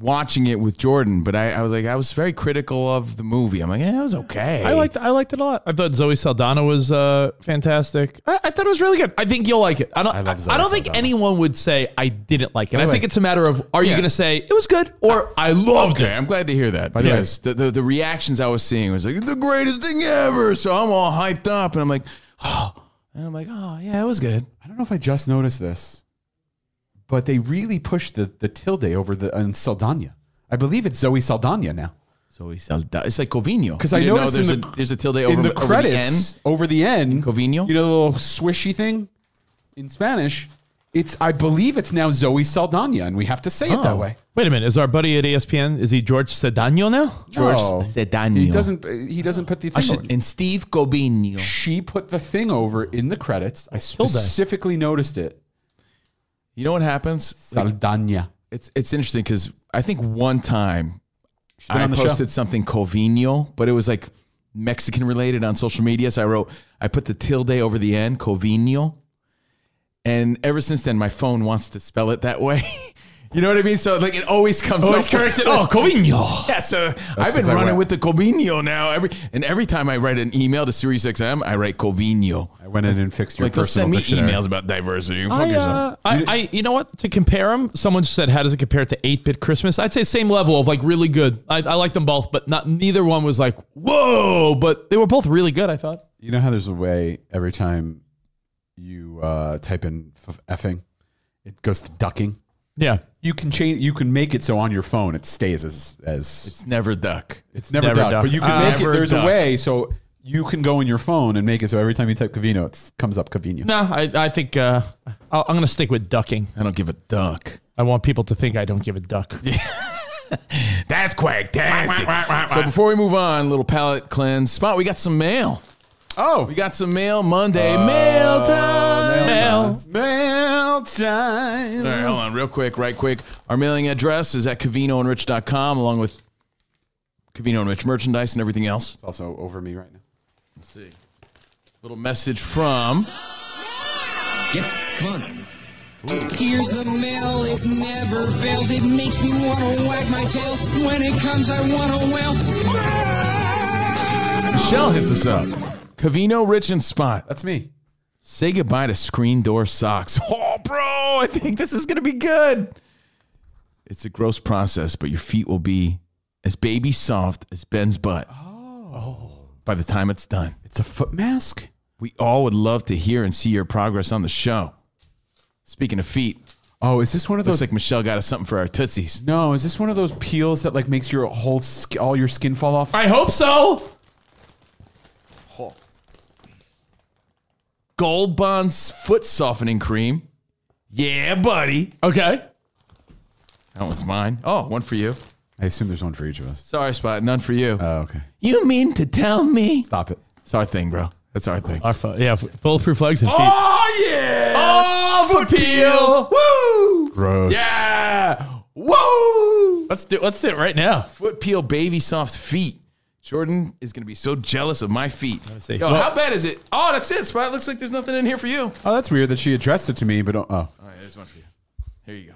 Speaker 3: watching it with Jordan, but I, I was like, I was very critical of the movie. I'm like, yeah, it was okay.
Speaker 7: I liked I liked it a lot. I thought Zoe Saldana was uh, fantastic. I, I thought it was really good. I think you'll like it. I don't. I,
Speaker 6: I love Zoe
Speaker 7: I don't think
Speaker 6: Saldana.
Speaker 7: anyone would say I didn't like it. I
Speaker 3: the
Speaker 7: think
Speaker 3: way-
Speaker 7: it's a matter of are you
Speaker 3: Yeah.
Speaker 7: going to say it was good or I loved
Speaker 3: Okay,
Speaker 7: it.
Speaker 3: I'm glad to hear that.
Speaker 6: the way-
Speaker 3: Because the, the, the reactions I was seeing was like the greatest thing ever. So I'm all hyped up, and I'm like, oh, and I'm like, oh yeah, it was good.
Speaker 6: I don't know if I just noticed this, but they really pushed the the tilde over the on Saldana. I believe it's Zoe Saldana now
Speaker 3: So he sold. It's like Covino.
Speaker 6: because I
Speaker 3: You know,
Speaker 6: noticed
Speaker 3: there's
Speaker 6: in the
Speaker 3: a there's a tilde over
Speaker 6: in the
Speaker 3: over
Speaker 6: credits
Speaker 3: end.
Speaker 6: over the end.
Speaker 3: Covino?
Speaker 6: you know the little swishy thing in Spanish. It's I believe it's now Zoe Saldana, and we have to
Speaker 7: Oh.
Speaker 6: say it
Speaker 3: Oh.
Speaker 6: that way.
Speaker 7: Wait a minute. Is our buddy at E ESPN? Is he George Sedano now?
Speaker 6: George
Speaker 3: Sedano.
Speaker 6: Oh. He doesn't. He doesn't put the thing.
Speaker 3: I should-
Speaker 6: over.
Speaker 3: and Steve Covino.
Speaker 6: she put the thing over in the credits. I
Speaker 7: Still does.
Speaker 6: specifically noticed it.
Speaker 3: You know what happens?
Speaker 6: Saldana.
Speaker 3: It's it's interesting because I think one time
Speaker 6: She's been
Speaker 3: I
Speaker 6: on the show.
Speaker 3: posted something Covino, but it was like Mexican related on social media. So I wrote, I put the tilde over the end, Covino. And ever since then, my phone wants to spell it that way. you know what I mean? So like it always comes
Speaker 7: Always
Speaker 3: up.
Speaker 7: corrects it. Oh, Covino.
Speaker 3: Yeah, so I've
Speaker 6: 'cause
Speaker 3: been
Speaker 6: I
Speaker 3: running
Speaker 6: went-
Speaker 3: with the Covino now. Every and every time I write an email to SiriusXM, I write Covino.
Speaker 6: I went in and fixed your
Speaker 3: Like they'll
Speaker 6: personal
Speaker 3: send me
Speaker 6: dictionary.
Speaker 3: emails about diversity. You fuck
Speaker 7: I,
Speaker 3: yourself.
Speaker 7: uh, I, I, you know what? To compare them, someone just said, "How does it compare to Eight Bit Christmas?" I'd say same level of like really good. I, I like them both, but not neither one was like whoa. But they were both really good. I thought.
Speaker 6: You know how there's a way every time you uh, type in f- effing, it goes to ducking.
Speaker 7: Yeah,
Speaker 6: You can change. You can make it so on your phone it stays as as it's,
Speaker 3: It's never duck.
Speaker 6: never,
Speaker 7: never
Speaker 6: duck,
Speaker 7: duck.
Speaker 6: But you can
Speaker 7: Ah.
Speaker 6: make it.
Speaker 3: Never
Speaker 6: There's a
Speaker 3: duck.
Speaker 6: way so you can go in your phone and make it so every time you type Cavino, it s- comes up Cavino.
Speaker 7: no, I, I think uh, I'll, I'm gonna stick with ducking.
Speaker 3: I don't give a duck.
Speaker 7: I want people to think I don't give a duck.
Speaker 3: That's quacktastic. so before we move on, little palate cleanse spot. We got some mail.
Speaker 6: Oh,
Speaker 3: We got some mail Monday. Oh, mail time.
Speaker 7: Mail.
Speaker 6: mail time.
Speaker 3: All right, hold on, real quick, right quick. Our mailing address is at cavinoandrich.com, along with Cavino and Rich merchandise and everything else.
Speaker 6: It's also over me right now.
Speaker 3: Let's see. Little message from.
Speaker 9: Yep, come on.
Speaker 5: Here's the mail, it never fails. It makes me wanna wag my tail. When it comes, I wanna
Speaker 1: Ah!
Speaker 5: wail.
Speaker 3: Michelle hits us up. Cavino, Rich, and Spot.
Speaker 6: That's me.
Speaker 3: Say goodbye to screen door socks. Oh, bro, I think this is going to be good. It's a gross process, but your feet will be as baby soft as Ben's butt. Oh. By the time it's done,
Speaker 6: It's a foot mask.
Speaker 3: we all would love to hear and see your progress on the show. Speaking of feet,
Speaker 6: Oh, is this one of
Speaker 3: looks
Speaker 6: those?
Speaker 3: like Michelle got us something for our tootsies.
Speaker 6: no, is this one of those peels that like makes your whole sk- all your skin fall off?
Speaker 7: I hope so.
Speaker 3: Gold Bond's foot softening cream. Yeah, buddy.
Speaker 7: Okay.
Speaker 3: That one's mine. Oh, one for you.
Speaker 6: I assume there's one for each of us.
Speaker 3: Sorry, Spot. None for you.
Speaker 6: Oh, okay.
Speaker 3: you mean to tell me?
Speaker 6: Stop it.
Speaker 3: It's our thing, bro. That's our thing.
Speaker 7: Our fo- yeah, bulletproof legs and feet.
Speaker 3: Oh yeah! Oh, foot
Speaker 7: peels.
Speaker 3: Woo!
Speaker 6: Gross.
Speaker 3: Yeah! Woo!
Speaker 7: Let's do. Let's do it right now.
Speaker 3: Foot peel, baby soft feet. Jordan is gonna be so jealous of my feet. Let me
Speaker 7: see.
Speaker 3: Yo,
Speaker 7: Well-
Speaker 3: how bad is it? Oh, that's it, Spot. Looks like there's nothing in here for you.
Speaker 6: Oh, that's weird that she addressed it to me, but oh, oh.
Speaker 3: All right, there's one for you. Here you go.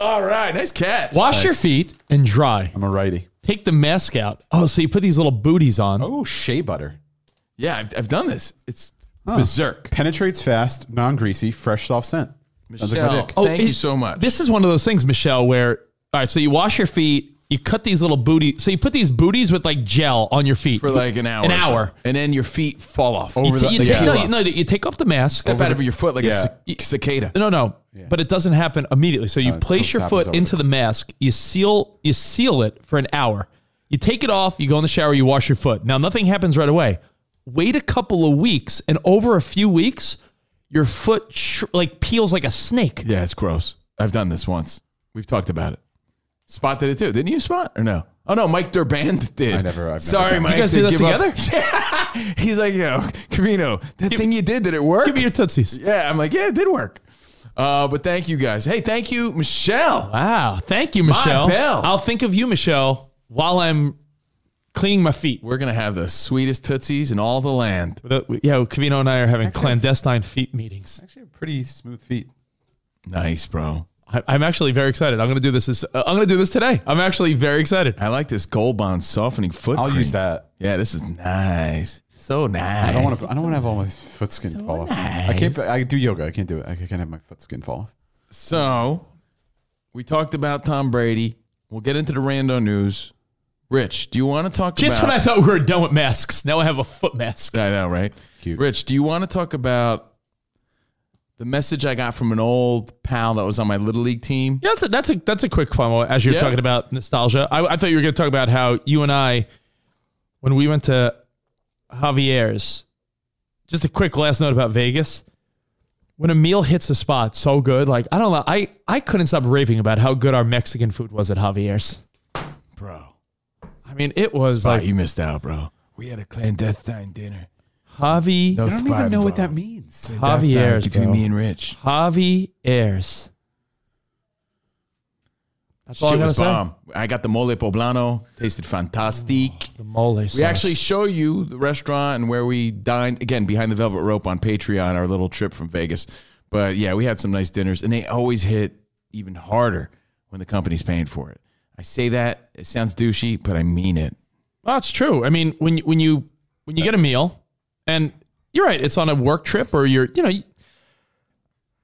Speaker 3: All right, nice catch.
Speaker 7: Wash your feet and dry.
Speaker 6: I'm a righty.
Speaker 7: Take the mask out. Oh, so you put these little booties on.
Speaker 6: Oh, shea butter
Speaker 3: Yeah, I've, I've done this. It's berserk.
Speaker 6: penetrates fast, non-greasy, fresh, soft scent. Sounds like my
Speaker 3: Michelle,
Speaker 6: dick. Oh,
Speaker 3: thank you
Speaker 7: it-
Speaker 3: so much.
Speaker 7: This is one of those things, Michelle, where all right, so you wash your feet, you cut these little booty, so you put these booties with like gel on your feet
Speaker 3: for like an hour.
Speaker 7: An
Speaker 3: or so.
Speaker 7: hour.
Speaker 3: And then your feet fall off.
Speaker 7: You,
Speaker 6: Over
Speaker 7: t-
Speaker 6: the-
Speaker 7: you
Speaker 6: the
Speaker 7: take, no,
Speaker 6: heel
Speaker 7: you, no, you take off the mask.
Speaker 3: Step out of your foot like
Speaker 6: Yeah.
Speaker 3: a cic- cicada.
Speaker 7: No, no, but it doesn't happen immediately. So you
Speaker 6: it
Speaker 7: place
Speaker 6: comes-
Speaker 7: your
Speaker 6: happens
Speaker 7: foot
Speaker 6: over
Speaker 7: into the mask, you seal, you seal it for an hour. You take it off, you go in the shower, you wash your foot. Now nothing happens right away. Wait a couple of weeks, and over a few weeks, your foot sh- like peels like a snake.
Speaker 3: Yeah, it's gross. I've done this once. We've talked about it. Spot did it too, didn't you? Spot or no? Oh no, Mike Durband did.
Speaker 6: I never- I've never
Speaker 3: Sorry,
Speaker 6: done
Speaker 3: Mike.
Speaker 7: You guys
Speaker 3: to
Speaker 7: do that
Speaker 3: give
Speaker 7: together?
Speaker 3: up- Yeah. He's like, yo, Camino, that thing you did, did it work?
Speaker 7: Give me your tootsies.
Speaker 3: yeah, I'm like, yeah, it did work. Uh, but thank you guys. Hey, thank you, Michelle.
Speaker 7: Wow. Thank you, Michelle.
Speaker 3: bell.
Speaker 7: I'll think of you, Michelle, while I'm cleaning my feet.
Speaker 3: We're gonna have the sweetest tootsies in all the land.
Speaker 7: The- Yeah, Cavino and I are having clandestine feet meetings.
Speaker 6: Actually, pretty smooth feet.
Speaker 3: Nice, bro.
Speaker 7: I, I'm actually very excited. I'm going to do this. this uh, I'm going to do this today. I'm actually very excited.
Speaker 3: I like this Gold Bond softening foot.
Speaker 6: I'll
Speaker 3: cream.
Speaker 6: use that.
Speaker 3: Yeah, this is nice. So nice.
Speaker 6: I don't want to. I don't want to have all my foot skin fall off. I can't. I do yoga. I can't do it. I can't have my foot skin fall off.
Speaker 3: So we talked about Tom Brady. We'll get into the rando news. Rich, do you want to talk
Speaker 7: Just
Speaker 3: about
Speaker 7: when I thought we were done with masks, now I have a foot mask.
Speaker 3: I know, right?
Speaker 6: Cute.
Speaker 3: Rich, do you want to talk about the message I got from an old pal that was on my little league team?
Speaker 7: Yeah, that's a, that's a that's a quick fun one. As you're
Speaker 3: Yeah.
Speaker 7: talking about nostalgia, I, I thought you were going to talk about how you and I, when we went to Javier's, just a quick last note about Vegas. When a meal hits the spot so good, like I don't know, I I couldn't stop raving about how good our Mexican food was at Javier's.
Speaker 3: Bro.
Speaker 7: I mean, it was
Speaker 3: Spot,
Speaker 7: like
Speaker 3: you missed out, bro. We had a clandestine dinner.
Speaker 7: Javi
Speaker 3: No
Speaker 6: I don't even know what that
Speaker 3: means.
Speaker 6: means.
Speaker 7: Javier's,
Speaker 3: between
Speaker 7: bro.
Speaker 3: me and Rich.
Speaker 7: Javier's. That's all
Speaker 3: Shit
Speaker 7: I'm
Speaker 3: was
Speaker 7: gonna say.
Speaker 3: bomb. I got the mole poblano. Tasted fantastic.
Speaker 7: The mole sauce.
Speaker 3: We actually show you the restaurant and where we dined again behind the velvet rope on Patreon, our little trip from Vegas. But yeah, we had some nice dinners, and they always hit even harder when the company's paying for it. I say that it sounds douchey, but I mean it.
Speaker 7: Well, that's true. I mean, when you- when you when you get a meal, and you're right, it's on a work trip or you're you know, you-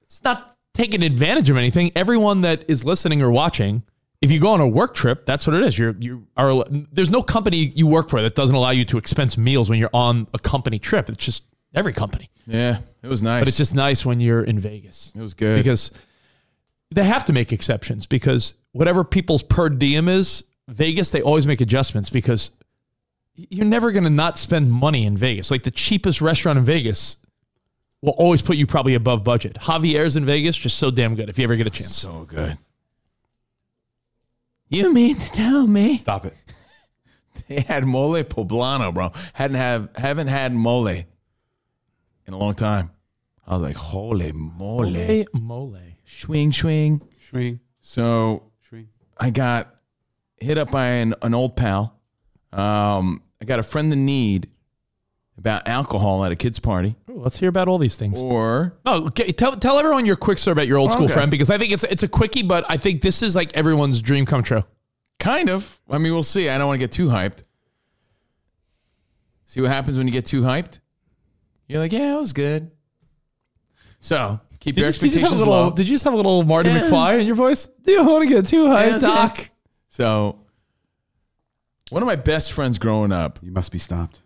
Speaker 7: it's not taking advantage of anything. Everyone that is listening or watching, if you go on a work trip, that's what it is. You're you are there's no company you work for that doesn't allow you to expense meals when you're on a company trip. It's just every company.
Speaker 3: Yeah, it was nice.
Speaker 7: But it's just nice when you're in Vegas.
Speaker 3: It was good.
Speaker 7: Because they have to make exceptions because whatever people's per diem is, Vegas, they always make adjustments because you're never going to not spend money in Vegas. Like the cheapest restaurant in Vegas will always put you probably above budget. Javier's in Vegas, just so damn good if you ever get a chance.
Speaker 3: so good.
Speaker 7: You mean to tell me?
Speaker 6: Stop it.
Speaker 3: They had mole poblano, bro. Hadn't have haven't had mole in a long time. I was like, holy mole,
Speaker 7: Mole, mole.
Speaker 3: swing, swing.
Speaker 6: Shwing,
Speaker 3: So
Speaker 6: shwing.
Speaker 3: I got hit up by an, an old pal. Um, I got a friend in need about alcohol at a kid's party.
Speaker 7: Ooh, let's hear about all these things.
Speaker 3: Or
Speaker 7: No, okay, tell, tell everyone your quick story about your old school
Speaker 3: Okay.
Speaker 7: friend because I think it's it's a quickie, but I think this is like everyone's dream come true.
Speaker 3: kind of. I mean, we'll see. I don't want to get too hyped. See what happens when you get too hyped? You're like, yeah, it was good. So keep your
Speaker 7: Did you, did you
Speaker 3: expectations
Speaker 7: just have a little?
Speaker 3: low.
Speaker 7: Did you just have a little Marty
Speaker 3: Yeah.
Speaker 7: McFly in your voice? Do you want to get too high,
Speaker 3: Yeah, it's
Speaker 7: Doc?
Speaker 3: okay. so one of my best friends growing up
Speaker 6: You must be stopped.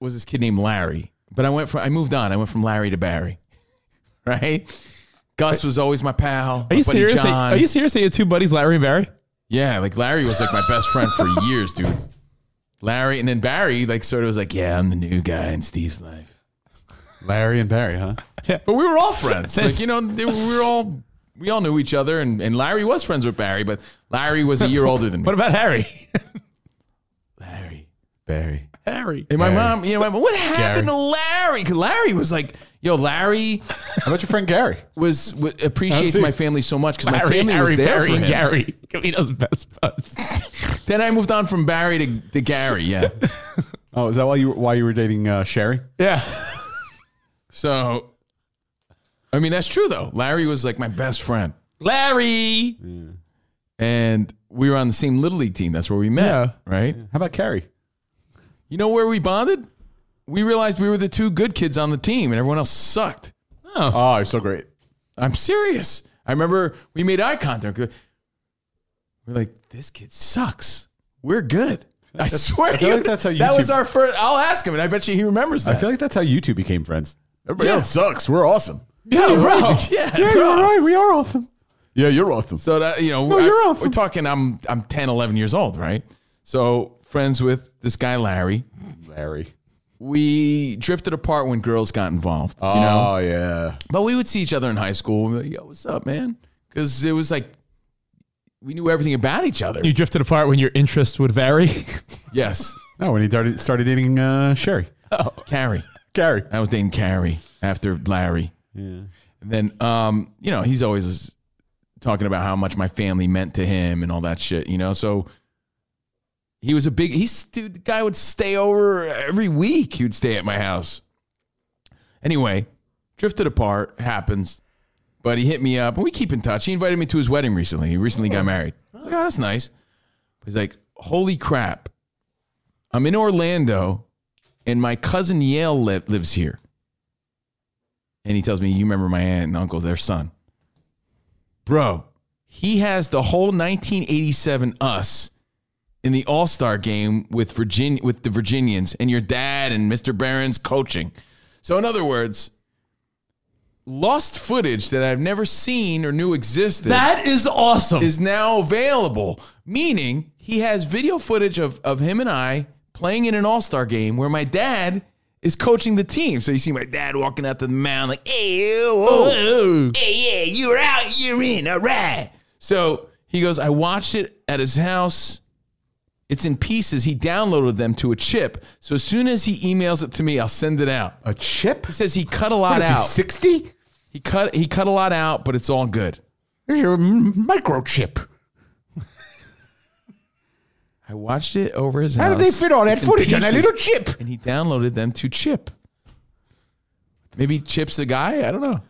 Speaker 3: was this kid named Larry. But I went from I moved on. I went from Larry to Barry. Right? Gus was always my pal.
Speaker 7: Are
Speaker 3: my
Speaker 7: you
Speaker 3: buddy
Speaker 7: serious?
Speaker 3: John.
Speaker 7: Are you serious? That you had two buddies, Larry and Barry?
Speaker 3: yeah, like Larry was like my best friend for years, dude. Larry and then Barry like sort of was like, Yeah, I'm the new guy in Steve's life.
Speaker 6: Larry and Barry, huh?
Speaker 3: But we were all friends. like, you know, they, we were all we all knew each other and, and Larry was friends with Barry, but Larry was a year older than me.
Speaker 7: What about Harry?
Speaker 3: Larry?
Speaker 6: Barry.
Speaker 7: Harry.
Speaker 3: And my
Speaker 6: Barry.
Speaker 3: mom, you know, my mom, what happened to Larry? 'Cause Larry was like, yo, Larry
Speaker 6: How about your friend Gary?
Speaker 3: was, w- appreciates
Speaker 6: see.
Speaker 3: my family so much because my
Speaker 7: Larry,
Speaker 3: family
Speaker 7: Harry,
Speaker 3: was there
Speaker 7: Barry,
Speaker 3: for
Speaker 7: and
Speaker 3: him.
Speaker 7: Gary. Camino's best buds.
Speaker 3: Then I moved on from Barry to, to Gary. Yeah.
Speaker 6: Oh, is that why you why you were dating uh, Sherry?
Speaker 7: yeah.
Speaker 3: so, I mean, that's true though. Larry was like my best friend,
Speaker 7: Larry.
Speaker 3: and we were on the same little league team. That's where we met,
Speaker 7: Yeah.
Speaker 3: right?
Speaker 6: How about Carrie?
Speaker 3: You know where we bonded? We realized we were the two good kids on the team, and everyone else sucked.
Speaker 6: Oh, you're so great.
Speaker 3: I'm serious. I remember we made eye contact. We're like, this kid sucks. We're good. I swear.
Speaker 6: I feel
Speaker 3: you-
Speaker 6: like that's how
Speaker 3: That was
Speaker 6: YouTube-
Speaker 3: our first. I'll ask him, and I bet you he remembers that.
Speaker 6: I feel like that's how you two became friends. Everybody
Speaker 3: Yeah.
Speaker 6: else sucks. We're awesome.
Speaker 3: yeah, bro. Oh, Yeah, bro.
Speaker 6: We are awesome. Yeah, you're awesome.
Speaker 3: So that you know,
Speaker 6: No,
Speaker 3: I-
Speaker 6: you're awesome.
Speaker 3: we're talking. I'm I'm 10, 11 years old, right? So friends with this guy Larry.
Speaker 6: Larry.
Speaker 3: We drifted apart when girls got involved,
Speaker 6: Oh
Speaker 3: you know.
Speaker 6: yeah.
Speaker 3: But we would see each other in high school. We'd be like, Yo, what's up, man? Because it was like we knew everything about each other.
Speaker 7: You drifted apart when your interest would vary.
Speaker 3: yes,
Speaker 6: No, when he started started dating uh, Sherry.
Speaker 3: Carrie.
Speaker 6: Carrie.
Speaker 3: I was dating Carrie after Larry.
Speaker 6: Yeah.
Speaker 3: And then, um, you know, he's always talking about how much my family meant to him and all that shit, you know? So he was a big, he's, dude, the guy would stay over every week. He would stay at my house. Anyway, drifted apart, happens. But he hit me up and we keep in touch. He invited me to his wedding recently. He recently got married. I was like, oh, that's nice. He's like, holy crap. I'm in Orlando and my cousin Yale li- lives here. And he tells me, You remember my aunt and uncle, their son. Bro, he has the whole 1987 us in the All Star game with Virginia with the Virginians and your dad and Mr. Barron's coaching. So in other words, lost footage that I've never seen or knew existed
Speaker 7: that is awesome.
Speaker 3: is now available, meaning he has video footage of, of him and I playing in an all star game where my dad is coaching the team. So you see my dad walking out to the mound like, hey, oh,
Speaker 7: Ooh.
Speaker 3: hey, yeah, you're out, you're in, all right. So he goes, I watched it at his house. It's in pieces. He downloaded them to a chip. So as soon as he emails it to me, I'll send it out.
Speaker 6: A chip?
Speaker 3: He says he cut a lot
Speaker 6: What is he
Speaker 3: out.
Speaker 6: sixty?
Speaker 3: He cut he cut a lot out, but it's all good.
Speaker 6: Here's your m- microchip.
Speaker 3: I watched it over his
Speaker 6: How
Speaker 3: house.
Speaker 6: did they fit all that
Speaker 3: in
Speaker 6: footage on that
Speaker 3: pieces,
Speaker 6: little chip?
Speaker 3: And he downloaded them to Chip. Maybe Chip's the guy? I don't know.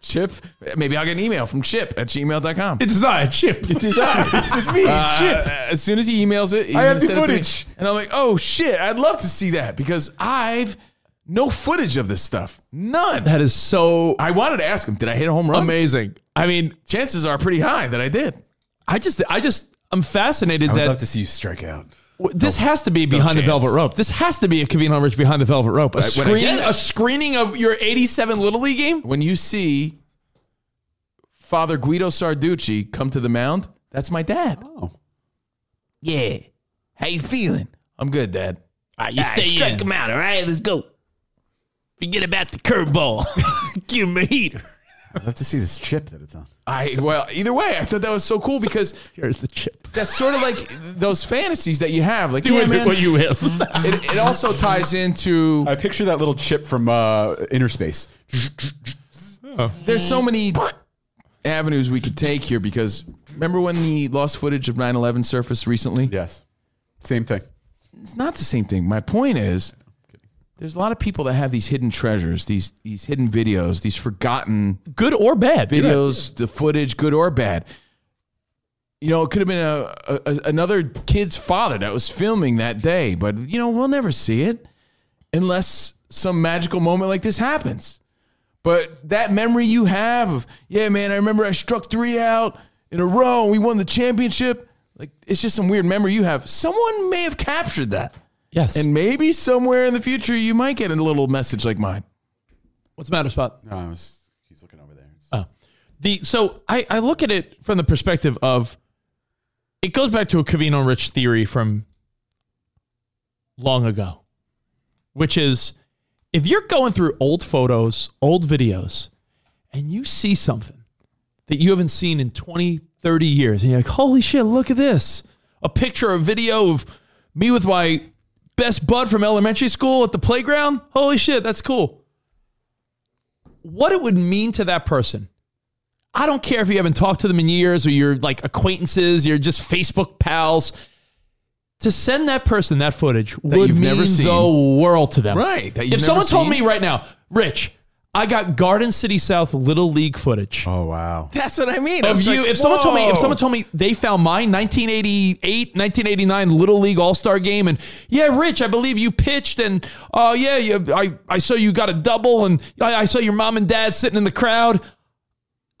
Speaker 3: Chip. Maybe I'll get an email from Chip at gmail.com.
Speaker 7: It's not a chip.
Speaker 3: It is I.
Speaker 6: It's me,
Speaker 3: Uh,
Speaker 6: Chip.
Speaker 3: As soon as he emails it, he's
Speaker 6: I
Speaker 3: gonna
Speaker 6: have the
Speaker 3: send it to me.
Speaker 6: footage.
Speaker 3: and I'm like, oh shit, I'd love to see that because I've no footage of this stuff. None.
Speaker 7: That is so
Speaker 3: I wanted to ask him, did I hit a home run?
Speaker 7: amazing. I mean,
Speaker 3: Chances are pretty high that I did.
Speaker 7: I just, I just, I'm fascinated
Speaker 6: I would
Speaker 7: that
Speaker 6: love to see you strike out.
Speaker 7: w- this has to be behind the
Speaker 3: chance.
Speaker 7: velvet rope. This has to be a Cavino Rich behind the velvet rope. A
Speaker 3: Right, when I
Speaker 7: screening,
Speaker 3: get it.
Speaker 7: a screening of your '87 Little League game.
Speaker 3: When you see Father Guido Sarducci come to the mound, that's my dad.
Speaker 6: Oh.
Speaker 3: Yeah. How you feeling? I'm good, Dad. Ah,
Speaker 7: you stay strike him out. All right, let's go. Forget about the curveball. Give him a heater.
Speaker 6: I'd love to see this chip that it's on.
Speaker 3: I well, either way, I thought that was so cool because
Speaker 7: Here's the chip.
Speaker 3: that's sort of like those fantasies that you have. Like, yeah, man,
Speaker 7: you will.
Speaker 3: it, it also ties into
Speaker 6: I picture that little chip from uh, Inner Space.
Speaker 3: there's so many avenues we could take here because remember when the lost footage of 9-11 surfaced recently
Speaker 6: Yes. Same thing.
Speaker 3: it's not the same thing my point is there's a lot of people that have these hidden treasures these these hidden videos these forgotten
Speaker 7: Good or bad
Speaker 3: videos the footage good or bad you know it could have been a, a, a- another kid's father that was filming that day but you know we'll never see it unless some magical moment like this happens but that memory you have of yeah man i remember i struck three out in a row and we won the championship like it's just some weird memory you have someone may have captured that
Speaker 7: Yes.
Speaker 3: and maybe somewhere in the future you might get a little message like mine
Speaker 7: what's the matter, spot?
Speaker 6: No, I was, he's looking over there.
Speaker 7: The so I, I look at it from the perspective of it goes back to a Cavino Rich theory from long ago, which is if you're going through old photos, old videos, and you see something that you haven't seen in 20, 30 years, and you're like, holy shit, look at this. A picture, a video of me with my best bud from elementary school at the playground. Holy shit, that's cool. What it would mean to that person I don't care if you haven't talked to them in years or you're like acquaintances, you're just Facebook pals. To send that person that footage would
Speaker 3: you've
Speaker 7: mean
Speaker 3: never seen.
Speaker 7: the world to them.
Speaker 3: Right, that you've
Speaker 7: if someone
Speaker 3: never
Speaker 7: told me
Speaker 3: seen.
Speaker 7: right now, Rich, I got Garden City South Little League footage
Speaker 6: Oh, wow.
Speaker 3: that's what i mean I
Speaker 7: of
Speaker 3: was
Speaker 7: you.
Speaker 3: like,
Speaker 7: if someone told me, if
Speaker 3: whoa.
Speaker 7: someone told me they found my 1988, 1989 Little League All Star game, and yeah, Rich, I believe you pitched, and oh yeah, you, I I saw you got a double, and I, I saw your mom and dad sitting in the crowd.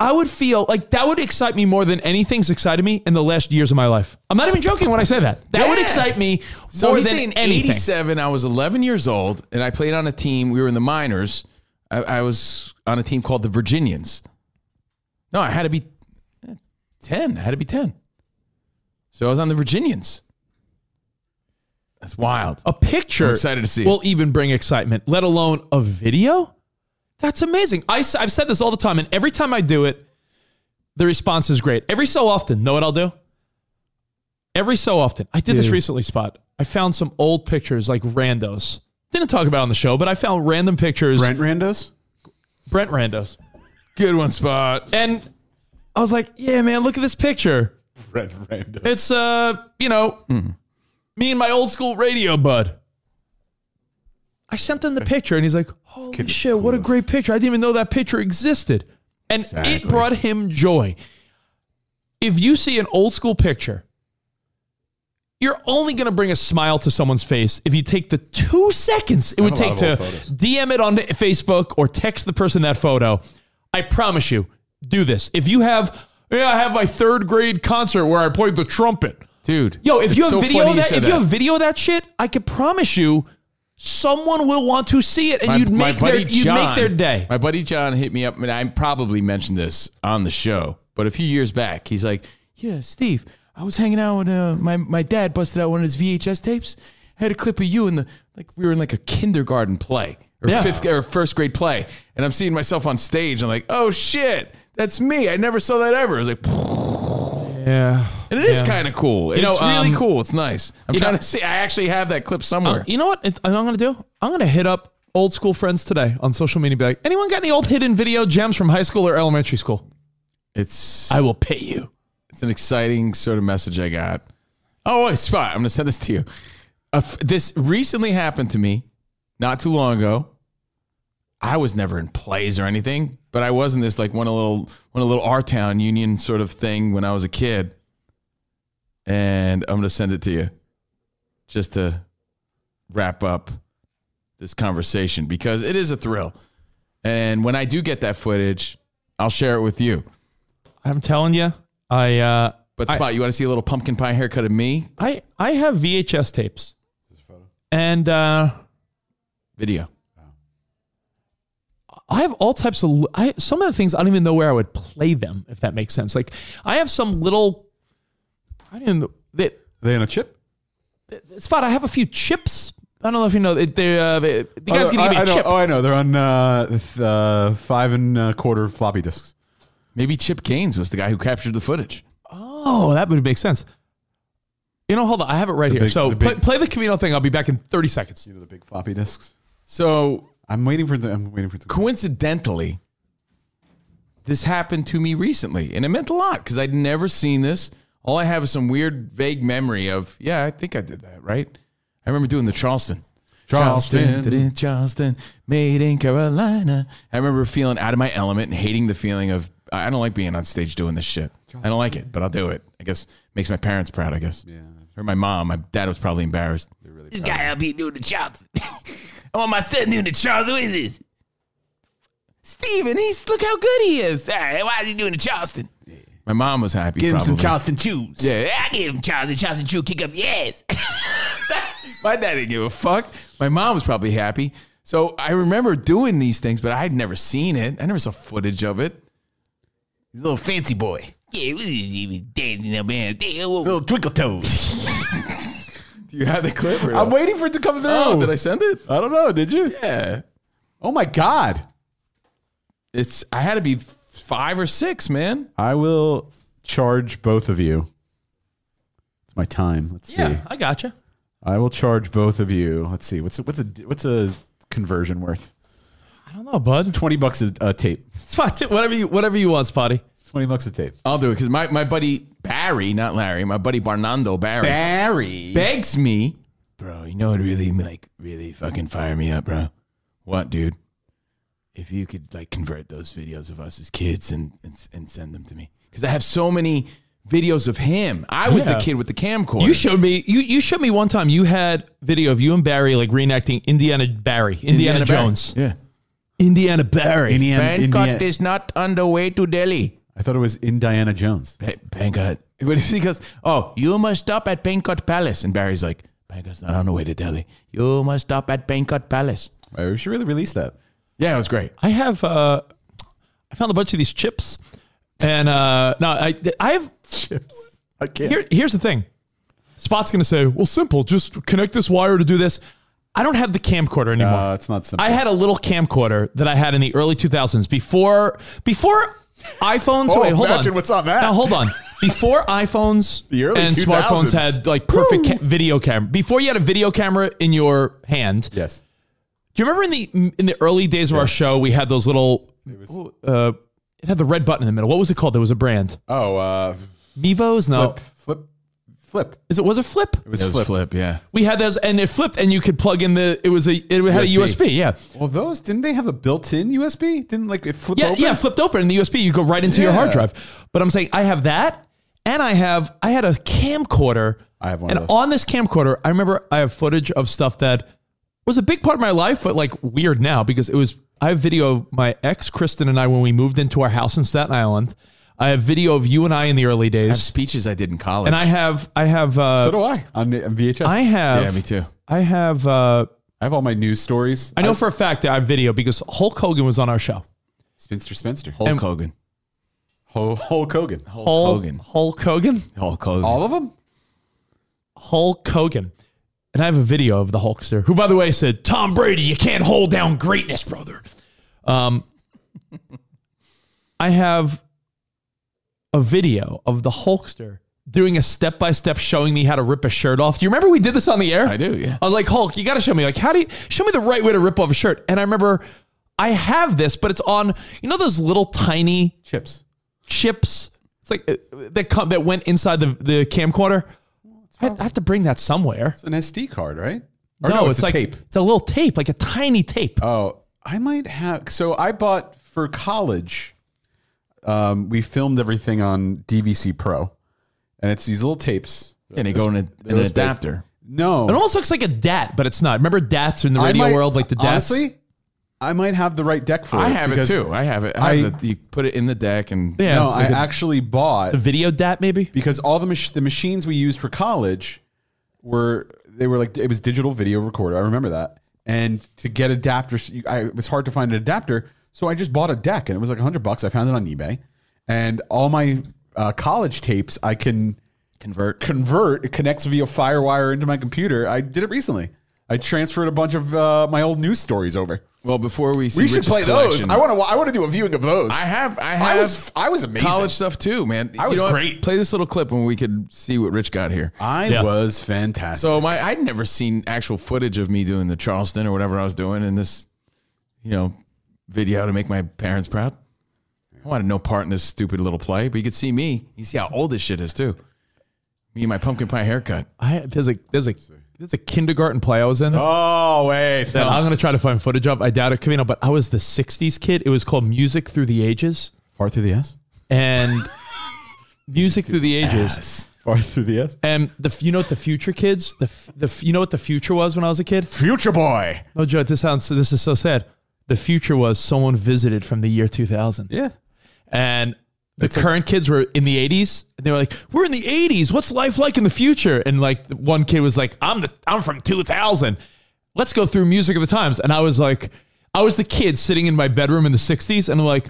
Speaker 7: I would feel like that would excite me more than anything's excited me in the last years of my life. I'm not even joking when I say that. That would
Speaker 3: Yeah.
Speaker 7: excite me
Speaker 3: So
Speaker 7: more
Speaker 3: he's
Speaker 7: than
Speaker 3: saying
Speaker 7: anything.
Speaker 3: 87, I was 11 years old and I played on a team. We were in the minors. I, I was on a team called the Virginians. No, I had to be eh, 10. I had to be 10. So I was on the Virginians. That's wild.
Speaker 7: A picture
Speaker 3: I'm excited to see it.
Speaker 7: will even bring excitement, let alone a video. That's amazing. I, have said this all the time, and every time I do it, the response is great. Every so often, know what I'll do? Every so often, I did this recently, Spot. I found some old pictures, like randos. Didn't talk about it on the show, but I found random pictures.
Speaker 6: Brent Randos?
Speaker 7: Brent randos.
Speaker 3: Good one, Spot.
Speaker 7: And I was like, yeah, man, look at this picture.
Speaker 6: Brent Randos.
Speaker 7: It's uh, you know,
Speaker 6: Hmm.
Speaker 7: me and my old school radio bud. I sent him the picture, and he's like, "Holy
Speaker 6: kid is
Speaker 7: shit, what a
Speaker 6: clueless.
Speaker 7: great picture! I didn't even know that picture existed," and it brought him joy. If you see an old school picture, you're only going to bring a smile to someone's face if you take the two seconds it would
Speaker 6: have a
Speaker 7: take
Speaker 6: lot
Speaker 7: to
Speaker 6: of old photos.
Speaker 7: DM it on Facebook or text the person that photo. I promise you, do this. If you have, yeah, I have my third grade concert where I played the trumpet.
Speaker 3: Dude.
Speaker 7: Yo, if
Speaker 3: it's
Speaker 7: you have
Speaker 3: so
Speaker 7: video
Speaker 3: funny
Speaker 7: of that,
Speaker 3: said
Speaker 7: if you have video of that shit, I could promise you, someone will want to see it, and
Speaker 3: My-
Speaker 7: you'd
Speaker 3: my
Speaker 7: make their
Speaker 3: buddy
Speaker 7: you'd make
Speaker 3: John-
Speaker 7: their day.
Speaker 3: My buddy John hit me up, and I probably mentioned this on the show, but a few years back, he's like, "Yeah, Steve, I was hanging out when uh, my my dad busted out one of his VHS tapes. had a clip of you in the like we were in like a kindergarten play or
Speaker 7: Yeah.
Speaker 3: fifth or first grade play, and I'm seeing myself on stage. I'm like, oh shit, that's me. I never saw that ever. I was like,
Speaker 7: Yeah.
Speaker 3: and it is kind of cool. it's
Speaker 7: know,
Speaker 3: really
Speaker 7: um,
Speaker 3: cool. It's nice. I'm
Speaker 7: you
Speaker 3: trying
Speaker 7: know- Um,
Speaker 3: to see. I actually have that clip somewhere.
Speaker 7: You know what? It's, I'm gonna do. I'm gonna hit up old school friends today on social media. and Be like, anyone got any old hidden video gems from high school or elementary school?
Speaker 3: It's
Speaker 7: I will pay you.
Speaker 3: It's an exciting sort of message I got. Oh, wait, spot. I'm going to send this to you. A f- this recently happened to me not too long ago. I was never in plays or anything, but I was in this like one a little one a little R town union sort of thing when I was a kid. And I'm going to send it to you just to wrap up this conversation because it is a thrill. And when I do get that footage, I'll share it with you.
Speaker 7: I'm telling you, I uh,
Speaker 3: But
Speaker 7: I-
Speaker 3: Spot, you want to see a little pumpkin pie haircut of me?
Speaker 7: I I have VHS tapes. And uh,
Speaker 3: Video.
Speaker 7: I have all types of I, some of the things I don't even know where I would play them if that makes sense. Like I have some little I don't even know that
Speaker 6: they in a chip?
Speaker 7: spot. I have a few chips. I don't know if you know. it- They, uh, they- the guys
Speaker 6: oh,
Speaker 7: can
Speaker 6: I,
Speaker 7: give me
Speaker 6: I
Speaker 7: a
Speaker 6: know,
Speaker 7: chip.
Speaker 6: Oh, I know. They're on uh, th- uh, five and a quarter floppy disks.
Speaker 3: Maybe Chip Gaines was the guy who captured the footage.
Speaker 7: Oh, that would make sense. You know, hold on. I have it right here.
Speaker 6: big-
Speaker 7: so
Speaker 6: the
Speaker 7: play,
Speaker 6: big-
Speaker 7: play the Camino thing. I'll be back in 30 seconds.
Speaker 6: You know the big floppy disks.
Speaker 3: So
Speaker 6: I'm waiting for the. I'm waiting for the.
Speaker 3: coincidentally, this happened to me recently, and it meant a lot because I'd never seen this. All I have is some weird, vague memory of, yeah, I think I did that, right? I remember doing the Charleston.
Speaker 6: Charleston.
Speaker 3: da-da, Charleston, made in Carolina. I remember feeling out of my element and hating the feeling of, I I don't like being on stage doing this shit. I don't like it, but I'll do it. I guess makes my parents proud, I guess. Yeah. Or my mom. My dad was probably embarrassed.
Speaker 2: This guy I'll be doing the Charleston. I want my son doing the Charleston. What is this? Steven, he's look how good he is. Hey, why is he doing the Charleston?
Speaker 3: My mom was happy.
Speaker 2: Give him some
Speaker 3: probably.
Speaker 2: Charleston chews.
Speaker 3: Yeah.
Speaker 2: I give him Charleston. Charleston chew kick up your ass.
Speaker 3: My dad didn't give a fuck. My mom was probably happy. So I remember doing these things, but I had never seen it. I never saw footage of it.
Speaker 2: He's a little fancy boy. Yeah, what is he was dancing up man. Little twinkle toes.
Speaker 3: Do you have the clip? Or
Speaker 6: I'm waiting for it to come through.
Speaker 3: Oh, did I send it?
Speaker 6: I don't know. Did you?
Speaker 3: Yeah.
Speaker 6: Oh my god!
Speaker 3: It's I had to be five or six, man.
Speaker 6: I will charge both of you. It's my time. Let's see.
Speaker 7: Yeah, I gotcha.
Speaker 6: I will charge both of you. Let's see. What's a, what's a what's a conversion worth?
Speaker 7: I don't know, bud.
Speaker 6: Twenty bucks a, a tape.
Speaker 7: Spot, whatever you whatever you want, Spotty.
Speaker 6: Twenty bucks a tape.
Speaker 3: I'll do it because my, my buddy Barry, not Larry, my buddy Barnando Barry
Speaker 6: Barry.
Speaker 3: begs me. Bro, you know what really like really fucking fire me up, bro? What, dude? If you could like convert those videos of us as kids and and, and send them to me. Because I have so many videos of him. I was
Speaker 7: Yeah.
Speaker 3: the kid with the camcorder.
Speaker 7: You showed me you you showed me one time you had video of you and Barry like reenacting Indiana Barry, Indiana,
Speaker 3: Barry.
Speaker 7: Jones.
Speaker 3: Yeah.
Speaker 7: Indiana Barry.
Speaker 6: Indiana, Indiana.
Speaker 3: is not on the way to Delhi.
Speaker 6: I thought it was Indiana Jones.
Speaker 3: Pankot. What is he goes, Oh, you must stop at Pankot Palace. And Barry's like, Pankot's not on the way to Delhi. You must stop at Pankot Palace.
Speaker 6: Wait, we should really release that.
Speaker 3: Yeah, it was great.
Speaker 7: I have uh I found a bunch of these chips. And uh no, I I have
Speaker 6: Chips. I can't.
Speaker 7: here here's the thing. Spot's gonna say, well simple, just connect this wire to do this. I don't have the camcorder anymore.
Speaker 6: uh, it's not simple.
Speaker 7: I had a little camcorder that I had in the early 2000s before before iPhones.
Speaker 6: Oh,
Speaker 7: wait, hold
Speaker 6: imagine
Speaker 7: on.
Speaker 6: what's on that.
Speaker 7: Now hold on. Before iPhones
Speaker 6: The early
Speaker 7: and
Speaker 6: 2000s.
Speaker 7: smartphones had like perfect ca- video camera. Before you had a video camera in your hand.
Speaker 6: yes.
Speaker 7: Do you remember in the in the early days of our show we had those little it, uh, it had the red button in the middle. What was it called? There was a brand.
Speaker 6: Oh, uh,
Speaker 7: Mevos? No.
Speaker 6: flip, flip, flip.
Speaker 7: Is it was Oh. it flip?
Speaker 6: It was,
Speaker 3: It was
Speaker 6: flip.
Speaker 3: flip, yeah.
Speaker 7: We had those and it flipped and you could plug in the it was a it had a
Speaker 3: USB.
Speaker 7: USB, yeah.
Speaker 6: Well, those didn't they have a built-in USB? Didn't like it flip
Speaker 7: Yeah,
Speaker 6: open?
Speaker 7: yeah, flipped open and the USB, you go right into your hard
Speaker 6: Yeah.
Speaker 7: drive. But I'm saying I have that, and I have I had a camcorder.
Speaker 6: I have one of
Speaker 7: And
Speaker 6: those.
Speaker 7: on this camcorder, I remember I have footage of stuff that was a big part of my life, but like weird now because it was I have video of my ex Kristen and I when we moved into our house in Staten Island. I have video of you and I in the early
Speaker 3: I have
Speaker 7: days,
Speaker 3: speeches I did in college.
Speaker 7: and I have I have uh,
Speaker 6: So do I on, the- on VHS.
Speaker 7: I have
Speaker 3: yeah, me too.
Speaker 7: I have uh,
Speaker 6: I have all my news stories.
Speaker 7: I know for a fact that I have video because Hulk Hogan was on our show.
Speaker 6: Spinster, Spinster.
Speaker 3: Hulk
Speaker 7: and-
Speaker 3: Hogan.
Speaker 6: Hulk, Hulk Hogan.
Speaker 3: Hulk Hogan.
Speaker 7: Hulk Hogan.
Speaker 3: Hulk Hogan.
Speaker 6: All of them?
Speaker 7: Hulk Hogan. And I have a video of the Hulkster, who, by the way, said, Tom Brady, you can't hold down greatness, brother. Um, I have a video of the Hulkster doing a step by step showing me how to rip a shirt off. Do you remember we did this on the air?
Speaker 3: I do, yeah.
Speaker 7: I was like, Hulk, you got to show me. Like, how do you show me the right way to rip off a shirt? And I remember I have this, but it's on, you know, those little tiny
Speaker 6: Chips.
Speaker 7: chips. It's like uh, that come that went inside the the camcorder. I I have to bring that somewhere. It's
Speaker 6: an SD card, right?
Speaker 7: Or no, it's,
Speaker 6: a
Speaker 7: like
Speaker 6: tape.
Speaker 7: it's a little tape, like a tiny tape.
Speaker 6: Oh, I might have. So I bought for college. Um, we filmed everything on DVC Pro, and it's these little tapes.
Speaker 3: And they go in a-
Speaker 6: They're
Speaker 3: an
Speaker 6: this big.
Speaker 3: adapter.
Speaker 6: No,
Speaker 7: It almost looks like a DAT, but it's not. Remember DATs in the
Speaker 6: I
Speaker 7: radio
Speaker 6: might-
Speaker 7: world, like the DATs?
Speaker 6: Honestly, I might have the right deck for it.
Speaker 3: I have it
Speaker 6: because
Speaker 3: too. I have it. I have the, you put it in the deck and
Speaker 7: Yeah,
Speaker 6: no,
Speaker 7: it's
Speaker 6: I
Speaker 7: like a-
Speaker 6: actually bought
Speaker 7: It's a video DAT, maybe?
Speaker 6: because all the mach- the machines we used for college were they were like it was digital video recorder. I remember that. And to get adapters, you, I, it was hard to find an adapter, so I just bought a deck, and it was like hundred bucks. I found it on eBay, and all my uh, college tapes I can
Speaker 3: convert.
Speaker 6: Convert. It connects via FireWire into my computer. I did it recently. I transferred a bunch of uh, my old news stories over.
Speaker 3: Well, before we see
Speaker 6: we should
Speaker 3: Rich's
Speaker 6: play those.
Speaker 3: collection-
Speaker 6: I want to. I want to do a viewing of those.
Speaker 3: I have. I
Speaker 6: I
Speaker 3: have.
Speaker 6: was. I was amazing.
Speaker 3: College stuff too, man.
Speaker 6: I was
Speaker 3: what?
Speaker 6: great.
Speaker 3: Play this little clip when we could see what Rich got here.
Speaker 6: I was fantastic.
Speaker 3: So my I'd never seen actual footage of me doing the Charleston or whatever I was doing in this, you know, video to make my parents proud. I wanted no part in this stupid little play, but you could see me. You see how old this shit is too. Me and my pumpkin pie haircut.
Speaker 7: I, there's a there's a there's a kindergarten play I was in.
Speaker 6: Oh wait,
Speaker 7: that I'm gonna try to find footage of. I doubt it, Cavino, but I was the '60s kid. It was called Music Through the Ages,
Speaker 6: far through the S.
Speaker 7: and Music Through the Ages.
Speaker 6: Far through the S.
Speaker 7: And Um, the f- you know what the future kids the f- the f- you know what the future was when I was a kid.
Speaker 6: Future boy.
Speaker 7: No joke. This sounds this is so sad. The future was someone visited from the year 2000.
Speaker 6: Yeah.
Speaker 7: And the current kids were in the 80s. And they were like, "We're in the 80s. What's life like in the future?" And like the one kid was like, "I'm the I'm from 2000. Let's go through music of the times." And I was like, I was the kid sitting in my bedroom in the 60s and I'm like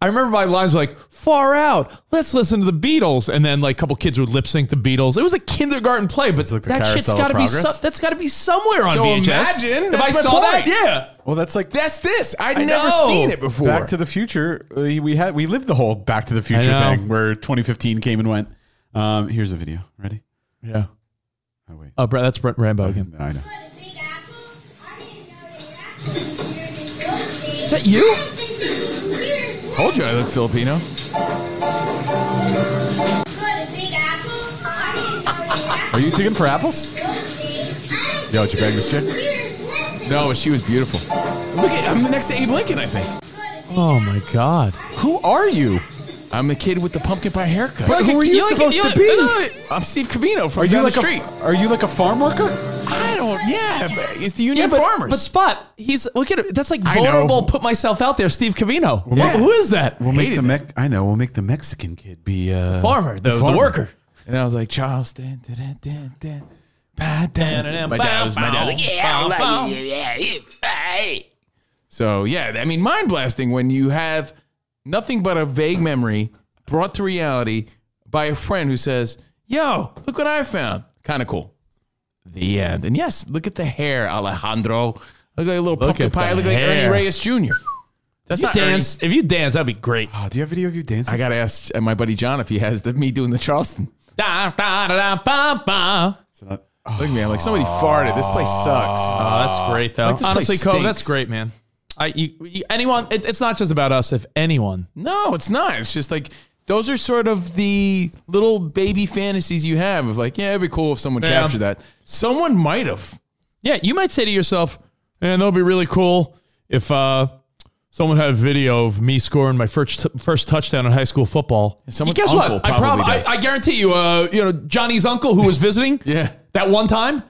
Speaker 7: I remember my lines were like "Far Out." Let's listen to the Beatles, and then like a couple kids would lip sync the Beatles. It was a kindergarten play, but
Speaker 6: like a
Speaker 7: that shit's
Speaker 6: Carousel of
Speaker 7: got to be
Speaker 6: Progress?
Speaker 7: so, that's got to be somewhere on
Speaker 3: So
Speaker 7: VHS.
Speaker 3: imagine,
Speaker 7: if
Speaker 3: that's
Speaker 7: I
Speaker 3: my
Speaker 7: saw that,
Speaker 3: point.
Speaker 7: yeah.
Speaker 6: Well, that's like
Speaker 3: That's this. I'd
Speaker 7: I
Speaker 3: never
Speaker 7: know.
Speaker 3: seen it before.
Speaker 6: Back to the Future. uh, We had we lived the whole Back to the Future
Speaker 7: know.
Speaker 6: thing where 2015 came and went. Um, here's a video. Ready?
Speaker 7: Yeah.
Speaker 6: Oh wait.
Speaker 7: Oh, Brad, that's Brent Rambo again.
Speaker 6: No, I know.
Speaker 7: Is that you?
Speaker 3: Told you I look Filipino.
Speaker 6: Are you digging for apples? Yo, did you bang this chick?
Speaker 3: No, she was beautiful. Look at I'm the next Abe Lincoln, I think.
Speaker 7: Oh my God.
Speaker 6: Who are you?
Speaker 3: I'm the kid with the pumpkin pie haircut.
Speaker 6: But who are you
Speaker 7: like-
Speaker 6: supposed
Speaker 7: you
Speaker 6: to
Speaker 7: like-
Speaker 6: be?
Speaker 3: I'm Steve Cavino from
Speaker 6: Are you
Speaker 3: down
Speaker 6: like
Speaker 3: the street.
Speaker 6: a Are you like a farm worker?
Speaker 3: I don't. Yeah, but it's the
Speaker 7: Yeah,
Speaker 3: Union
Speaker 7: but,
Speaker 3: Farmers.
Speaker 7: but Spot, he's look at it. That's like
Speaker 3: I know.
Speaker 7: vulnerable. Put myself out there, Steve Cavino.
Speaker 3: Yeah.
Speaker 7: Who- Who is that?
Speaker 6: We'll make
Speaker 3: Hated
Speaker 6: the
Speaker 3: it.
Speaker 6: Mex. I know. We'll make the Mexican kid be uh,
Speaker 7: farmer, the, the
Speaker 6: farmer.
Speaker 7: worker.
Speaker 3: And I was like, Charleston. Dun, dun, dun, dun, dun. My dad was my dad. was Like, yeah, I like you, yeah, you, hey. So yeah, I mean, mind blasting when you have nothing but a vague memory brought to reality by a friend who says, "Yo, look what I found." Kind of cool. The end. And yes, look at the hair, Alejandro. Look like a little pumpkin
Speaker 7: at
Speaker 3: pie.
Speaker 7: the
Speaker 3: Look like Ernie
Speaker 7: hair.
Speaker 3: Reyes Jr. That's
Speaker 7: You
Speaker 3: not Ernie.
Speaker 7: dance. If you dance, that'd be great.
Speaker 6: Oh, do you have video of you dancing?
Speaker 3: I gotta ask my buddy John if he has the me doing the Charleston.
Speaker 7: Da, da, da, da, ba, ba.
Speaker 6: It's not- oh,
Speaker 3: Look at me, I'm like somebody farted. This place sucks. Uh,
Speaker 7: Oh, that's great though.
Speaker 3: Like, this place
Speaker 7: Honestly, Cove,
Speaker 3: stinks.
Speaker 7: that's great, man. I, you, you- anyone, it, it's not just about us. If anyone,
Speaker 3: no, it's not. It's just like those are sort of the little baby fantasies you have of like, yeah, it'd be cool if someone
Speaker 7: Yeah.
Speaker 3: captured that. Someone might have.
Speaker 7: yeah, you might say to yourself, "Man, that'll be really cool if uh, someone had a video of me scoring my first first touchdown in high school football."
Speaker 3: someone's
Speaker 7: guess
Speaker 3: uncle
Speaker 7: what? I, prob-
Speaker 3: probably
Speaker 7: I,
Speaker 3: does.
Speaker 7: I guarantee you, uh, you know Johnny's uncle who was visiting,
Speaker 3: Yeah.
Speaker 7: that one time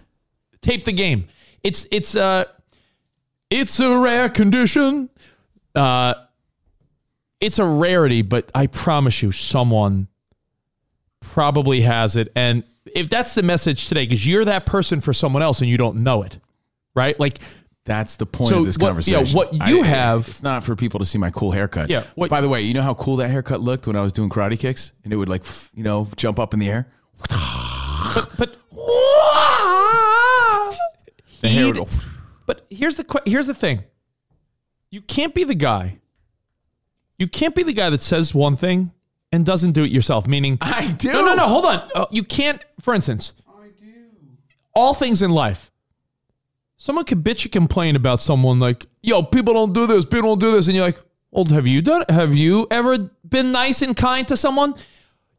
Speaker 7: tape the game it's it's uh it's a rare condition uh it's a rarity but i promise you someone probably has it and if that's the message today because you're that person for someone else and you don't know it right like
Speaker 3: That's the point
Speaker 7: So
Speaker 3: of this
Speaker 7: what- yeah,
Speaker 3: conversation.
Speaker 7: what you have-
Speaker 3: It's not for people to see my cool haircut.
Speaker 7: Yeah, what-
Speaker 3: By the way, you know how cool that haircut looked when I was doing karate kicks and it would like, f- you know, jump up in the air?
Speaker 7: but
Speaker 3: The hair would
Speaker 7: He'd-
Speaker 3: go.
Speaker 7: But here's the que- here's the thing. You can't be the guy. You can't be the guy that says one thing and doesn't do it yourself. Meaning,
Speaker 3: I do.
Speaker 7: no, no, no. Hold on. Uh, You can't. For instance, I do. All things in life. Someone could bitch and complain about someone like, "Yo, people don't do this. People don't do this," and you're like, Well, have you done? Have you ever been nice and kind to someone?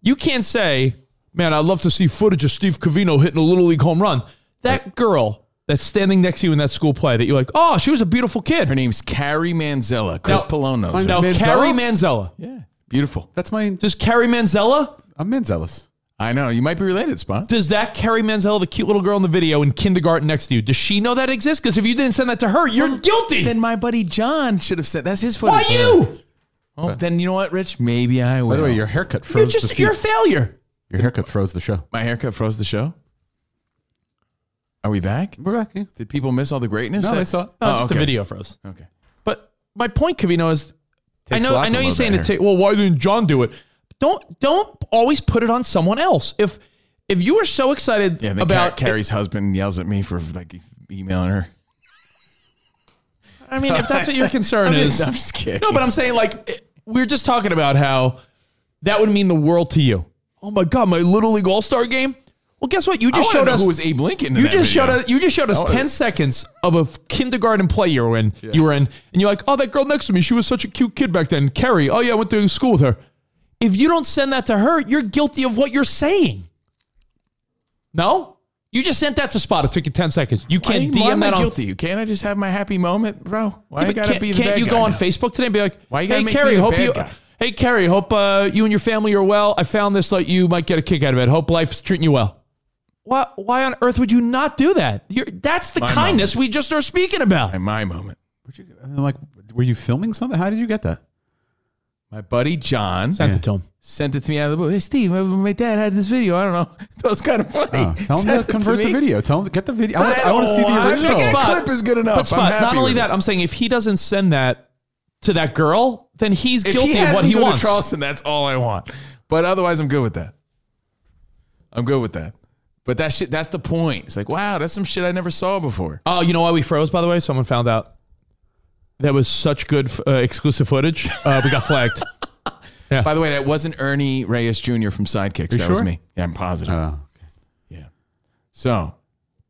Speaker 7: You can't say, "Man, I'd love to see footage of Steve Covino hitting a little league home run." That girl that's standing next to you in that school play that you're like, "Oh, she was a beautiful kid." Her
Speaker 3: name's Carrie Manzella. Chris Palone knows
Speaker 7: Now,
Speaker 3: her.
Speaker 7: Carrie Manzella.
Speaker 3: Yeah. Beautiful.
Speaker 6: That's my.
Speaker 7: Does Carrie Manzella?
Speaker 6: I'm Manzella's.
Speaker 3: I know. You might be related, Spot.
Speaker 7: Does that Carrie Manzella, the cute little girl in the video in kindergarten next to you, does she know that exists? Because if you didn't send that to her, you're guilty.
Speaker 3: Then my buddy John should have said that's his footage.
Speaker 7: Why you?
Speaker 3: Oh, then you know what, Rich? Maybe I will.
Speaker 6: By the way, your haircut
Speaker 7: You're
Speaker 6: froze the
Speaker 7: just
Speaker 6: feed.
Speaker 7: you're a failure.
Speaker 6: Your haircut froze the show.
Speaker 3: my haircut froze the show. Are we back?
Speaker 6: We're back. Yeah.
Speaker 3: Did people miss all the greatness?
Speaker 6: No,
Speaker 3: that-
Speaker 6: they saw it.
Speaker 7: No,
Speaker 3: Oh,
Speaker 7: just
Speaker 3: okay.
Speaker 7: the video froze.
Speaker 3: Okay.
Speaker 7: But my point, Cavino, is
Speaker 3: Takes
Speaker 7: I
Speaker 3: a
Speaker 7: know
Speaker 3: lot
Speaker 7: I
Speaker 3: to
Speaker 7: know you're
Speaker 3: load
Speaker 7: saying
Speaker 3: that
Speaker 7: to
Speaker 3: hair.
Speaker 7: take well, why didn't John do it? Don't don't always put it on someone else. If if you were so excited
Speaker 3: Yeah. and then
Speaker 7: about
Speaker 3: Car- Carrie's husband yells at me for like emailing her.
Speaker 7: I mean, if that's what your concern
Speaker 3: I'm
Speaker 7: is,
Speaker 3: just, I'm just kidding.
Speaker 7: No, but I'm saying like it- we're just talking about how that would mean the world to you. Oh my god, my little league all star game. Well, guess what? You
Speaker 3: I
Speaker 7: just
Speaker 3: wanna
Speaker 7: showed
Speaker 3: know
Speaker 7: us
Speaker 3: who was Abe Lincoln. in
Speaker 7: You
Speaker 3: that
Speaker 7: just
Speaker 3: video.
Speaker 7: showed us. You just showed us
Speaker 3: Oh,
Speaker 7: ten
Speaker 3: yeah.
Speaker 7: seconds of a f- kindergarten play you were in. You were in, and you're like, "Oh, that girl next to me. She was such a cute kid back then." Carrie. Oh yeah, I went to school with her. If you don't send that to her, you're guilty of what you're saying. No, you just sent that to Spot. It took you ten seconds. You
Speaker 3: Why
Speaker 7: can't
Speaker 3: why
Speaker 7: DM
Speaker 3: am I
Speaker 7: that on.
Speaker 3: guilty? Can't I just have my happy moment, bro? Why
Speaker 7: Yeah,
Speaker 3: you
Speaker 7: but
Speaker 3: gotta
Speaker 7: can't,
Speaker 3: be the
Speaker 7: can't
Speaker 3: bad
Speaker 7: you
Speaker 3: guy
Speaker 7: go on
Speaker 3: now?
Speaker 7: Facebook today and be like,
Speaker 3: Why you gotta
Speaker 7: hey,
Speaker 3: make me
Speaker 7: Carrie,
Speaker 3: the
Speaker 7: hope
Speaker 3: bad
Speaker 7: you,
Speaker 3: guy?"
Speaker 7: hey, Carrie, hope uh, you and your family are well. I found this, like, you might get a kick out of it. Hope life's treating you well. Why, why on earth would you not do that? You're, that's the
Speaker 3: My
Speaker 7: kindness we just are speaking about.
Speaker 3: And my moment.
Speaker 6: Where'd you, I'm like, were you filming something? How did you get that?
Speaker 3: My buddy John
Speaker 7: Sent it to him.
Speaker 3: sent it to me out of the blue. Hey, Steve, my- my dad had this video. I don't know. That was kind of funny.
Speaker 6: Oh, tell
Speaker 3: Sent
Speaker 6: him
Speaker 3: it
Speaker 6: to Oh, convert the
Speaker 3: me.
Speaker 6: video. Tell him get the video. I want,
Speaker 3: I
Speaker 6: I want to see
Speaker 3: don't
Speaker 6: the
Speaker 3: want-
Speaker 6: original.
Speaker 3: That
Speaker 7: Spot.
Speaker 3: clip is good enough.
Speaker 7: But
Speaker 3: I'm
Speaker 7: Spot,
Speaker 3: happy
Speaker 7: not only
Speaker 3: with
Speaker 7: that,
Speaker 3: it.
Speaker 7: I'm saying if he doesn't send that to that girl, then he's
Speaker 3: If
Speaker 7: guilty
Speaker 3: he
Speaker 7: of
Speaker 3: has
Speaker 7: what
Speaker 3: me
Speaker 7: he
Speaker 3: go to
Speaker 7: wants.
Speaker 3: Charleston, that's all I want. But otherwise, I'm good with that. I'm good with that. But that shit, that's the point. It's like, wow, that's some shit I never saw before.
Speaker 7: Oh, you know why we froze? By the way, someone found out that was such good uh, exclusive footage. Uh, we got flagged.
Speaker 3: By the way, that wasn't Ernie Reyes Jr. from Sidekicks. that was
Speaker 6: sure?
Speaker 3: me. Yeah, I'm positive.
Speaker 6: Oh,
Speaker 3: So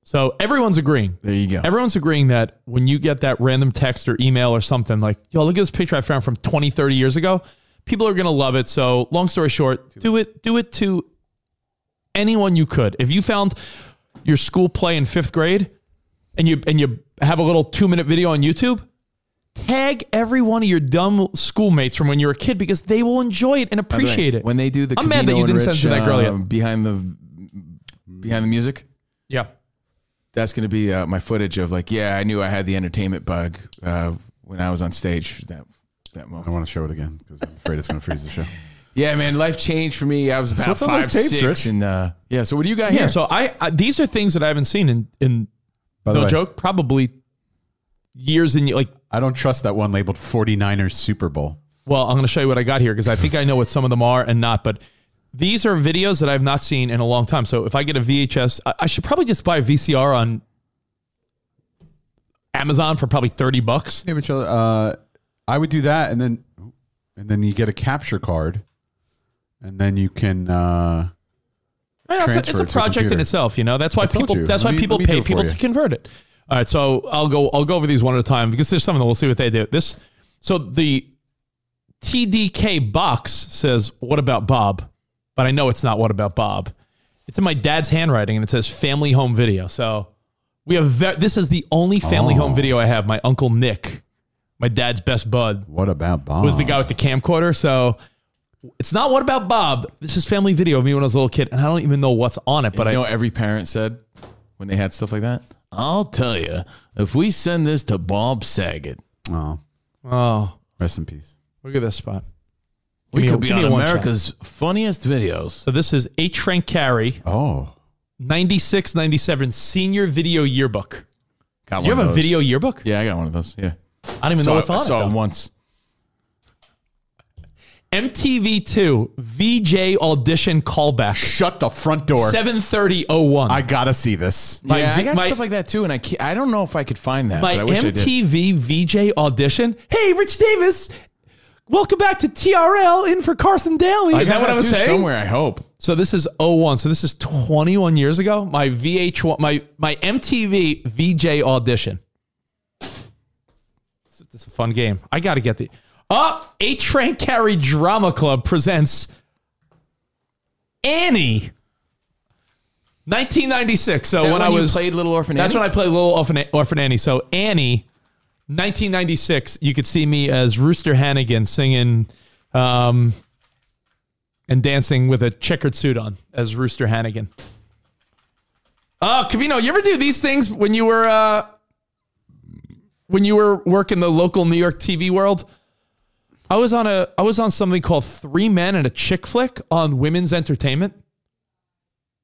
Speaker 7: So everyone's agreeing.
Speaker 3: there you go.
Speaker 7: Everyone's agreeing that when you get that random text or email or something like, yo, look at this picture I found from 20, 30 years ago, people are going to love it. So, long story short, do it do it to anyone you could. If you found your school play in 5th grade and you and you have a little 2-minute video on YouTube, tag every one of your dumb schoolmates from when you were a kid because they will enjoy it and
Speaker 3: By the way,
Speaker 7: appreciate it.
Speaker 3: When they do the
Speaker 7: I'm mad that
Speaker 3: Covino
Speaker 7: you
Speaker 3: and
Speaker 7: didn't send
Speaker 3: Rich,
Speaker 7: it to that girl yet.
Speaker 3: uh, behind the behind the music.
Speaker 7: yeah.
Speaker 3: That's going to be uh, my footage of like, yeah, I knew I had the entertainment bug uh, when I was on stage that that
Speaker 6: I
Speaker 3: moment.
Speaker 6: want to show it again because I'm afraid it's going to freeze the show.
Speaker 3: Yeah, man, life changed for me. I was about
Speaker 6: what's on
Speaker 3: five,
Speaker 6: those tapes,
Speaker 3: six,
Speaker 6: Rich?
Speaker 3: and uh, yeah. So what do you got
Speaker 7: Yeah,
Speaker 3: here?
Speaker 7: so I, I these are things that I haven't seen in in
Speaker 6: By the
Speaker 7: no
Speaker 6: way,
Speaker 7: joke, probably years and ye- like.
Speaker 6: I don't trust that one labeled 49ers Super Bowl.
Speaker 7: Well, I'm going to show you what I got here because I think I know what some of them are and not. But these are videos that I've not seen in a long time. So if I get a VHS, I, I should probably just buy a VCR on Amazon for probably thirty bucks.
Speaker 6: Yeah, but uh, I would do that, and then and then you get a capture card, and then you can. Uh,
Speaker 7: I know, it's, a- it's
Speaker 6: Transfer
Speaker 7: a
Speaker 6: to a
Speaker 7: project in
Speaker 6: computer.
Speaker 7: itself, you know. That's why
Speaker 6: told
Speaker 7: people.
Speaker 6: you.
Speaker 7: That's
Speaker 6: Let
Speaker 7: why
Speaker 6: me-
Speaker 7: people
Speaker 6: let me do
Speaker 7: pay
Speaker 6: it for
Speaker 7: people
Speaker 6: you.
Speaker 7: to convert it. All right, so I'll go. I'll go over these one at a time because there's some of them. We'll see what they do. This. So the TDK box says, "What about Bob?" But I know it's not. What about Bob? It's in my dad's handwriting, and it says "Family Home Video." So we have. Ve- this is the only family
Speaker 6: Oh.
Speaker 7: home video I have. My uncle Nick, my dad's best bud,
Speaker 6: what about Bob?
Speaker 7: was the guy with the camcorder. So it's not what about Bob. This is family video of me when I was a little kid, and I don't even know what's on it. But
Speaker 3: you
Speaker 7: I
Speaker 3: know what every parent said when they had stuff like that? I'll tell you, if we send this to Bob Saget,
Speaker 6: Oh,
Speaker 7: oh,
Speaker 6: rest in peace.
Speaker 7: look at this spot.
Speaker 3: we
Speaker 7: Give me-
Speaker 3: could be
Speaker 7: give me
Speaker 3: on
Speaker 7: one shot.
Speaker 3: America's funniest videos.
Speaker 7: So this is H. Frank Carey,
Speaker 6: Oh,
Speaker 7: 96, 97 senior video yearbook.
Speaker 3: Got
Speaker 7: You
Speaker 3: one
Speaker 7: have
Speaker 3: of
Speaker 7: a
Speaker 3: those.
Speaker 7: video yearbook?
Speaker 3: Yeah, I got one of those. Yeah,
Speaker 7: I don't even know what's on
Speaker 3: I
Speaker 7: it.
Speaker 3: saw
Speaker 7: though.
Speaker 3: it once.
Speaker 7: MTV2 VJ audition callback.
Speaker 6: shut the front door.
Speaker 7: 73001.
Speaker 6: I gotta see this.
Speaker 7: My
Speaker 3: yeah, I
Speaker 7: vi-
Speaker 3: got
Speaker 7: my-
Speaker 3: stuff like that too, and I can't, I don't know if I could find that.
Speaker 7: My
Speaker 3: but I wish I did.
Speaker 7: MTV VJ audition. Hey, Rich Davis. Welcome back to TRL in for Carson Daly.
Speaker 3: I
Speaker 7: Is
Speaker 3: got
Speaker 7: that what I was
Speaker 3: too
Speaker 7: saying?
Speaker 3: Somewhere, I hope.
Speaker 7: So this is 01. So this is 21 years ago. My VH1, my my MTV VJ audition. It's, it's a fun game. I got to get the. Up, A Train Carry Drama Club presents Annie. 1996. So
Speaker 3: Is that
Speaker 7: when,
Speaker 3: when
Speaker 7: I
Speaker 3: you
Speaker 7: was
Speaker 3: played Little Orphan
Speaker 7: That's
Speaker 3: Annie?
Speaker 7: when I played Little Orphan, Orphan Annie. So Annie, 1996. You could see me as Rooster Hannigan singing um, and dancing with a checkered suit on as Rooster Hannigan. Uh, Cavino, you ever do these things when you were uh, when you were working the local New York TV world? I was on a I was on something called Three Men and a Chick Flick on Women's Entertainment.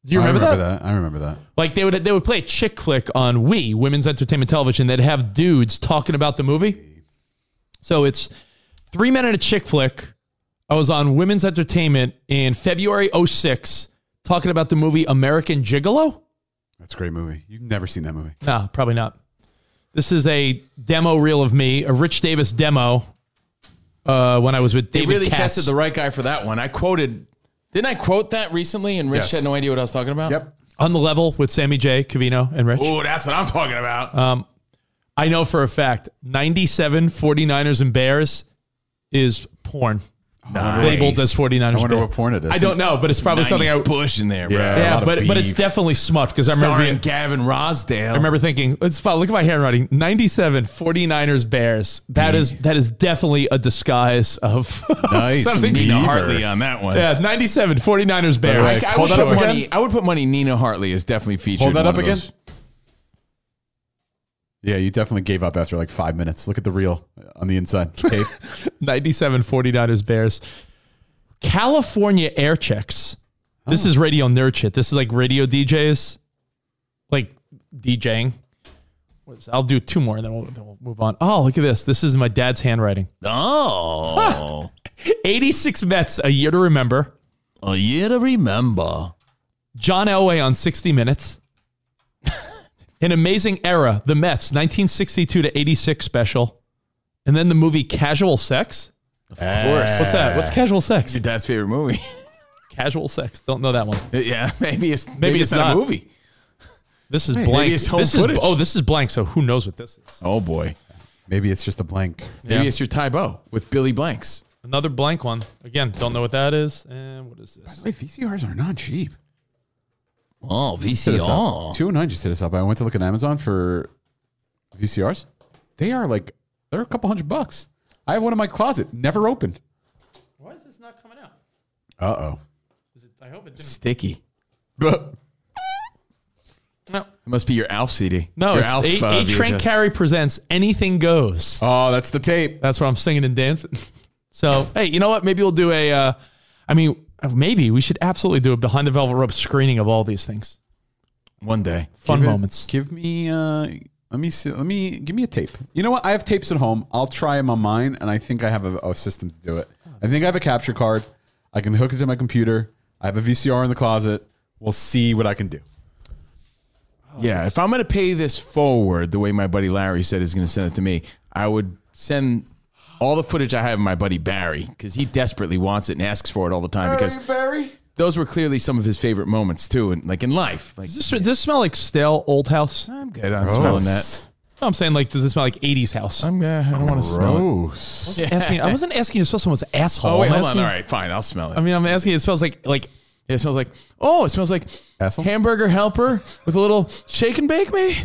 Speaker 7: Do you remember,
Speaker 6: I
Speaker 7: that?
Speaker 6: remember that? I remember that.
Speaker 7: Like they would they would play a chick flick on Wii Women's Entertainment Television. They'd have dudes talking about the movie. So it's three men and a chick flick. I was on Women's Entertainment in February 06 talking about the movie American Gigolo.
Speaker 6: That's a great movie. You've never seen that movie.
Speaker 7: No, probably not. This is a demo reel of me, a Rich Davis demo. Uh, when I was with
Speaker 3: They
Speaker 7: David,
Speaker 3: really
Speaker 7: Katz.
Speaker 3: tested the right guy for that one. I quoted, didn't I quote that recently? And Rich
Speaker 7: Yes.
Speaker 3: had no idea what I was talking about. Yep.
Speaker 7: on the level with Sammy J, Cavino, and Rich.
Speaker 3: Oh, that's what I'm talking about.
Speaker 7: Um, I know for a fact 97 49ers and Bears is porn.
Speaker 3: Nice.
Speaker 7: Labeled as 49ers.
Speaker 3: I wonder
Speaker 7: Bear.
Speaker 3: what porn it is.
Speaker 7: I don't know, but it's probably something I
Speaker 3: 90s push in there, bro.
Speaker 7: Yeah,
Speaker 3: A lot of
Speaker 7: but but it's
Speaker 3: beef.
Speaker 7: definitely smut because I remember
Speaker 3: Starring
Speaker 7: being,
Speaker 3: Gavin Rosdale.
Speaker 7: I remember thinking, let's fo- look at my handwriting. 97 49ers Bears. That is that is definitely a disguise of, of
Speaker 3: Nice.
Speaker 7: something.
Speaker 3: Nina Hartley uh, on that one.
Speaker 7: Yeah, 97 49ers
Speaker 3: By the
Speaker 7: Bears.
Speaker 3: way, I, would put money, I would put money Nina Hartley is definitely featured.
Speaker 6: Hold that
Speaker 3: in one
Speaker 6: up
Speaker 3: of
Speaker 6: again.
Speaker 3: those.
Speaker 6: Yeah, you definitely gave up after like five minutes. Look at the reel on the inside. Tape.
Speaker 7: 97 49ers Bears. California air checks. This is radio nerd shit. This is like radio DJs, like DJing. What is- I'll do two more and then we'll, then we'll move on. Oh, look at this. This is my dad's handwriting.
Speaker 2: Oh.
Speaker 7: 86 Mets, a year to remember.
Speaker 3: oh,
Speaker 2: A year to remember.
Speaker 7: John Elway on 60 Minutes. An amazing era, the Mets, 1962 to 86 special. And then the movie Casual Sex. Of
Speaker 3: course.
Speaker 7: What's that? What's Casual Sex?
Speaker 3: Your dad's favorite movie.
Speaker 7: Casual Sex. Don't know that one.
Speaker 3: Yeah, maybe it's maybe,
Speaker 7: Maybe
Speaker 3: it's,
Speaker 7: it's
Speaker 3: not a
Speaker 7: not.
Speaker 3: movie.
Speaker 7: This is
Speaker 3: Maybe
Speaker 7: blank.
Speaker 3: it's home
Speaker 7: this
Speaker 3: footage.
Speaker 7: is oh, this is blank. So who knows what this is?
Speaker 3: Oh boy,
Speaker 6: maybe it's just a blank.
Speaker 3: Maybe it's your Tybo with Billy Blanks.
Speaker 7: Another blank one. Again, don't know what that is. And what is this?
Speaker 6: By the way, VCRs are not cheap.
Speaker 2: Oh,
Speaker 6: VCR. Two oh nine just hit us up. I went to look at Amazon for VCRs. They are like they're a couple hundred bucks. I have one in my closet, never opened.
Speaker 7: Why is this not coming out?
Speaker 6: Uh oh.
Speaker 7: Is it, I hope it didn't.
Speaker 3: Sticky.
Speaker 6: it
Speaker 3: must be your Alf CD.
Speaker 7: No,
Speaker 3: your
Speaker 7: it's
Speaker 3: Alf,
Speaker 7: eight,
Speaker 3: uh,
Speaker 7: eight Train
Speaker 3: VHS.
Speaker 7: Carry presents Anything Goes.
Speaker 6: Oh, that's the tape.
Speaker 7: That's where I'm singing and dancing. So hey, you know what? Maybe we'll do a. Uh, I mean, uh, maybe we should absolutely do a behind the velvet rope screening of all these things.
Speaker 3: One day,
Speaker 7: Fun
Speaker 6: Give it-
Speaker 7: moments.
Speaker 6: give me uh let me see let me give me a tape. You know what? I have tapes at home. I'll try them on mine and I think I have a, a system to do it. I think I have a capture card. I can hook it to my computer. I have a VCR in the closet. We'll see what I can do.
Speaker 3: Yeah, if I'm going to pay this forward the way my buddy Larry said he's going to send it to me, I would send all the footage I have of my buddy Barry because he desperately wants it and asks for it all the time because
Speaker 6: Barry.
Speaker 3: those were clearly some of his favorite moments too, and like in life. Like,
Speaker 7: Does this, does this smell like stale old house?
Speaker 3: I'm good on smelling that.
Speaker 7: No, I'm saying like, does it smell like '80s house?
Speaker 3: I'm, uh, I don't want to smell it.
Speaker 6: Gross.
Speaker 7: Asking- I wasn't asking you to smell someone's asshole.
Speaker 3: Oh wait,
Speaker 7: I'm
Speaker 3: hold on.
Speaker 7: asking-
Speaker 3: All right, fine, I'll smell it.
Speaker 7: I mean, I'm asking. It smells like like
Speaker 3: It smells like oh, it smells like
Speaker 6: Asshole?
Speaker 3: hamburger helper with a little shake and bake me.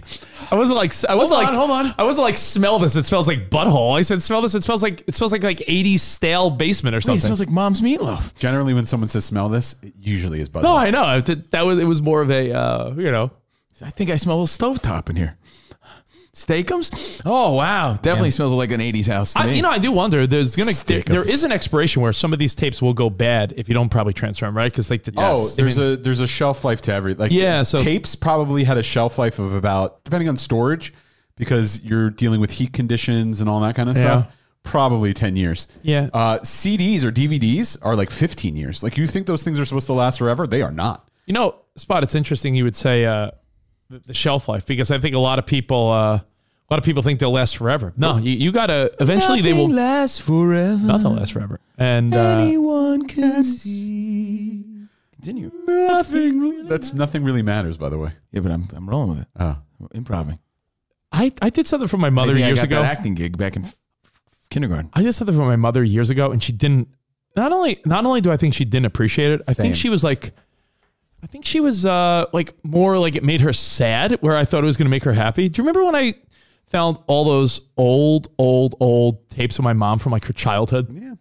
Speaker 7: I wasn't like I wasn't
Speaker 3: Hold on,
Speaker 7: like
Speaker 3: hold on.
Speaker 7: I wasn't like smell this. It smells like butthole. I said smell this. It smells like it smells like like 80s stale basement or
Speaker 3: Wait, it
Speaker 7: something.
Speaker 3: smells like mom's meatloaf.
Speaker 6: Generally, when someone says smell this, it usually is butter.
Speaker 7: no, I know. I did- That was it. Was more of a uh, you know.
Speaker 3: I think I smell a little stovetop in here. Steakums? Oh wow, definitely smells like an '80s house to
Speaker 7: I,
Speaker 3: me.
Speaker 7: you know, I do wonder. There's gonna there,
Speaker 6: Stickers.
Speaker 7: there is an expiration where some of these tapes will go bad if you don't probably transfer them, right? Because like the
Speaker 6: Oh, there's a there's a shelf life to every like
Speaker 7: Yeah, so-
Speaker 6: tapes probably had a shelf life of about depending on storage because you're dealing with heat conditions and all that kind of stuff.
Speaker 7: Yeah.
Speaker 6: Probably ten years.
Speaker 7: Yeah.
Speaker 6: Uh, CDs or DVDs are like fifteen years. Like you think those things are supposed to last forever? They are not.
Speaker 7: You know, Spot, it's interesting you would say uh, the, the shelf life because I think a lot of people, uh, a lot of people think they'll last forever. No, you, you gotta eventually they will
Speaker 3: last forever.
Speaker 7: nothing lasts forever. And uh,
Speaker 3: Anyone can see. Continue. Nothing.
Speaker 6: That's nothing really matters, by the way.
Speaker 3: Yeah, but I'm I'm rolling with it.
Speaker 6: Oh.
Speaker 3: I'm improving.
Speaker 7: I, I did something for my mother
Speaker 3: Maybe I
Speaker 7: years
Speaker 3: got
Speaker 7: ago.
Speaker 3: that acting gig back in kindergarten.
Speaker 7: I just had that from my mother years ago, and she didn't. Not only, not only do I think she didn't appreciate it, I
Speaker 6: Same.
Speaker 7: think she was like, I think she was uh like more like it made her sad, where I thought it was going to make her happy. Do you remember when I found all those old, old, old tapes of my mom from like her childhood? Yeah.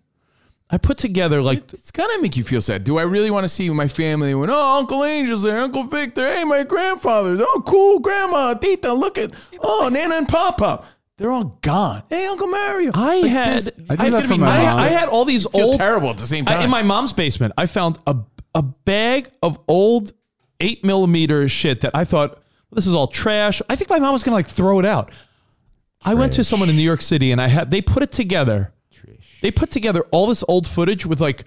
Speaker 7: I put together like
Speaker 3: It's gonna make you feel sad. Do I really want to see my family when oh Uncle Angel's there, Uncle Victor, hey my grandfather's, oh cool grandma, Tita, look at oh Nana and Papa. They're all gone. Hey Uncle Mario.
Speaker 7: I
Speaker 3: Like,
Speaker 7: had
Speaker 3: this-
Speaker 6: I did
Speaker 7: it's
Speaker 6: that
Speaker 7: gonna
Speaker 6: for
Speaker 7: be
Speaker 6: my
Speaker 7: nice.
Speaker 6: mom.
Speaker 7: I had all these
Speaker 3: feel
Speaker 7: old
Speaker 3: terrible at the same
Speaker 7: I-
Speaker 3: time.
Speaker 7: in my mom's basement, I found a a bag of old eight millimeter shit that I thought this is all trash. I think my mom was gonna like throw it out. I went to someone in New York City and I had they put it together. They put together all this old footage with like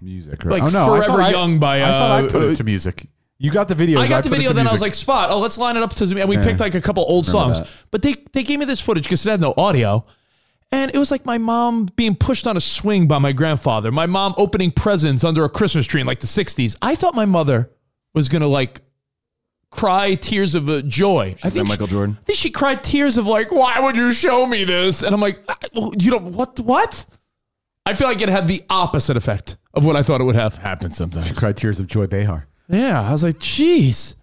Speaker 6: music.
Speaker 7: Like
Speaker 6: oh, no, I
Speaker 7: Forever
Speaker 6: thought I-
Speaker 7: Young by,
Speaker 6: I thought I
Speaker 7: uh,
Speaker 6: put it to music. You got the video.
Speaker 7: I got the video, then I was like, "Spot, oh, let's line it up to." And we
Speaker 6: Yeah.
Speaker 7: picked like a couple old
Speaker 6: Remember
Speaker 7: songs,
Speaker 6: that.
Speaker 7: but they they gave me this footage because it had no audio, and it was like my mom being pushed on a swing by my grandfather, my mom opening presents under a Christmas tree in like the '60s. I thought my mother was gonna like cry tears of uh, joy. I think
Speaker 3: Michael Jordan.
Speaker 7: I think she cried tears of like, "Why would you show me this?" And I'm like, "I- well, "You don't what what?" I feel like it had the opposite effect of what I thought it would have.
Speaker 3: Happens sometimes.
Speaker 6: "Cry tears of joy, Behar."
Speaker 7: Yeah, I was like, "Jeez."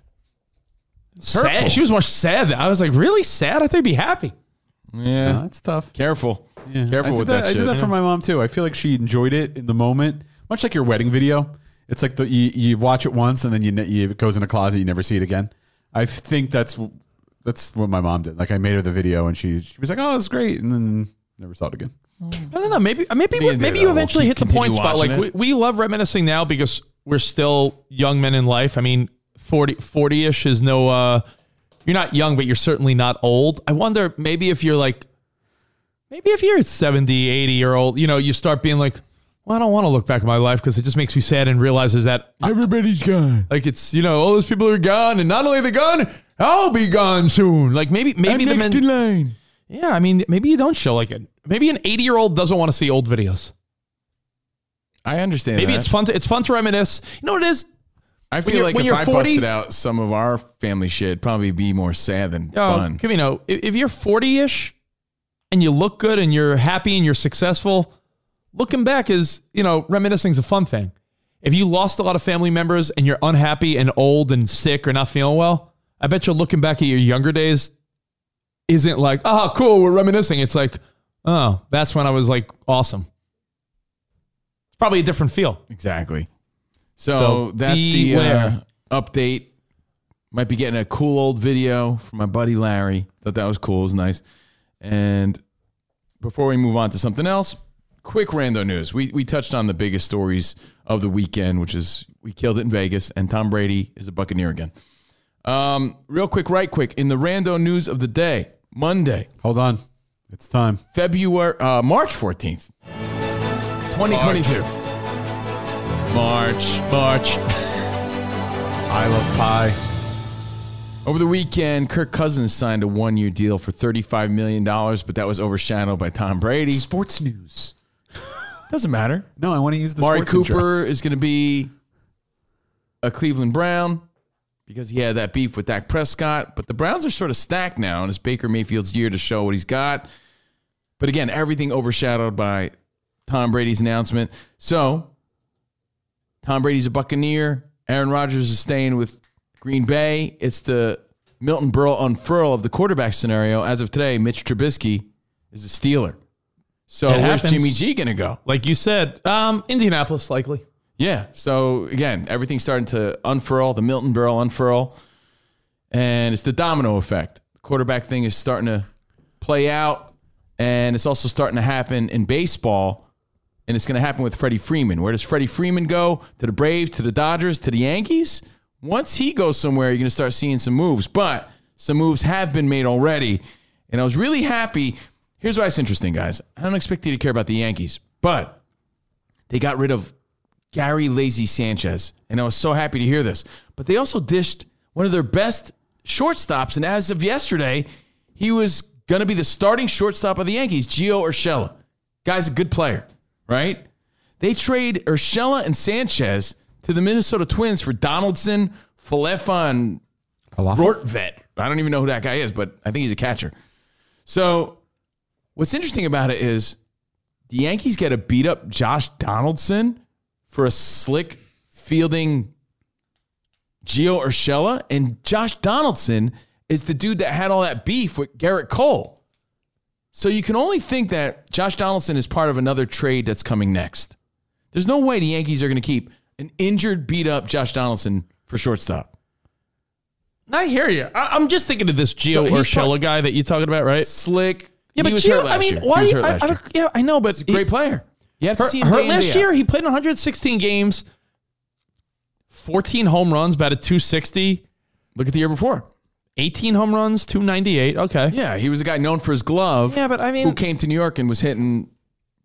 Speaker 7: Sad. She was more sad. I was like, really sad? I think I'd be happy.
Speaker 3: Yeah.
Speaker 6: No, that's tough.
Speaker 3: Careful.
Speaker 6: I
Speaker 3: Careful
Speaker 6: did
Speaker 3: with
Speaker 6: that,
Speaker 3: that,
Speaker 6: I
Speaker 3: shit.
Speaker 6: did that for my mom too. I feel like she enjoyed it in the moment, much like your wedding video. It's like the you, you watch it once and then you, ne- you it goes in a closet, you never see it again. I think that's w- that's what my mom did. Like I made her the video and she she was like, "Oh, it's great," and then never saw it again.
Speaker 7: I don't know. Maybe uh, maybe
Speaker 3: Me
Speaker 7: we-
Speaker 3: neither,
Speaker 7: maybe
Speaker 3: though.
Speaker 7: you
Speaker 3: We'll
Speaker 7: eventually
Speaker 3: keep-
Speaker 7: hit the
Speaker 3: continue
Speaker 7: point spot.
Speaker 3: watching
Speaker 7: Like we,
Speaker 3: it.
Speaker 7: we love reminiscing now because we're still young men in life. I mean, 40 40-ish is no uh you're not young, but you're certainly not old. I wonder maybe if you're like maybe if you're 70, 80 year old, you know, you start being like, well, I don't want to look back at my life because it just makes me sad and realizes that
Speaker 3: Uh, Everybody's gone.
Speaker 7: like it's you know all those people are gone, and not only they're gone, I'll be gone soon. Like maybe maybe the men,
Speaker 3: line.
Speaker 7: yeah, I mean maybe you don't show like it. Maybe an eighty year old doesn't want to see old videos.
Speaker 3: I understand.
Speaker 7: Maybe
Speaker 3: that.
Speaker 7: it's fun to it's fun to reminisce. You know what it is?
Speaker 3: I feel
Speaker 7: you're-
Speaker 3: like
Speaker 7: when
Speaker 3: if
Speaker 7: you're
Speaker 3: I
Speaker 7: 40
Speaker 3: busted out some of our family shit, it'd probably be more sad than
Speaker 7: Oh,
Speaker 3: fun.
Speaker 7: Camino, if, if you're forty ish and you look good and you're happy and you're successful, looking back is you know reminiscing is a fun thing. If you lost a lot of family members and you're unhappy and old and sick or not feeling well, I bet you looking back at your younger days isn't like, oh, cool, we're reminiscing. It's like, oh, that's when I was like awesome. It's probably a different feel.
Speaker 3: Exactly. So,
Speaker 7: So
Speaker 3: that's the uh,
Speaker 7: beware.
Speaker 3: update. Might be getting a cool old video from my buddy Larry. Thought that was cool. It was nice. And before we move on to something else, quick rando news. We we touched on the biggest stories of the weekend, which is we killed it in Vegas, and Tom Brady is a Buccaneer again. Um, real quick, right quick, in the rando news of the day, Monday,
Speaker 6: Hold on, it's time.
Speaker 3: February, uh, March 14th, 2022. March. March.
Speaker 6: I love pie.
Speaker 3: Over the weekend, Kirk Cousins signed a one-year deal for $35 million, but that was overshadowed by Tom Brady.
Speaker 6: Sports news.
Speaker 3: Doesn't matter.
Speaker 6: No, I want to use the
Speaker 3: Mari
Speaker 6: sports intro.
Speaker 3: Cooper is going to be a Cleveland Brown because he had that beef with Dak Prescott. But the Browns are sort of stacked now, and it's Baker Mayfield's year to show what he's got. But again, everything overshadowed by Tom Brady's announcement. So Tom Brady's a Buccaneer. Aaron Rodgers is staying with Green Bay. It's the Milton Berle unfurl of the quarterback scenario. As of today, Mitch Trubisky is a Steeler. So
Speaker 7: It
Speaker 3: where's
Speaker 7: happens.
Speaker 3: Jimmy G going to go?
Speaker 7: Like you said, um, Indianapolis likely.
Speaker 3: Yeah. So again, everything's starting to unfurl, the Milton Berle unfurl, and it's the domino effect. The quarterback thing is starting to play out, and it's also starting to happen in baseball, and it's going to happen with Freddie Freeman. Where does Freddie Freeman go? To the Braves, to the Dodgers, to the Yankees? Once he goes somewhere, you're going to start seeing some moves, but some moves have been made already, and I was really happy. Here's why it's interesting, guys. I don't expect you to care about the Yankees, but they got rid of Gary Lazy Sanchez. And I was so happy to hear this. But they also dished one of their best shortstops. And as of yesterday, he was going to be the starting shortstop of the Yankees, Gio Urshela. Guy's a good player, right? They trade Urshela and Sanchez to the Minnesota Twins for Donaldson, Falefa, and Rortvet. I don't even know who that guy is, but I think he's a catcher. So What's interesting about it is the Yankees get to beat up Josh Donaldson for a slick fielding Gio Urshela, and Josh Donaldson is the dude that had all that beef with Garrett Cole. So you can only think that Josh Donaldson is part of another trade that's coming next. There's no way the Yankees are going to keep an injured, beat up Josh Donaldson for shortstop.
Speaker 7: I hear you. I, am just thinking of this
Speaker 3: So
Speaker 7: Gio
Speaker 3: he's
Speaker 7: Urshela
Speaker 3: pro-
Speaker 7: guy that you're talking about, right?
Speaker 3: Slick.
Speaker 7: Yeah, but
Speaker 3: he was
Speaker 7: Gio,
Speaker 3: hurt last
Speaker 7: I mean,
Speaker 3: year.
Speaker 7: why?
Speaker 3: he was
Speaker 7: do you-
Speaker 3: hurt
Speaker 7: I,
Speaker 3: last
Speaker 7: I
Speaker 3: year.
Speaker 7: don't- yeah, I know, but
Speaker 3: Great player. You have to
Speaker 7: Hurt,
Speaker 3: see him
Speaker 7: hurt
Speaker 3: day in, day
Speaker 7: last
Speaker 3: out.
Speaker 7: year, he played in 116 games, 14 home runs, batted 260.
Speaker 3: Look at the year before.
Speaker 7: 18 home runs, 298. Okay.
Speaker 3: Yeah, he was a guy known for his glove.
Speaker 7: Yeah, but I mean-
Speaker 3: who came to New York and was hitting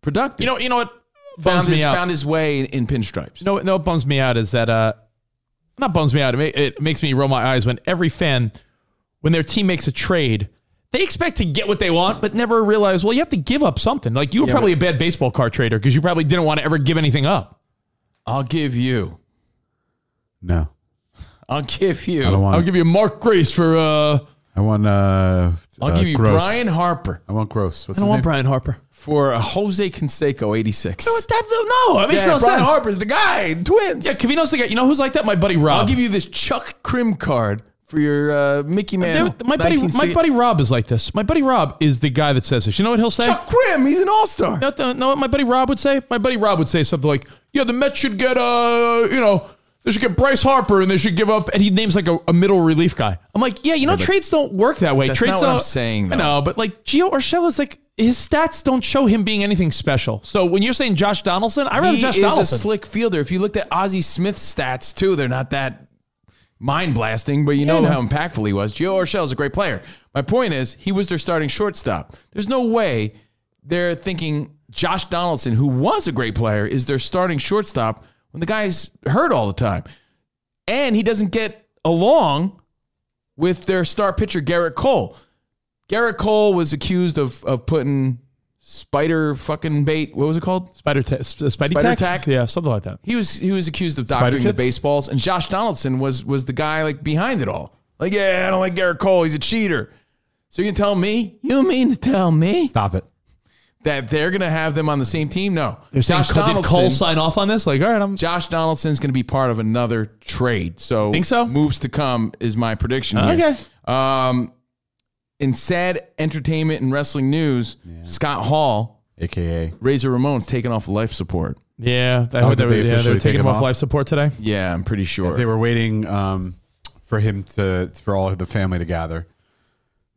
Speaker 3: productive.
Speaker 7: You know, you know what bums
Speaker 3: found
Speaker 7: me
Speaker 3: his,
Speaker 7: out.
Speaker 3: found his way in, in pinstripes.
Speaker 7: No, no, what bums me out is that uh, not bums me out. It, ma- it makes me roll my eyes when every fan, when their team makes a trade, they expect to get what they want, but never realize. Well, you have to give up something. Like you were probably a bad baseball card trader because you probably didn't want to ever give anything up.
Speaker 3: I'll give you.
Speaker 6: No,
Speaker 3: I'll give
Speaker 6: I don't
Speaker 3: you.
Speaker 6: want.
Speaker 7: I'll give you Mark Grace for. uh
Speaker 6: I want. Uh,
Speaker 3: I'll
Speaker 6: uh,
Speaker 3: give you
Speaker 6: Gross.
Speaker 3: Brian Harper
Speaker 6: I want Gross. What's his
Speaker 7: I don't want
Speaker 6: name?
Speaker 7: Brian Harper.
Speaker 3: for a Jose Canseco 86.
Speaker 7: What that- No, I mean it's
Speaker 3: Yeah,
Speaker 7: no
Speaker 3: Brian
Speaker 7: sense.
Speaker 3: Harper's the guy in Twins.
Speaker 7: Yeah, Cavino's the guy. You know who's like that? My buddy Rob.
Speaker 3: I'll give you this Chuck Krim card for your uh, Mickey Man.
Speaker 7: Dude, my buddy, my
Speaker 3: 1960
Speaker 7: buddy Rob is like this. My buddy Rob is the guy that says this. You know what he'll say?
Speaker 3: Chuck Krim, he's an all star.
Speaker 7: No, no, no, what my buddy Rob would say? My buddy Rob would say something like, "Yeah, the Mets should get uh, you know, they should get Bryce Harper, and they should give up." And he names like a, a middle relief guy. I'm like, yeah, you know, trades don't work that way.
Speaker 3: That's
Speaker 7: trades
Speaker 3: not what
Speaker 7: don't,
Speaker 3: I'm saying,
Speaker 7: I
Speaker 3: though.
Speaker 7: know, but like Gio Urshela's like his stats don't show him being anything special. So when you're saying Josh Donaldson, I rather
Speaker 3: He
Speaker 7: Josh
Speaker 3: is
Speaker 7: Donaldson.
Speaker 3: a slick fielder. If you looked at Ozzie Smith's stats too, they're not that mind blasting, but you know,
Speaker 7: I know.
Speaker 3: how impactful he was. Gio Urshela's a great player. My point is, he was their starting shortstop. There's no way they're thinking Josh Donaldson, who was a great player, is their starting shortstop when the guy's hurt all the time, and he doesn't get along with their star pitcher Garrett Cole. Garrett Cole was accused of of putting spider fucking bait. What was it called?
Speaker 7: Spider, ta- sp- Spidey
Speaker 3: Spider
Speaker 7: tack?
Speaker 3: tack?
Speaker 7: yeah, something like that.
Speaker 3: he was he was accused of doctoring the
Speaker 6: kids?
Speaker 3: baseballs, and Josh Donaldson was was the guy like behind it all. Like, yeah, I don't like Garrett Cole. He's a cheater. So you can tell me? You mean to tell me
Speaker 6: Stop it.
Speaker 3: that they're gonna have them on the same team? No.
Speaker 7: They're saying, did Cole sign off on this? Like, all right, I'm
Speaker 3: Josh Donaldson's going to be part of another trade. So
Speaker 7: Think so?
Speaker 3: Moves to come is my prediction.
Speaker 7: Uh,
Speaker 3: here.
Speaker 7: okay.
Speaker 3: Um, in sad entertainment and wrestling news, Scott Hall,
Speaker 6: AKA.
Speaker 3: Razor Ramon's taking off life support.
Speaker 7: Yeah, I
Speaker 6: did
Speaker 7: heard they, were,
Speaker 6: they
Speaker 7: yeah, they were
Speaker 6: officially take
Speaker 7: taking
Speaker 6: him
Speaker 7: him off
Speaker 6: off?
Speaker 7: life support today.
Speaker 3: Yeah, I'm pretty sure.
Speaker 6: They were waiting um, for him to for all of the family to gather.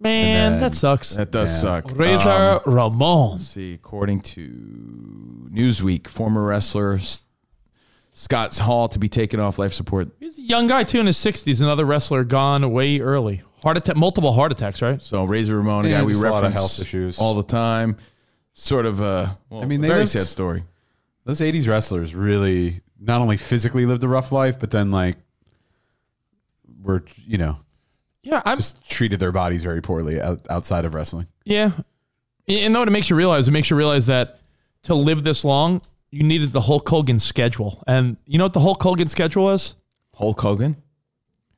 Speaker 7: Man,
Speaker 6: then-
Speaker 7: that sucks.
Speaker 3: that does
Speaker 6: Yeah.
Speaker 3: suck.
Speaker 7: Razor
Speaker 3: Um,
Speaker 7: Ramon.
Speaker 3: see, according to Newsweek, former wrestler S- Scott Hall to be taken off life support.
Speaker 7: He's a young guy too in his sixties. Another wrestler gone way early. Heart attack, multiple heart attacks, right?
Speaker 3: So Razor Ramon, a
Speaker 6: Yeah,
Speaker 3: guy we
Speaker 6: just a
Speaker 3: reference
Speaker 6: lot of health issues.
Speaker 3: all the time. Sort of a well, I
Speaker 6: mean,
Speaker 3: mean,
Speaker 6: they
Speaker 3: very
Speaker 6: lived-
Speaker 3: sad story.
Speaker 6: Those '80s wrestlers really not only physically lived a rough life, but then like were you know
Speaker 7: Yeah, I'm.
Speaker 6: just treated their bodies very poorly out, outside of wrestling.
Speaker 7: yeah, you know what it makes you realize? It makes you realize that to live this long, you needed the Hulk Hogan schedule. And you know what the Hulk Hogan schedule was?
Speaker 3: Hulk Hogan,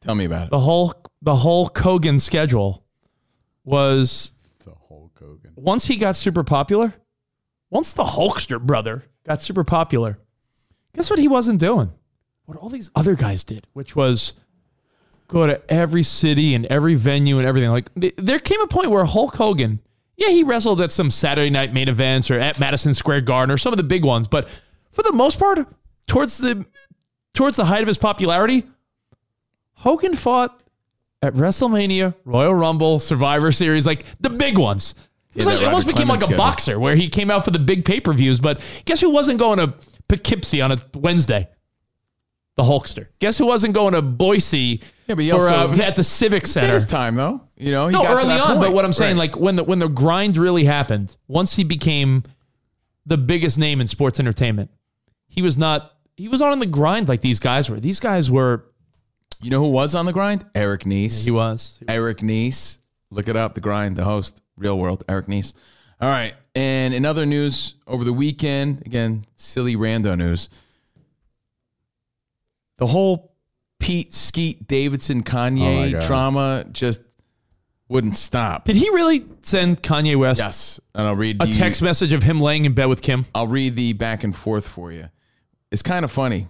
Speaker 3: tell me about it.
Speaker 7: The Hulk, the Hulk Hogan schedule was
Speaker 6: The Hulk Hogan.
Speaker 7: once he got super popular, once the Hulkster brother got super popular, guess what he wasn't doing? What all these other guys did, which was go to every city and every venue and everything. Like th- there came a point where Hulk Hogan, yeah, he wrestled at some Saturday night main events or at Madison Square Garden or some of the big ones, but for the most part, towards the towards the height of his popularity, Hogan fought at WrestleMania, Royal Rumble, Survivor Series, like the big ones. It, was
Speaker 3: Yeah,
Speaker 7: like-
Speaker 3: that
Speaker 7: it almost
Speaker 3: Roger
Speaker 7: became like
Speaker 3: Clemens
Speaker 7: a
Speaker 3: schedule.
Speaker 7: boxer where he came out for the big pay per views. But guess who wasn't going to Poughkeepsie on a Wednesday? The Hulkster. Guess who wasn't going to Boise
Speaker 3: Yeah, but he
Speaker 7: or
Speaker 3: also-
Speaker 7: uh, at the Civic
Speaker 3: He did
Speaker 7: Center?
Speaker 3: his time though, you know. He
Speaker 7: No,
Speaker 3: got to
Speaker 7: early
Speaker 3: that
Speaker 7: on. But
Speaker 3: point.
Speaker 7: what I'm saying,
Speaker 3: Right.
Speaker 7: like when the when the grind really happened, once he became the biggest name in sports entertainment, he was not. He was on the grind like these guys were. These guys were.
Speaker 3: you know who was on the grind? Eric Neese.
Speaker 7: He was.
Speaker 3: Eric Neese. Look it up. The Grind, the host, Real World, Eric Neese. All right. And in other news over the weekend, again, silly rando news. The whole Pete Skeet Davidson
Speaker 6: Oh my
Speaker 3: Kanye
Speaker 6: God.
Speaker 3: drama just Wouldn't stop.
Speaker 7: Did he really send Kanye West?
Speaker 3: Yes, and I'll read
Speaker 7: a
Speaker 3: the-
Speaker 7: text message of him laying in bed with Kim.
Speaker 3: I'll read the back and forth for you. It's kind of funny,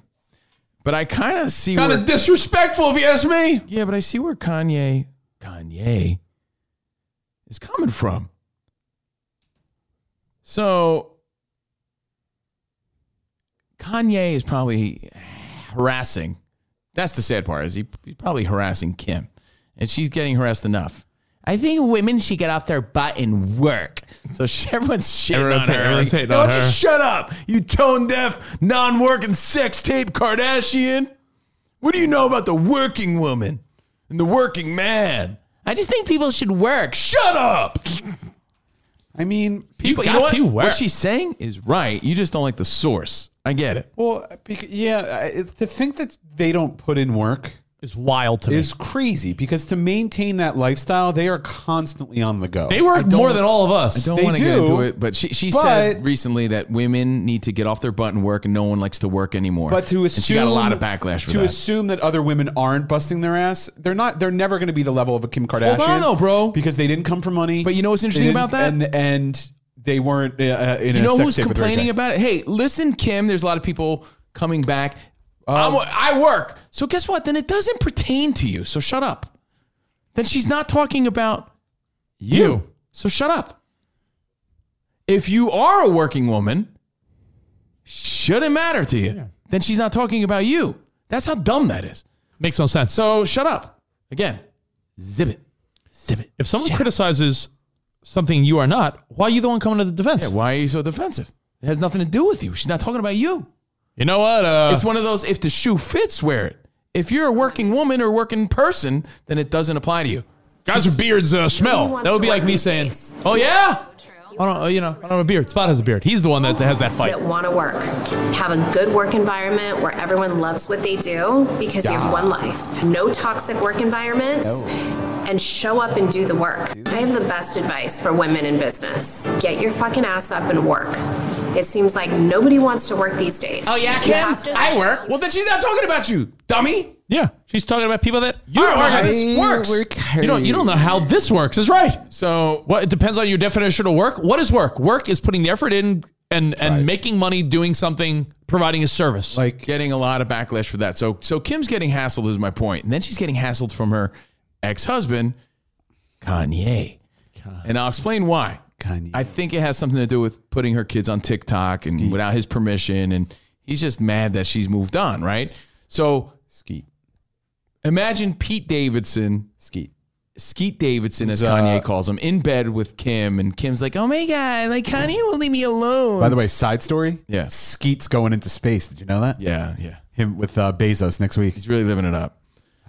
Speaker 3: but I kind of see
Speaker 7: Kind
Speaker 3: where-
Speaker 7: of disrespectful, if you ask me.
Speaker 3: Yeah, but I see where Kanye Kanye is coming from. So Kanye is probably harassing. That's the sad part is he, he's probably harassing Kim, and she's getting harassed enough. I think women should get off their butt and work. So she- everyone's shitting
Speaker 7: Everyone's
Speaker 3: on
Speaker 7: hate-
Speaker 3: her.
Speaker 7: everyone's
Speaker 3: like,
Speaker 7: hating
Speaker 3: "No,
Speaker 7: on
Speaker 3: just
Speaker 7: her."
Speaker 3: shut up, you tone deaf, non-working sex tape Kardashian. What do you know about the working woman and the working man? I just think people should work. Shut up.
Speaker 6: I mean,
Speaker 3: People,
Speaker 7: got to work.
Speaker 3: What she's saying is right. You just don't like the source. I get it.
Speaker 6: well, bec- yeah, I, to think that they don't put in work
Speaker 7: It's wild to me.
Speaker 6: is crazy because to maintain that lifestyle, they are constantly on the go.
Speaker 7: They work
Speaker 3: don't-
Speaker 7: more than all of
Speaker 3: I
Speaker 7: us.
Speaker 3: don't
Speaker 6: They
Speaker 3: want to get
Speaker 6: do,
Speaker 3: into it, but she, she
Speaker 6: but-
Speaker 3: said recently that women need to get off their butt and work, and no one likes to work anymore.
Speaker 6: But to
Speaker 3: And
Speaker 6: assume
Speaker 3: she got a lot of backlash for
Speaker 6: to
Speaker 3: that.
Speaker 6: assume that other women aren't busting their ass, they're not. They're never going to be the level of a Kim Kardashian,
Speaker 3: on though, bro.
Speaker 6: because they didn't come for money.
Speaker 3: But you know what's
Speaker 6: They
Speaker 3: interesting
Speaker 6: didn't-
Speaker 3: about that?
Speaker 6: and and they weren't uh, uh, in
Speaker 3: you
Speaker 6: a
Speaker 3: know
Speaker 6: sex
Speaker 3: who's
Speaker 6: tape with Ray
Speaker 3: complaining
Speaker 6: J.
Speaker 3: about it? Hey, listen, Kim. There's a lot of people coming back. I'm, I work, so guess what? Then it doesn't pertain to you. So shut up. Then she's not talking about you. So shut up. If you are a working woman, shouldn't matter to you. Then she's not talking about you. That's how dumb that is.
Speaker 7: Makes no sense.
Speaker 3: So shut up. Again, zip it. Zip it.
Speaker 7: if someone criticizes something you are not, why are you the one coming to the defense?
Speaker 3: Yeah, why are you so defensive? It has nothing to do with you. She's not talking about you.
Speaker 7: you know what? Uh,
Speaker 3: It's one of those if the shoe fits, wear it. If you're a working woman or working person, then it doesn't apply to you.
Speaker 7: guys with beards uh, smell.
Speaker 11: wants
Speaker 7: That would be
Speaker 11: to
Speaker 7: like
Speaker 11: work
Speaker 7: me
Speaker 11: these
Speaker 7: saying,
Speaker 11: days?
Speaker 7: "Oh yeah,
Speaker 11: True. Oh.
Speaker 7: I don't, uh, you know, I don't have a beard." Spot has a beard. He's the one that has that fight.
Speaker 11: that want to work. Have a good work environment where everyone loves what they do because you have one life. No toxic work environments. And show up and do the work. I have the best advice for women in business. Get your fucking ass up and work. It seems like nobody wants to work these days.
Speaker 3: Oh yeah,
Speaker 11: You
Speaker 3: Kim,
Speaker 11: have to-
Speaker 3: I work. Well, then she's not talking about you, dummy.
Speaker 7: Yeah, she's talking about people that you
Speaker 3: don't know how this works.
Speaker 7: You don't. You don't know how this works. Is right.
Speaker 3: So
Speaker 7: What it depends on your definition of work. What is work? Work is putting the effort in and and making money doing something, providing a service.
Speaker 6: Like
Speaker 3: getting a lot of backlash for that. So so Kim's getting hassled is my point, and then she's getting hassled from her ex husband, Kanye. And I'll explain why.
Speaker 6: Kanye.
Speaker 3: I think it has something to do with putting her kids on TikTok and without his permission, and he's just mad that she's moved on, right? So
Speaker 6: Skeet
Speaker 3: imagine Pete Davidson
Speaker 6: Skeet.
Speaker 3: Skeet Davidson, as
Speaker 6: Who's, uh,
Speaker 3: Kanye calls him, in bed with Kim, and Kim's like, "Oh my god, like Kanye won't leave me alone."
Speaker 6: By the way, side story.
Speaker 3: Yeah.
Speaker 6: Skeet's going into space. Did you know that?
Speaker 3: yeah, yeah,
Speaker 6: Him with uh, Bezos next week.
Speaker 3: he's really living it up.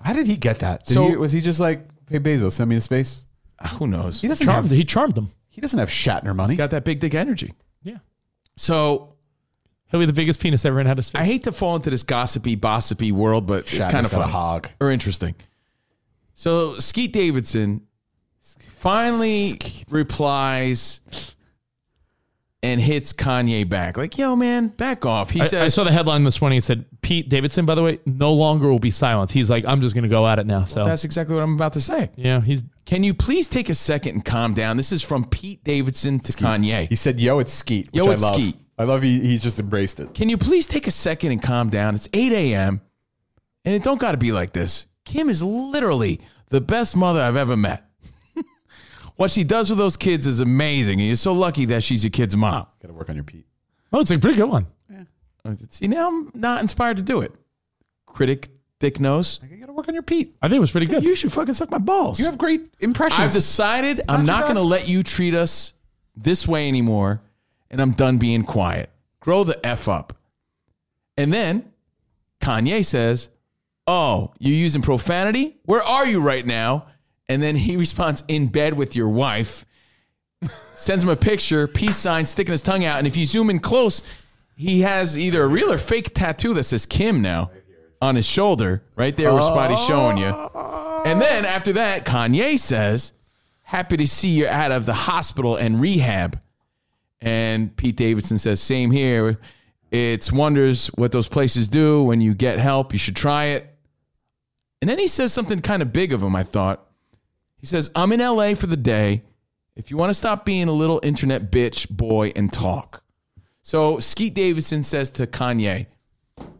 Speaker 6: How did he get that? Did
Speaker 3: So-
Speaker 6: he, was he just like, "Hey Bezos, send me to space"?
Speaker 3: Uh, Who knows?
Speaker 6: He doesn't
Speaker 7: charmed.
Speaker 6: have
Speaker 7: He charmed them.
Speaker 6: he doesn't have Shatner money.
Speaker 3: He's got that big dick energy.
Speaker 7: Yeah.
Speaker 3: So
Speaker 7: He'll be the biggest penis ever in had his face.
Speaker 3: I hate to fall into this gossipy, bossipy world, but it's
Speaker 6: Shatner's
Speaker 3: kind of
Speaker 6: got a
Speaker 3: fun
Speaker 6: hog.
Speaker 3: or interesting. So Skeet Davidson finally replies and hits Kanye back, like, "Yo, man, back off." He
Speaker 7: I, I
Speaker 3: says,
Speaker 7: saw the headline this morning. It said Pete Davidson, by the way, no longer will be silent. He's like, I'm just going to go at it now. So
Speaker 3: "That's exactly what I'm about to say."
Speaker 7: yeah, he's
Speaker 3: Can you please take a second and calm down? This is from Pete Davidson to
Speaker 6: He
Speaker 3: Kanye.
Speaker 6: said, "Yo, it's Skeet." Which
Speaker 3: Yo,
Speaker 6: I
Speaker 3: it's
Speaker 6: love.
Speaker 3: Skeet.
Speaker 6: I love. He, he's just embraced it.
Speaker 3: Can you please take a second and calm down? It's 8 a.m. and it don't got to be like this. Kim is literally the best mother I've ever met. what she does with those kids is amazing, and you're so lucky that she's your kid's mom.
Speaker 6: Got to work on your Pete.
Speaker 7: oh, it's a pretty good one.
Speaker 3: See, now I'm not inspired to do it. Critic Dick knows.
Speaker 6: You got to work on your Pete.
Speaker 7: I think it was pretty good.
Speaker 3: You should fucking suck my balls.
Speaker 6: You have great
Speaker 3: I've
Speaker 6: impressions.
Speaker 3: decided I'm not going to
Speaker 6: best.
Speaker 3: let you treat us this way anymore, and I'm done being quiet. Grow the F up. And then Kanye says, Oh, you're using profanity? Where are you right now? And then he responds, In bed with your wife, sends him a picture, peace sign, sticking his tongue out. And if you zoom in close, he has either a real or fake tattoo that says Kim now on his shoulder, right there where Spotty's showing you. And then after that, Kanye says, Happy to see you're out of the hospital and rehab. And Pete Davidson says, Same here. It's wonders what those places do when you get help. You should try it. And then he says something kind of big of him, I thought. He says, I'm in LA for the day. If you want to stop being a little internet bitch boy and talk. So Skeet Davidson says to Kanye,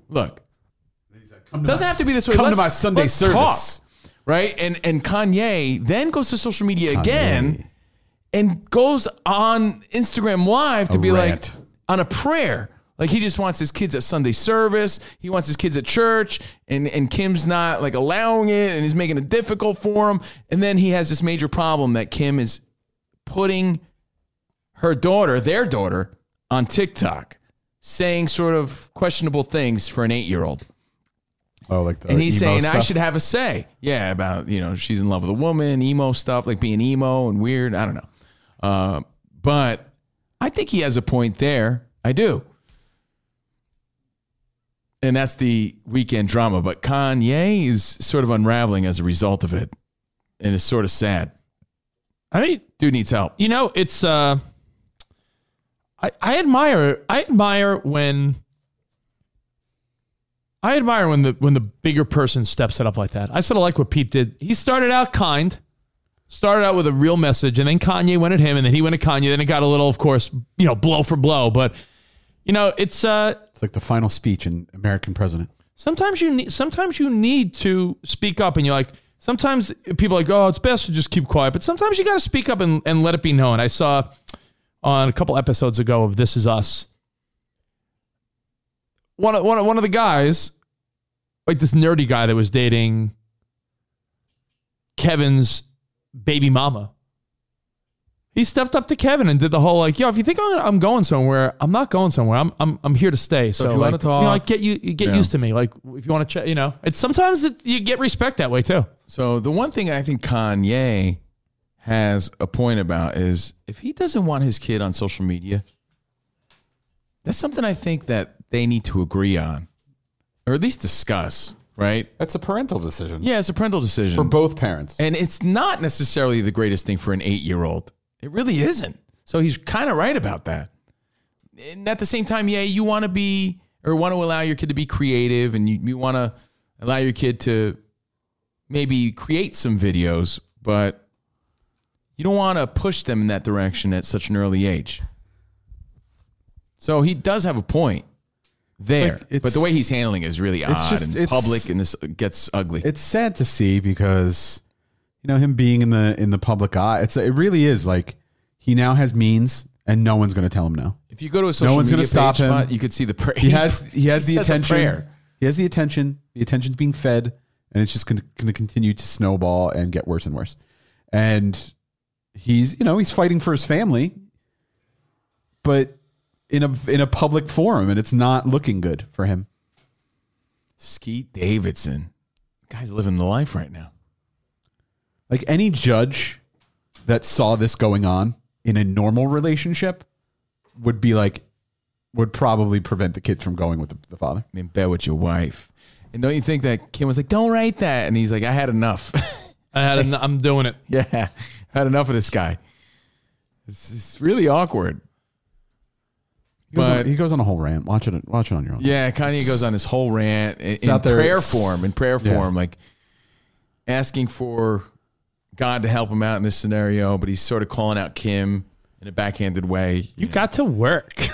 Speaker 3: Look,
Speaker 6: Come to
Speaker 3: doesn't
Speaker 6: my-
Speaker 3: have to be this way.
Speaker 6: Come
Speaker 3: Let's-
Speaker 6: to my Sunday
Speaker 3: let's
Speaker 6: service.
Speaker 3: talk, right? And and Kanye then goes to social media again and goes on Instagram Live to
Speaker 6: A
Speaker 3: be
Speaker 6: rant.
Speaker 3: like on a prayer. Like he just wants his kids at Sunday service. He wants his kids at church, and and Kim's not like allowing it, and he's making it difficult for him. And then he has this major problem that Kim is putting her daughter, their daughter, on TikTok, saying sort of questionable things for an eight-year-old
Speaker 6: Oh, like the
Speaker 3: and he's
Speaker 6: emo
Speaker 3: saying I
Speaker 6: stuff?
Speaker 3: should have a say. Yeah, about you know she's in love with a woman, emo stuff, like being emo and weird. I don't know, uh, but I think he has a point there. I do, and that's the weekend drama. But Kanye is sort of unraveling as a result of it, and it's sort of sad.
Speaker 7: I mean,
Speaker 3: dude needs help.
Speaker 7: You know, it's uh I I admire I admire when I admire when the when the bigger person steps it up like that. I sort of like what Pete did. He started out kind, started out with a real message, and then Kanye went at him, and then he went at Kanye. Then it got a little, of course, you know, blow for blow. But you know, it's uh,
Speaker 6: It's like the final speech in American President.
Speaker 7: sometimes you need sometimes you need to speak up and you're like sometimes people are like oh it's best to just keep quiet but sometimes you got to speak up and, and let it be known i saw on a couple episodes ago of this is us one of, one of, one of the guys like this nerdy guy that was dating kevin's baby mama he stepped up to Kevin and did the whole like, yo, if you think I'm, I'm going somewhere, I'm not going somewhere. I'm I'm, I'm here to stay. So,
Speaker 3: So if you wanna
Speaker 7: like, you know,
Speaker 3: talk-
Speaker 7: like, get you you get
Speaker 3: Yeah.
Speaker 7: used to me. Like if you want to check, you know, it's sometimes it, you get respect that way too.
Speaker 3: So the one thing I think Kanye has a point about is if he doesn't want his kid on social media, that's something I think that they need to agree on, or at least discuss. Right?
Speaker 6: That's a parental decision.
Speaker 3: Yeah, it's a parental decision
Speaker 6: For both parents.
Speaker 3: and it's not necessarily the greatest thing for an eight-year-old. It really isn't. So he's kind of right about that. And at the same time, yeah, you want to be or want to allow your kid to be creative, and you, you want to allow your kid to maybe create some videos, but you don't want to push them in that direction at such an early age. So he does have a point there,
Speaker 6: Like, it's-
Speaker 3: but the way he's handling it is really
Speaker 6: It's
Speaker 3: odd
Speaker 6: just-
Speaker 3: and
Speaker 6: it's-
Speaker 3: public, and this gets ugly.
Speaker 6: It's sad to see because you know him being in the in the public eye. It's it really is like he now has means and no one's going to tell him no.
Speaker 3: If you go to a social
Speaker 6: no one's
Speaker 3: media
Speaker 6: gonna stop
Speaker 3: page,
Speaker 6: him.
Speaker 3: Mott, you could see the prayer.
Speaker 6: He has he has the
Speaker 3: says a
Speaker 6: attention.
Speaker 3: prayer.
Speaker 6: He has the attention. The attention's being fed, and it's just going to continue to snowball and get worse and worse. And he's you know he's fighting for his family, but in a in a public forum, and it's not looking good for him.
Speaker 3: Skeet Davidson, guy's living the life right now.
Speaker 6: Like any judge that saw this going on in a normal relationship would be like, would probably prevent the kids from going with the, the father.
Speaker 3: In bed with your wife, and don't you think that Kim was like, "Don't write that," and he's like, "I had enough."
Speaker 7: I had en- I'm doing it.
Speaker 3: yeah, I had enough of this guy. It's, it's really awkward.
Speaker 6: He goes,
Speaker 3: But-
Speaker 6: on, he goes on a whole rant. Watch it. Watch it on your own.
Speaker 3: Yeah, Kanye goes on his whole rant in, in
Speaker 6: out there,
Speaker 3: prayer
Speaker 6: it's-
Speaker 3: form, in prayer
Speaker 6: yeah.
Speaker 3: form, like asking for God to help him out in this scenario, but he's sort of calling out Kim in a backhanded way.
Speaker 7: You got to work.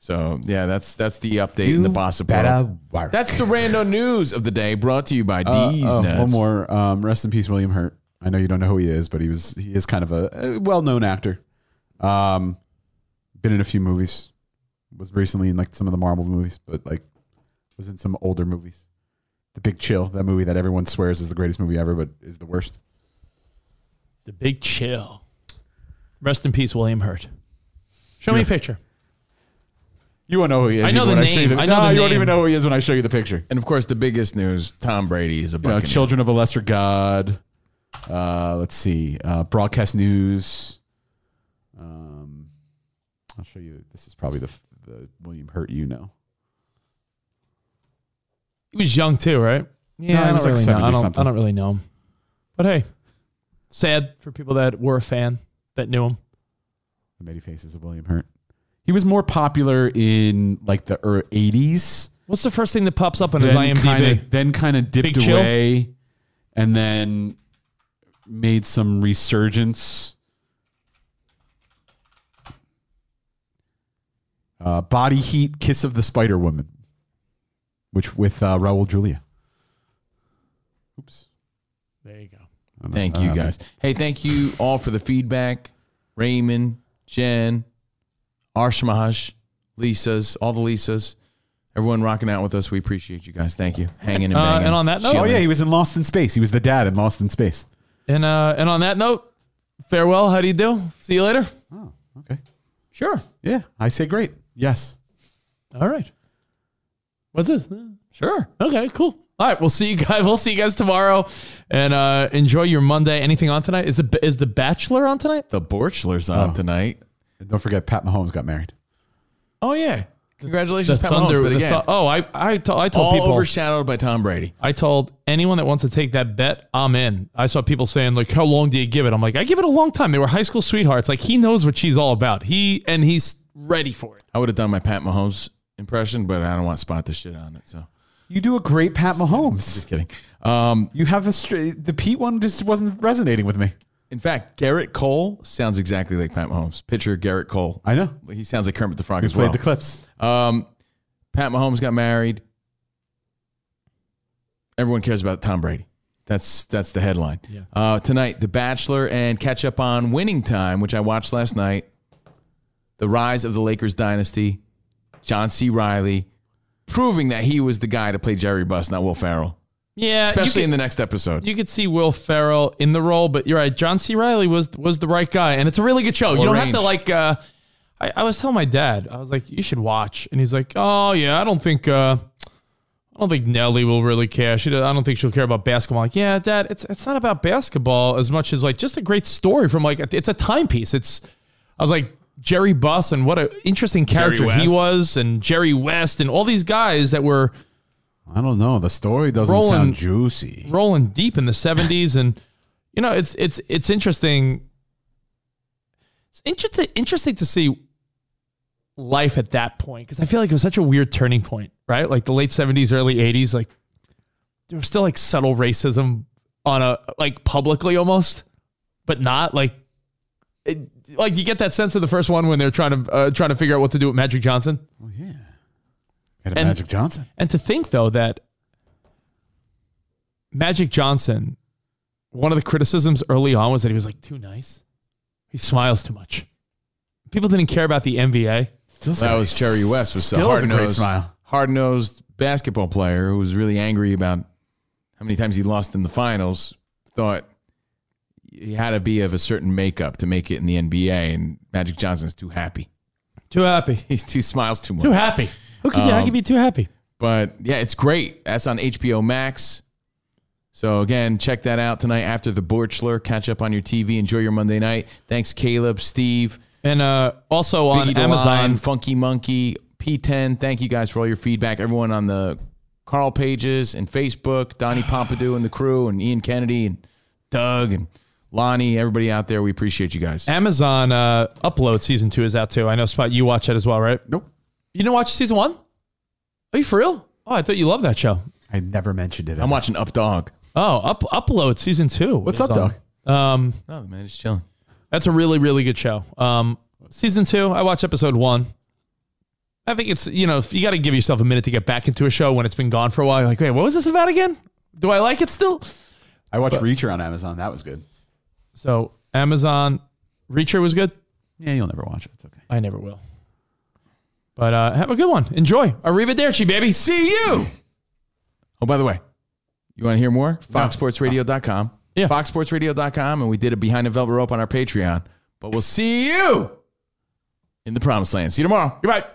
Speaker 3: So yeah, that's that's the update in the boss world.
Speaker 6: work.
Speaker 3: That's the rando news of the day, brought to you by
Speaker 6: Uh,
Speaker 3: D's
Speaker 6: oh,
Speaker 3: Nuts.
Speaker 6: one more. Um, rest in peace, William Hurt. I know you don't know who he is, but he was he is kind of a, a well-known actor. Um, been in a few movies. Was recently in like some of the Marvel movies, but like was in some older movies. The Big Chill, that movie that everyone swears is the greatest movie ever, but is the worst.
Speaker 7: the big chill. Rest in peace, William Hurt. Show me a picture.
Speaker 6: You won't know who he is.
Speaker 7: I know
Speaker 6: even
Speaker 7: the
Speaker 6: when show you
Speaker 7: name. I know
Speaker 6: no,
Speaker 7: the
Speaker 6: you won't
Speaker 7: name.
Speaker 6: even know who he is when I show you the picture.
Speaker 3: And of course, the biggest news: Tom Brady is a
Speaker 6: You know,
Speaker 3: Buccaneer.
Speaker 6: Children of a Lesser God. Uh, let's see. Uh, broadcast news. Um, I'll show you. This is probably the, the William Hurt you know.
Speaker 7: He was young too, right?
Speaker 6: No,
Speaker 7: Yeah,
Speaker 6: he
Speaker 7: I,
Speaker 6: was
Speaker 7: don't
Speaker 6: like
Speaker 7: really know.
Speaker 6: 70
Speaker 7: I, don't, I
Speaker 6: something.
Speaker 7: don't really know him. But hey, sad for people that were a fan that knew him.
Speaker 6: The Many Faces of William Hurt. He was more popular in like the er- 80s.
Speaker 7: What's the first thing that pops up on his IMDb?
Speaker 6: Kinda, then kind of dipped
Speaker 7: Big Chill?
Speaker 6: away. And then made some resurgence. Uh, Body Heat, Kiss of the Spider Woman, which with uh, Raul Julia.
Speaker 7: There you go.
Speaker 3: Thank
Speaker 6: I
Speaker 3: you
Speaker 6: don't
Speaker 3: guys. Hey, thank you all for the feedback. Raymond, Jen, Arshmaj, Lisa's, all the Lisa's, everyone rocking out with us. We appreciate you guys. Thank you. Hanging and
Speaker 7: Uh,
Speaker 3: banging.
Speaker 7: and on that note-
Speaker 6: oh yeah,
Speaker 3: chilling.
Speaker 6: he was in Lost in Space. He was the dad in Lost in Space.
Speaker 7: And uh, and on that note, farewell. How do you do? See you later.
Speaker 6: Oh, okay.
Speaker 7: Sure.
Speaker 6: Yeah, I say great. Yes.
Speaker 7: All right. What's this? Sure. Okay. Cool. All right. We'll see you guys. We'll see you guys tomorrow, and uh, enjoy your Monday. Anything on tonight? Is the is the Bachelor on tonight?
Speaker 3: The Borchler's on
Speaker 6: Oh.
Speaker 3: tonight.
Speaker 6: And don't forget, Pat Mahomes got married.
Speaker 3: Oh yeah. Congratulations, Pat Mahomes. But
Speaker 7: the
Speaker 3: again,
Speaker 7: Thu- oh, I I, to- I told
Speaker 3: all
Speaker 7: people
Speaker 3: overshadowed by Tom Brady.
Speaker 7: I told anyone that wants to take that bet, I'm in. I saw people saying like, "How long do you give it?" I'm like, "I give it a long time." They were high school sweethearts. Like he knows what she's all about. He and he's ready for it.
Speaker 3: I would have done my Pat Mahomes impression, but I don't want to spot the shit on it. So
Speaker 6: You do a great Pat Mahomes.
Speaker 3: just kidding. Um,
Speaker 6: You have a straight. The Pete one just wasn't resonating with me.
Speaker 3: in fact, Garrett Cole sounds exactly like Pat Mahomes. Picture Garrett Cole.
Speaker 6: I know.
Speaker 3: He sounds like Kermit the Frog
Speaker 6: We
Speaker 3: as
Speaker 6: played
Speaker 3: well.
Speaker 6: the clips.
Speaker 3: Um, Pat Mahomes got married. Everyone cares about Tom Brady. That's that's the headline. Uh, tonight, The Bachelor and catch up on Winning Time, which I watched last night. The rise of the Lakers dynasty. John C. Riley proving that he was the guy to play Jerry Buss, not Will Farrell.
Speaker 6: Uh,
Speaker 7: Yeah,
Speaker 3: Especially
Speaker 7: in the.
Speaker 3: in the next episode.
Speaker 7: you could see Will Ferrell in the role, but you're right. John C. Riley was was the right guy, and it's a really good show. you
Speaker 3: More
Speaker 7: don't have
Speaker 3: range.
Speaker 7: to like. Uh, I, I was telling my dad, I was like, "You should watch," and he's like, "Oh yeah, I don't think, uh, I don't think Nelly will really care. She, don't- I don't think she'll care about basketball." I'm like, yeah, Dad, it's it's not about basketball as much as like just a great story from like it's a timepiece. It's, I was like. Jerry Buss and what an interesting character he
Speaker 3: West.
Speaker 7: was, and Jerry West, and all these guys that were
Speaker 6: I don't know. The story doesn't
Speaker 7: Rolling-
Speaker 6: sound juicy.
Speaker 7: rolling deep in the 70s and you know it's it's it's interesting it's interesting interesting to see life at that point because i feel like it was such a weird turning point right like the late 70s early 80s like there was still like subtle racism on a like publicly almost but not like it, like you get that sense of the first one when they're trying to uh, trying to figure out what to do with magic johnson
Speaker 6: Had a
Speaker 7: And-
Speaker 6: Magic Johnson.
Speaker 7: and to think though that Magic Johnson, one of the criticisms early on was that he was like too nice. He smiles too much. People didn't care about the NBA.
Speaker 6: Still
Speaker 3: That was Jerry West. Was
Speaker 6: still has a great
Speaker 3: hard-nosed-
Speaker 6: smile.
Speaker 3: hard-nosed basketball player who was really angry about how many times he lost in the finals. Thought he had to be of a certain makeup to make it in the NBA, and Magic Johnson's too happy.
Speaker 7: Too happy.
Speaker 3: He's too smiles too much.
Speaker 7: Too happy. Who could I could be too happy?
Speaker 3: But yeah, it's great. That's on HBO Max. So again, check that out tonight after the Borchler. Catch up on your TV. Enjoy your Monday night. Thanks, Caleb, Steve,
Speaker 7: And uh, also on
Speaker 3: Biggie
Speaker 7: Amazon,
Speaker 3: DeLine, Funky Monkey, P10. Thank you guys for all your feedback. Everyone on the Carl pages and Facebook, Donnie Pompidou and the crew, and Ian Kennedy and Doug and Lonnie, everybody out there. We appreciate you guys.
Speaker 7: Amazon uh, upload season two is out too. I know Spot, you watch that as well, right?
Speaker 6: Nope.
Speaker 7: You didn't watch season one? Are you for real? Oh, I thought you loved that show.
Speaker 6: I never mentioned it.
Speaker 3: I'm watching Up Dog.
Speaker 7: Oh, up upload season two.
Speaker 6: What's
Speaker 7: is
Speaker 6: Up
Speaker 7: on. Um,
Speaker 3: Oh man, it's chilling.
Speaker 7: That's a really, really good show. Um, season two, I watched episode one. I think it's, you know, if you got to give yourself a minute to get back into a show when it's been gone for a while. You're like, wait, what was this about again? Do I like it still?
Speaker 6: I watched Reacher on Amazon. That was good.
Speaker 7: So, Amazon Reacher was good.
Speaker 6: Yeah, you'll never watch it. It's okay.
Speaker 7: I never will. But uh, have a good one. Enjoy. Arrivederci, baby. See you.
Speaker 3: Oh, by the way, you want to hear more? FoxSportsRadio.com.
Speaker 7: Yeah.
Speaker 3: FoxSportsRadio.com. And we did a behind the velvet rope on our Patreon. But we'll see you in the promised land. See you tomorrow.
Speaker 7: Goodbye.